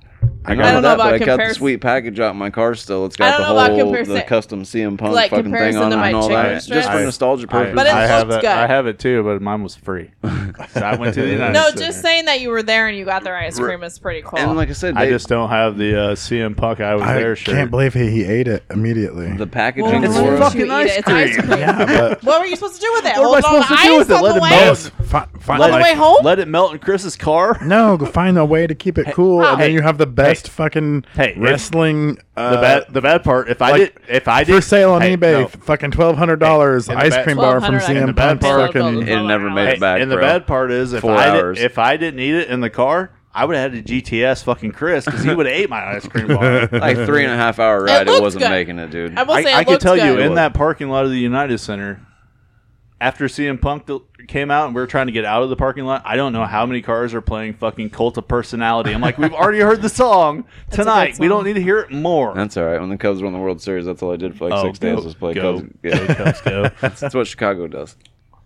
S2: I
S4: I
S2: got
S4: don't
S2: that,
S4: know about
S2: but I got the
S4: comparison-
S2: sweet package out in my car still. It's
S4: I
S2: got
S4: don't
S2: the
S4: know about
S2: whole
S4: comparison-
S2: the custom CM Punk
S4: like,
S2: fucking thing
S4: comparison
S2: on
S4: to
S2: it
S4: my
S2: and all
S4: chicken
S2: that. Just for
S4: strips.
S2: nostalgia purposes.
S4: But it
S3: I have
S4: looked
S3: it- I
S4: good.
S3: have it too, but mine was free. So I went to the United
S4: No,
S3: Center.
S4: just saying that you were there and you got their ice cream is pretty cool.
S2: and like I said,
S3: I
S2: they-
S3: just don't have the uh, CM Punk. I was
S1: I
S3: there. Shirt.
S1: can't believe he, he ate it immediately.
S2: the
S4: Well,
S2: packaging
S4: why
S2: for
S4: don't
S2: it.
S4: you eat it? It's ice cream.
S1: yeah, but
S4: What were you supposed to do with
S3: What
S4: it?
S3: am I
S4: Hold on
S3: supposed to do
S4: ice
S3: with it?
S4: on
S3: Let
S4: the
S3: it
S4: way?
S3: melt?
S1: yes, fi- fi-
S4: On the
S1: like-
S4: way home?
S3: Let it melt in Chris's car.
S1: No, go find a way to keep it cool, and then
S3: Hey.
S1: you have the best fucking
S3: Hey, if-
S1: wrestling. Uh,
S3: the bad, the bad part. If I
S1: like,
S3: did, if I did
S1: for sale on
S3: hey,
S1: eBay,
S3: no.
S1: f- fucking twelve hundred dollars
S3: Hey, in the
S1: ice
S3: bad-
S1: cream bar from
S4: 1200
S1: CM
S4: I can
S1: Punk.
S3: buy a
S1: Fucking
S4: bottle.
S2: It never made
S3: Hey,
S2: it back.
S3: and the
S2: bro.
S3: bad part is, if
S2: Four
S3: I
S2: hours.
S3: did, if I didn't eat it in the car, I would have had to GTS fucking Chris because he would have ate my ice cream bar.
S2: like three and a half hour ride, it,
S4: looked
S2: wasn't
S4: good.
S2: making it, dude.
S4: I will
S3: I,
S4: say it
S3: I can
S4: looked
S3: tell
S4: good.
S3: you in that parking lot of the United Center, after CM Punk del- came out and we were trying to get out of the parking lot, I don't know how many cars are playing fucking Cult of Personality. I'm like, we've already heard the song
S4: good
S3: tonight. We
S4: song.
S3: don't need to hear it more.
S2: That's all right. When the Cubs won the World Series, that's all I did for like
S3: Oh,
S2: six days
S3: go-
S2: was play
S3: go,
S2: Cubs. Yeah.
S3: Cubs go.
S2: that's what Chicago does.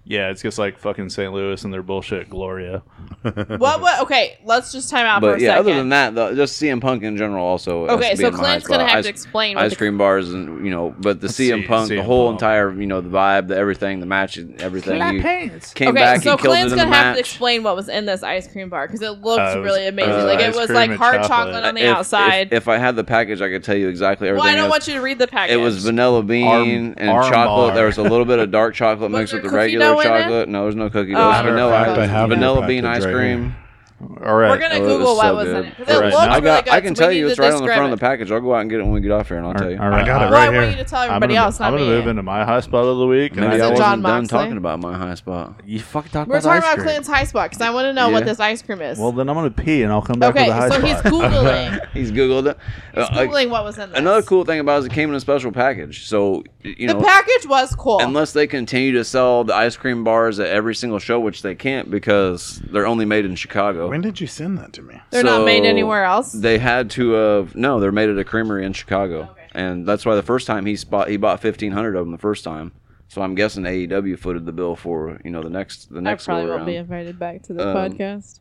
S3: Yeah, it's just like fucking St. Louis and their bullshit Gloria.
S4: What? What? Okay, let's just time out for
S2: But
S4: a
S2: yeah,
S4: second.
S2: other than that, though, just CM Punk in general also. has
S4: okay,
S2: to be
S4: so
S2: in my high
S4: Clint's gonna
S2: spot.
S4: have
S2: ice,
S4: to explain. What
S2: ice
S4: the,
S2: cream bars and you know, but the CM
S3: see,
S2: Punk, the
S3: CM
S2: whole
S3: Punk.
S2: entire you know the vibe, the everything, the match, and everything. He came
S4: okay,
S2: back, he
S4: so
S2: killed
S4: Clint's
S2: it in the
S4: gonna have
S2: match.
S4: to explain what was in this ice cream bar because it looked
S3: Uh, it was,
S4: really amazing.
S2: uh,
S4: like it
S3: ice
S4: was
S3: cream
S4: like
S3: and
S4: hard
S3: chocolate.
S4: chocolate on the
S2: If- if-
S4: outside.
S2: If, I had the package, I could tell you exactly
S4: well,
S2: everything.
S4: I don't
S2: It was-
S4: want you to read the package.
S2: It was vanilla bean
S3: Arm-
S2: and
S3: arm
S2: chocolate.
S3: bar.
S2: There was a little bit of dark chocolate
S4: Was
S2: mixed
S4: there
S2: with the
S4: cookie
S2: regular
S4: dough in it?
S2: chocolate. No, there was no cookie dough.
S4: Oh.
S2: It was
S4: Matter of
S2: vanilla,
S4: fact, I have
S2: vanilla
S1: the
S2: bean ice
S1: package right
S2: cream.
S3: All right.
S4: We're gonna
S2: Oh, it
S4: Google
S2: was
S4: what
S2: so
S4: was in
S2: good.
S4: it because it
S3: Right.
S4: looked
S3: Now,
S2: I,
S4: really
S2: got,
S4: good.
S2: I can
S4: so
S2: tell
S4: we
S2: you
S4: need
S2: it's
S4: to
S2: right on the
S4: describe
S2: front of
S4: it.
S2: the package. I'll go out and get it when we get off here, and I'll tell you.
S3: All right.
S1: I got it
S3: I'm-
S4: Well,
S1: right
S4: I
S1: here.
S4: want you to tell everybody
S3: gonna,
S4: else, not
S3: I'm gonna
S4: me.
S3: move into my high spot of the week. and
S2: Maybe
S4: So
S2: I
S3: I
S2: wasn't done
S4: John Moxley?
S2: talking about my high spot.
S3: You fucking talk
S4: We're
S3: about
S4: talking
S3: ice
S4: about
S3: cream.
S4: Clint's high spot because I want to know what
S2: Yeah.
S4: this ice cream is.
S3: Well, then I'm gonna pee and I'll come back
S4: okay,
S3: with a high
S4: so he's
S3: spot.
S4: googling.
S2: He's googled it.
S4: He's
S2: Uh, I-
S4: googling what was in this.
S2: another cool thing about it is it came in a special package. So y- you
S4: The
S2: know,
S4: package was cool.
S2: unless they continue to sell the ice cream bars at every single show, which they can't because they're only made in Chicago.
S1: When did you send that to me?
S4: They're not made
S2: So,
S4: anywhere else?
S2: They had to have no. They're made at a creamery in Chicago, and that's why the first time he spot he bought fifteen hundred of them the first time. So I'm guessing AEW footed the bill for you know the next the
S4: I
S2: next
S4: probably
S2: go
S4: won't be
S2: around.
S4: invited back to the
S2: Um,
S4: podcast.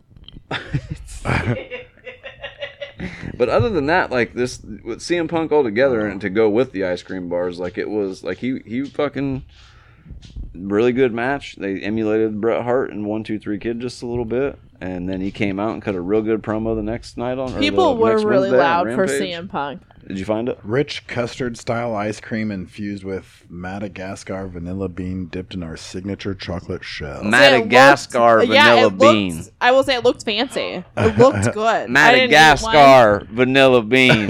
S2: But other than that, like this with CM Punk all together and to go with the ice cream bars, like it was like he he fucking really good match. They emulated Bret Hart and one two three kid just a little bit, and then he came out and cut a real good promo the next night on. or the
S4: People were
S2: next
S4: really
S2: Wednesday on
S4: loud for
S2: Rampage.
S4: CM Punk.
S2: Did you find it?
S1: Rich custard style ice cream infused with Madagascar vanilla bean dipped in our signature chocolate shell.
S2: Ma- Madagascar
S4: It yeah,
S2: vanilla
S4: it
S2: bean.
S4: Looked, I will say it looked fancy. It looked good. I didn't eat one.
S2: Madagascar vanilla bean.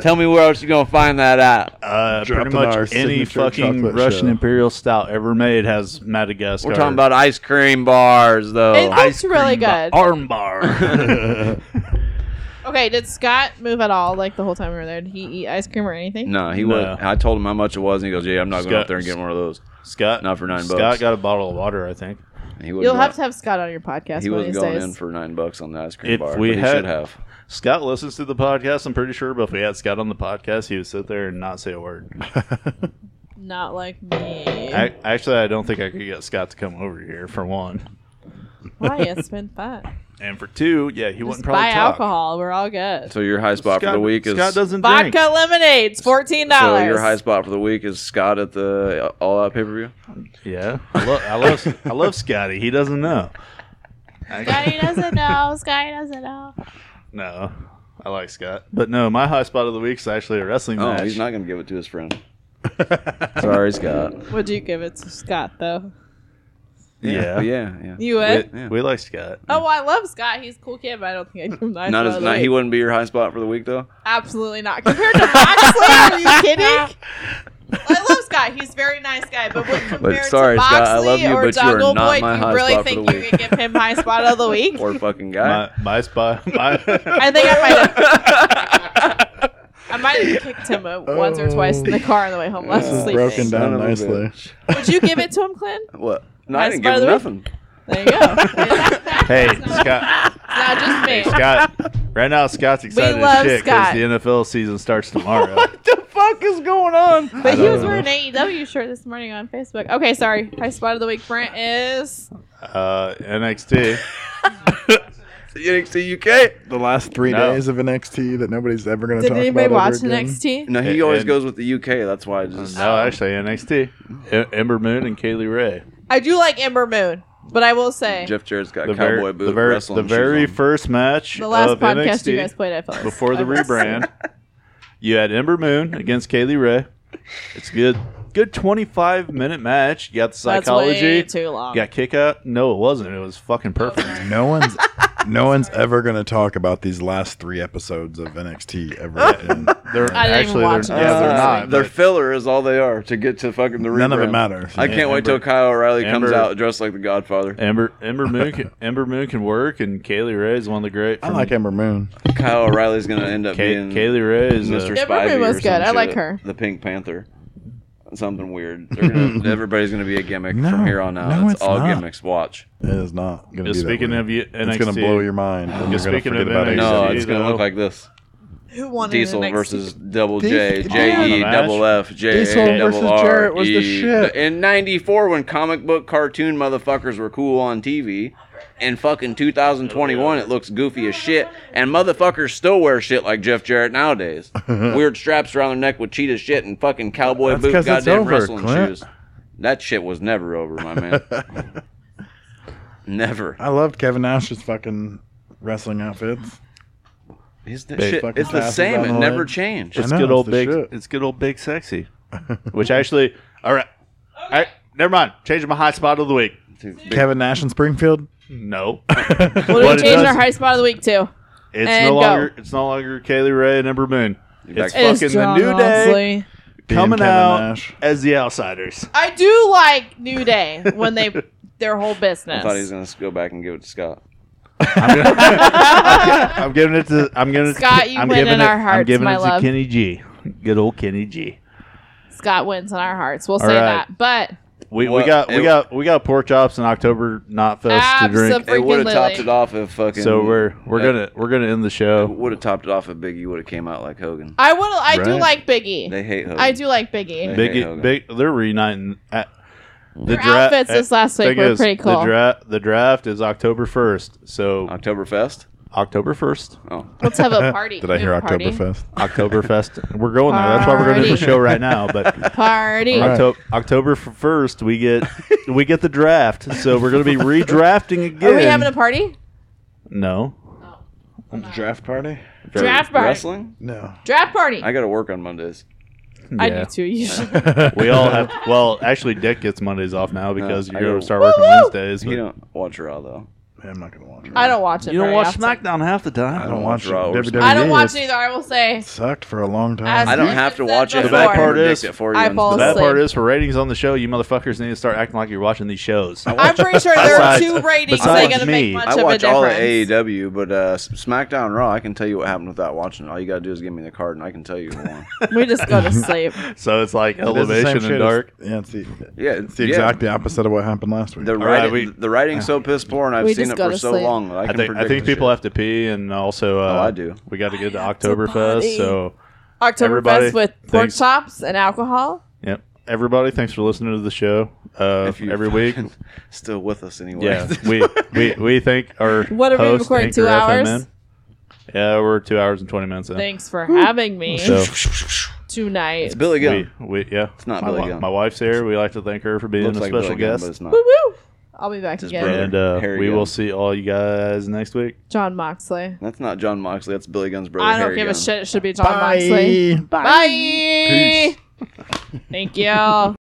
S2: Tell me where else you gonna find that at.
S3: Uh,
S1: Dropping
S3: pretty
S1: our
S3: much any
S1: signature
S3: fucking
S1: chocolate
S3: Russian
S1: shell.
S3: imperial stout ever made has Madagascar.
S2: We're talking about ice cream bars,
S4: It
S2: though.
S4: looked really good.
S3: arm bar.
S4: Okay, did Scott move at all like the whole time we were there? Did he eat ice cream or anything?
S2: no, he
S3: No.
S2: wouldn't. I told him how much it was, and he goes, "Yeah, I'm not going
S3: Scott-
S2: up there and getting one of those."
S3: Scott,
S2: Not for nine
S3: Scott
S2: bucks.
S3: got a bottle of water, I think.
S2: And He wouldn't
S4: You'll
S2: go-
S4: have to have Scott on your podcast
S2: He
S4: one
S2: wasn't
S4: of these
S2: going
S4: days.
S2: in for nine bucks on the ice cream
S3: If
S2: bar.
S3: we
S2: but he
S3: had-
S2: should have.
S3: Scott listens to the podcast. I'm pretty sure, but if we had Scott on the podcast, he would sit there and not say a word.
S4: Not like me.
S3: I, actually, I don't think I could get Scott to come over here for one,
S4: Why? It's been fun.
S3: and for two, yeah, he
S4: Just
S3: wouldn't probably
S4: buy
S3: talk.
S4: alcohol. We're all good.
S2: So your high spot
S3: Scott,
S2: for the week is
S3: Scott doesn't drink.
S4: Vodka lemonades, fourteen dollars.
S2: So your high spot for the week is Scott at the uh, All Out pay per view.
S3: Yeah, I, lo- I love I love Scotty. He doesn't know.
S4: Scotty doesn't know. Scotty doesn't know.
S3: No, I like Scott, but no, my high spot of the week is actually a wrestling
S2: Oh,
S3: match.
S2: he's not gonna give it to his friend. Sorry, Scott.
S4: Would you give it to Scott though?
S3: Yeah,
S2: yeah, yeah.
S4: You would.
S3: We,
S2: Yeah.
S3: we like Scott.
S4: Oh, well, I love Scott. He's a cool kid, but I don't think I give him the high
S2: Not
S4: spot
S2: as
S4: of the
S2: not. He
S4: week.
S2: wouldn't be your high spot for the week though.
S4: Absolutely not. Compared to Moxley, are you kidding? I love Scott. He's a very nice guy, but when compared
S2: sorry,
S4: to
S2: Scott,
S4: Moxley
S2: I love you,
S4: or
S2: but you are
S4: Jungle
S2: not
S4: Boy,
S2: my
S4: do
S2: high
S4: you really
S2: spot for
S4: think
S2: the
S4: you
S2: week.
S4: could give him high spot of the week?
S2: Poor fucking guy.
S3: My my spot. My,
S4: Oh, I think I might have. I might have kicked him uh, once or twice in the car on the way home. Left
S1: This is
S4: sleeping.
S1: broken down
S2: Son of a
S1: nicely.
S4: Would you give it to him, Clint?
S2: What? No,
S4: High
S2: I didn't
S4: spot
S2: give
S4: of
S2: him
S4: the
S2: nothing.
S4: There you go. it's
S3: hey Scott,
S4: not just me.
S3: Scott. Right now, Scott's excited as
S4: love
S3: shit
S4: Scott.
S3: because the NFL season starts tomorrow.
S2: the fuck is going on?
S4: But he
S3: don't
S4: was
S3: know.
S4: wearing an AEW shirt this morning on Facebook. Okay, sorry. High spot of the week, Brent is.
S3: uh, NXT.
S2: The NXT UK.
S1: The last three
S3: No.
S1: days of NXT that nobody's ever going to
S4: Did
S1: talk
S4: anybody
S1: about
S4: watch
S1: ever again.
S4: NXT?
S2: No, he
S3: And-
S2: always
S3: and-
S2: goes with the UK. That's why I just.
S3: No, actually, NXT. E- Ember Moon and Kaylee Ray.
S4: I do like Ember Moon, but I will say
S2: Jeff Jarrett's got
S3: The,
S2: cowboy
S3: ver-
S2: boot
S3: the, ver-
S2: wrestling
S3: the
S2: shoes
S3: very
S2: on.
S3: first match
S4: the last
S3: of
S4: podcast
S3: NXT
S4: you guys played, I felt
S3: before the
S4: I was-
S3: rebrand. you had Ember Moon against Kaylee Ray. It's good. Good 25 minute match. You got the
S4: That's
S3: psychology.
S4: way too long.
S3: You got kick out. No, it wasn't. It was fucking perfect.
S1: No one's no one's ever going to talk about these last three episodes of NXT ever again.
S3: They're
S4: I didn't
S3: actually
S4: watch
S3: they're,
S4: it.
S3: yeah,
S4: Uh,
S3: they're not.
S2: Their
S3: but-
S2: filler is all they are to get to fucking the rebrand.
S1: None of it matters.
S2: I can't wait till
S3: Amber-
S2: Kyle O'Reilly comes
S3: Amber-
S2: out dressed like the Godfather.
S3: Ember Ember Moon can, Ember Moon can work, and Kaylee Ray is one of the great.
S1: I
S3: from-
S1: like Ember Moon.
S2: Kyle O'Reilly's gonna end up
S3: Kay,
S2: being
S3: Kaylee Ray is uh,
S2: Mr.
S3: A,
S4: Yeah,
S2: Spivey
S4: Ruby
S2: or
S4: was
S2: some
S4: good. I like
S2: shit.
S4: her.
S2: The Pink Panther. Something weird. They're gonna, everybody's gonna be a gimmick
S1: No,
S2: from here on out.
S1: no,
S2: it's,
S1: it's
S2: all
S1: not.
S2: gimmicks. Watch.
S1: It is not going to be
S3: just
S1: that
S3: speaking
S1: way.
S3: of you, NXT,
S1: It's going to blow your mind. and
S3: Just
S1: you're gonna
S3: speaking
S1: forget
S3: of
S1: about
S3: NXT,
S1: AEW.
S2: No, it's gonna
S3: though.
S2: look like this.
S4: Who won
S2: Diesel
S4: in the next
S2: versus Double J,
S1: Diesel-
S2: J E
S1: Yeah.
S2: double F J
S1: Diesel
S2: A
S1: versus
S2: double R
S1: Jarrett was the
S2: E.
S1: shit.
S2: In '94, when comic book cartoon motherfuckers were cool on TV, in fucking 2021, it looks goofy as shit, and motherfuckers still wear shit like Jeff Jarrett nowadays. Weird straps around their neck with cheetah shit and fucking cowboy
S1: That's
S2: boots,
S1: 'cause it's
S2: goddamn
S1: over,
S2: wrestling
S1: Clint.
S2: shoes. That shit was never over, my man. never.
S1: I loved Kevin Nash's fucking wrestling outfits.
S2: His, that
S3: Big
S2: shit,
S1: fucking
S2: it's the
S1: asses
S2: same.
S1: on
S2: It
S1: the
S2: never
S1: leg.
S2: changed.
S1: It's
S3: It's
S1: know,
S3: good
S1: it's
S3: old
S1: the
S3: big.
S1: shit.
S3: It's good old big sexy. Which actually, all right, I, never mind. Changing my hot spot of the week.
S1: Kevin Nash in Springfield.
S3: No,
S4: week? Well,
S3: What
S4: we
S3: it
S4: changed our
S3: does-
S4: high spot of the week too.
S3: It's
S4: And
S3: no
S4: go.
S3: longer. It's no longer Kaylee Ray and Ember Moon. It's
S2: It
S4: It's
S3: fucking the
S4: John
S3: new day
S4: Moxley.
S1: being
S3: coming
S1: Kevin
S3: out
S1: Nash.
S3: as the outsiders.
S4: I do like New Day when they their whole business.
S2: I thought he was gonna go back and give it to Scott.
S3: I'm, gonna, I'm giving it to. I'm giving it.
S4: Scott,
S3: to,
S4: you
S3: I'm
S4: win
S3: giving
S4: in
S3: it,
S4: our
S3: I'm
S4: hearts,
S3: giving
S4: my
S3: it
S4: love.
S3: to Kenny G. Good old Kenny G.
S4: Scott wins in our hearts. We'll
S3: All
S4: say
S3: right.
S4: that. But
S3: We, we
S2: What-
S3: got we
S2: it-
S3: got we got pork chops and October not fest to drink.
S4: Abso-
S2: It
S4: Freaking
S2: would have
S4: Lily.
S2: topped it off if fucking.
S3: So we're we're gonna we're gonna end the show.
S2: would have topped it off if Biggie would have came out like Hogan.
S4: I would I do
S3: Right.
S4: like Biggie.
S2: They hate Hogan.
S4: I do like Biggie.
S2: They- Okay,
S3: Big
S2: okay.
S3: big they're reuniting at the
S4: Their outfits this last week
S3: thing
S4: were
S3: is,
S4: pretty cool.
S3: The draft the draft is October first. So
S2: Oktoberfest.
S3: October first.
S2: Oh,
S4: Let's have a party.
S1: Did I hear
S4: Ooh, party.
S1: Oktoberfest?
S3: Oktoberfest. We're going there. That's why we're going to do the
S4: Party.
S3: show right now. But
S4: Party.
S1: All right.
S3: October October first, we get we get the draft. So we're going to be redrafting again.
S4: Are we having a party?
S3: no
S1: Draft party?
S4: Draft party.
S2: wrestling.
S1: No.
S4: Draft party.
S2: I got to work on Mondays.
S4: I
S3: Yeah.
S4: do too. You should.
S3: We all have. Well, actually, Dick gets Mondays off now because
S2: I
S3: you're going
S2: don't-
S3: to start working
S4: Woo-woo!
S3: Wednesdays.
S2: You
S3: but-
S2: don't watch Raw though.
S1: I'm not gonna watch it.
S4: I don't watch it.
S3: You don't
S4: very
S3: watch
S4: often.
S3: SmackDown half the time.
S1: I
S2: don't
S1: don't watch
S2: watch Raw or
S1: WWE.
S4: I don't watch
S1: It's
S4: it either. I will say.
S1: Sucked for a long
S4: As-
S2: I
S1: time.
S2: don't
S4: You
S2: have to
S4: said
S2: watch it.
S4: before.
S3: The bad part
S2: Predict
S3: is-
S2: it for you
S4: I
S2: on
S4: fall
S3: The
S2: Sunday.
S3: bad
S4: asleep.
S3: part is for ratings on the show, you motherfuckers need to start acting like you're watching these shows.
S4: I'm pretty sure there are
S3: Besides-
S4: two ratings that are
S3: besides
S4: going to
S3: me,
S4: make much
S2: I
S4: of a
S2: watch all of
S4: difference.
S2: AEW, but uh, S- SmackDown Raw, I can tell you what happened without watching. it. All you gotta do is give me the card, and I can tell you who won.
S4: we just go to sleep.
S3: So it's like
S1: It is the same
S3: elevation
S1: shit
S3: and
S1: as-
S3: dark.
S1: Yeah, it's the,
S2: yeah,
S1: it's the exact opposite of what happened last week.
S2: The, writing,
S3: right, we-
S2: the writing's so piss poor, and I've
S4: We
S2: seen
S4: just
S2: it
S4: go
S2: for
S4: to
S2: so
S4: sleep.
S2: long. That I,
S3: I
S2: can
S3: think
S2: predict
S3: I think
S2: the
S3: people
S2: shit.
S3: have to pee, and also uh,
S2: Oh, I do.
S3: We got to get to
S4: to
S3: Oktoberfest.
S4: potty.
S3: So Everybody
S4: Oktoberfest with pork
S3: thinks-
S4: chops and alcohol.
S3: yep. Everybody, thanks for listening to the show uh,
S2: If you
S3: every week.
S2: fucking still with us anyway.
S3: Yeah, we, we we thank our
S4: What are we
S3: host,
S4: recording,
S3: Anchor
S4: two hours?
S3: FMN. Yeah, we're two hours and twenty minutes in.
S4: Thanks for having me
S3: so
S4: tonight.
S2: it's Billy Gunn.
S3: we, we yeah, it's
S2: not
S3: my,
S2: Billy
S3: wi-
S2: Gunn.
S3: my wife's here. We like to thank her for being
S2: Looks
S3: a
S2: like
S3: special
S2: Billy Gunn,
S3: guest.
S2: but it's not.
S4: Woo woo! I'll be back
S2: His
S4: again.
S2: brother.
S3: And uh,
S2: Harry
S3: we
S2: Gunn.
S3: will see all you guys next week.
S4: John Moxley.
S2: That's not John Moxley. That's Billy Gunn's brother.
S4: I don't
S2: Harry
S4: give
S2: Gunn.
S4: a shit. It should be John Moxley. Bye. Thank you.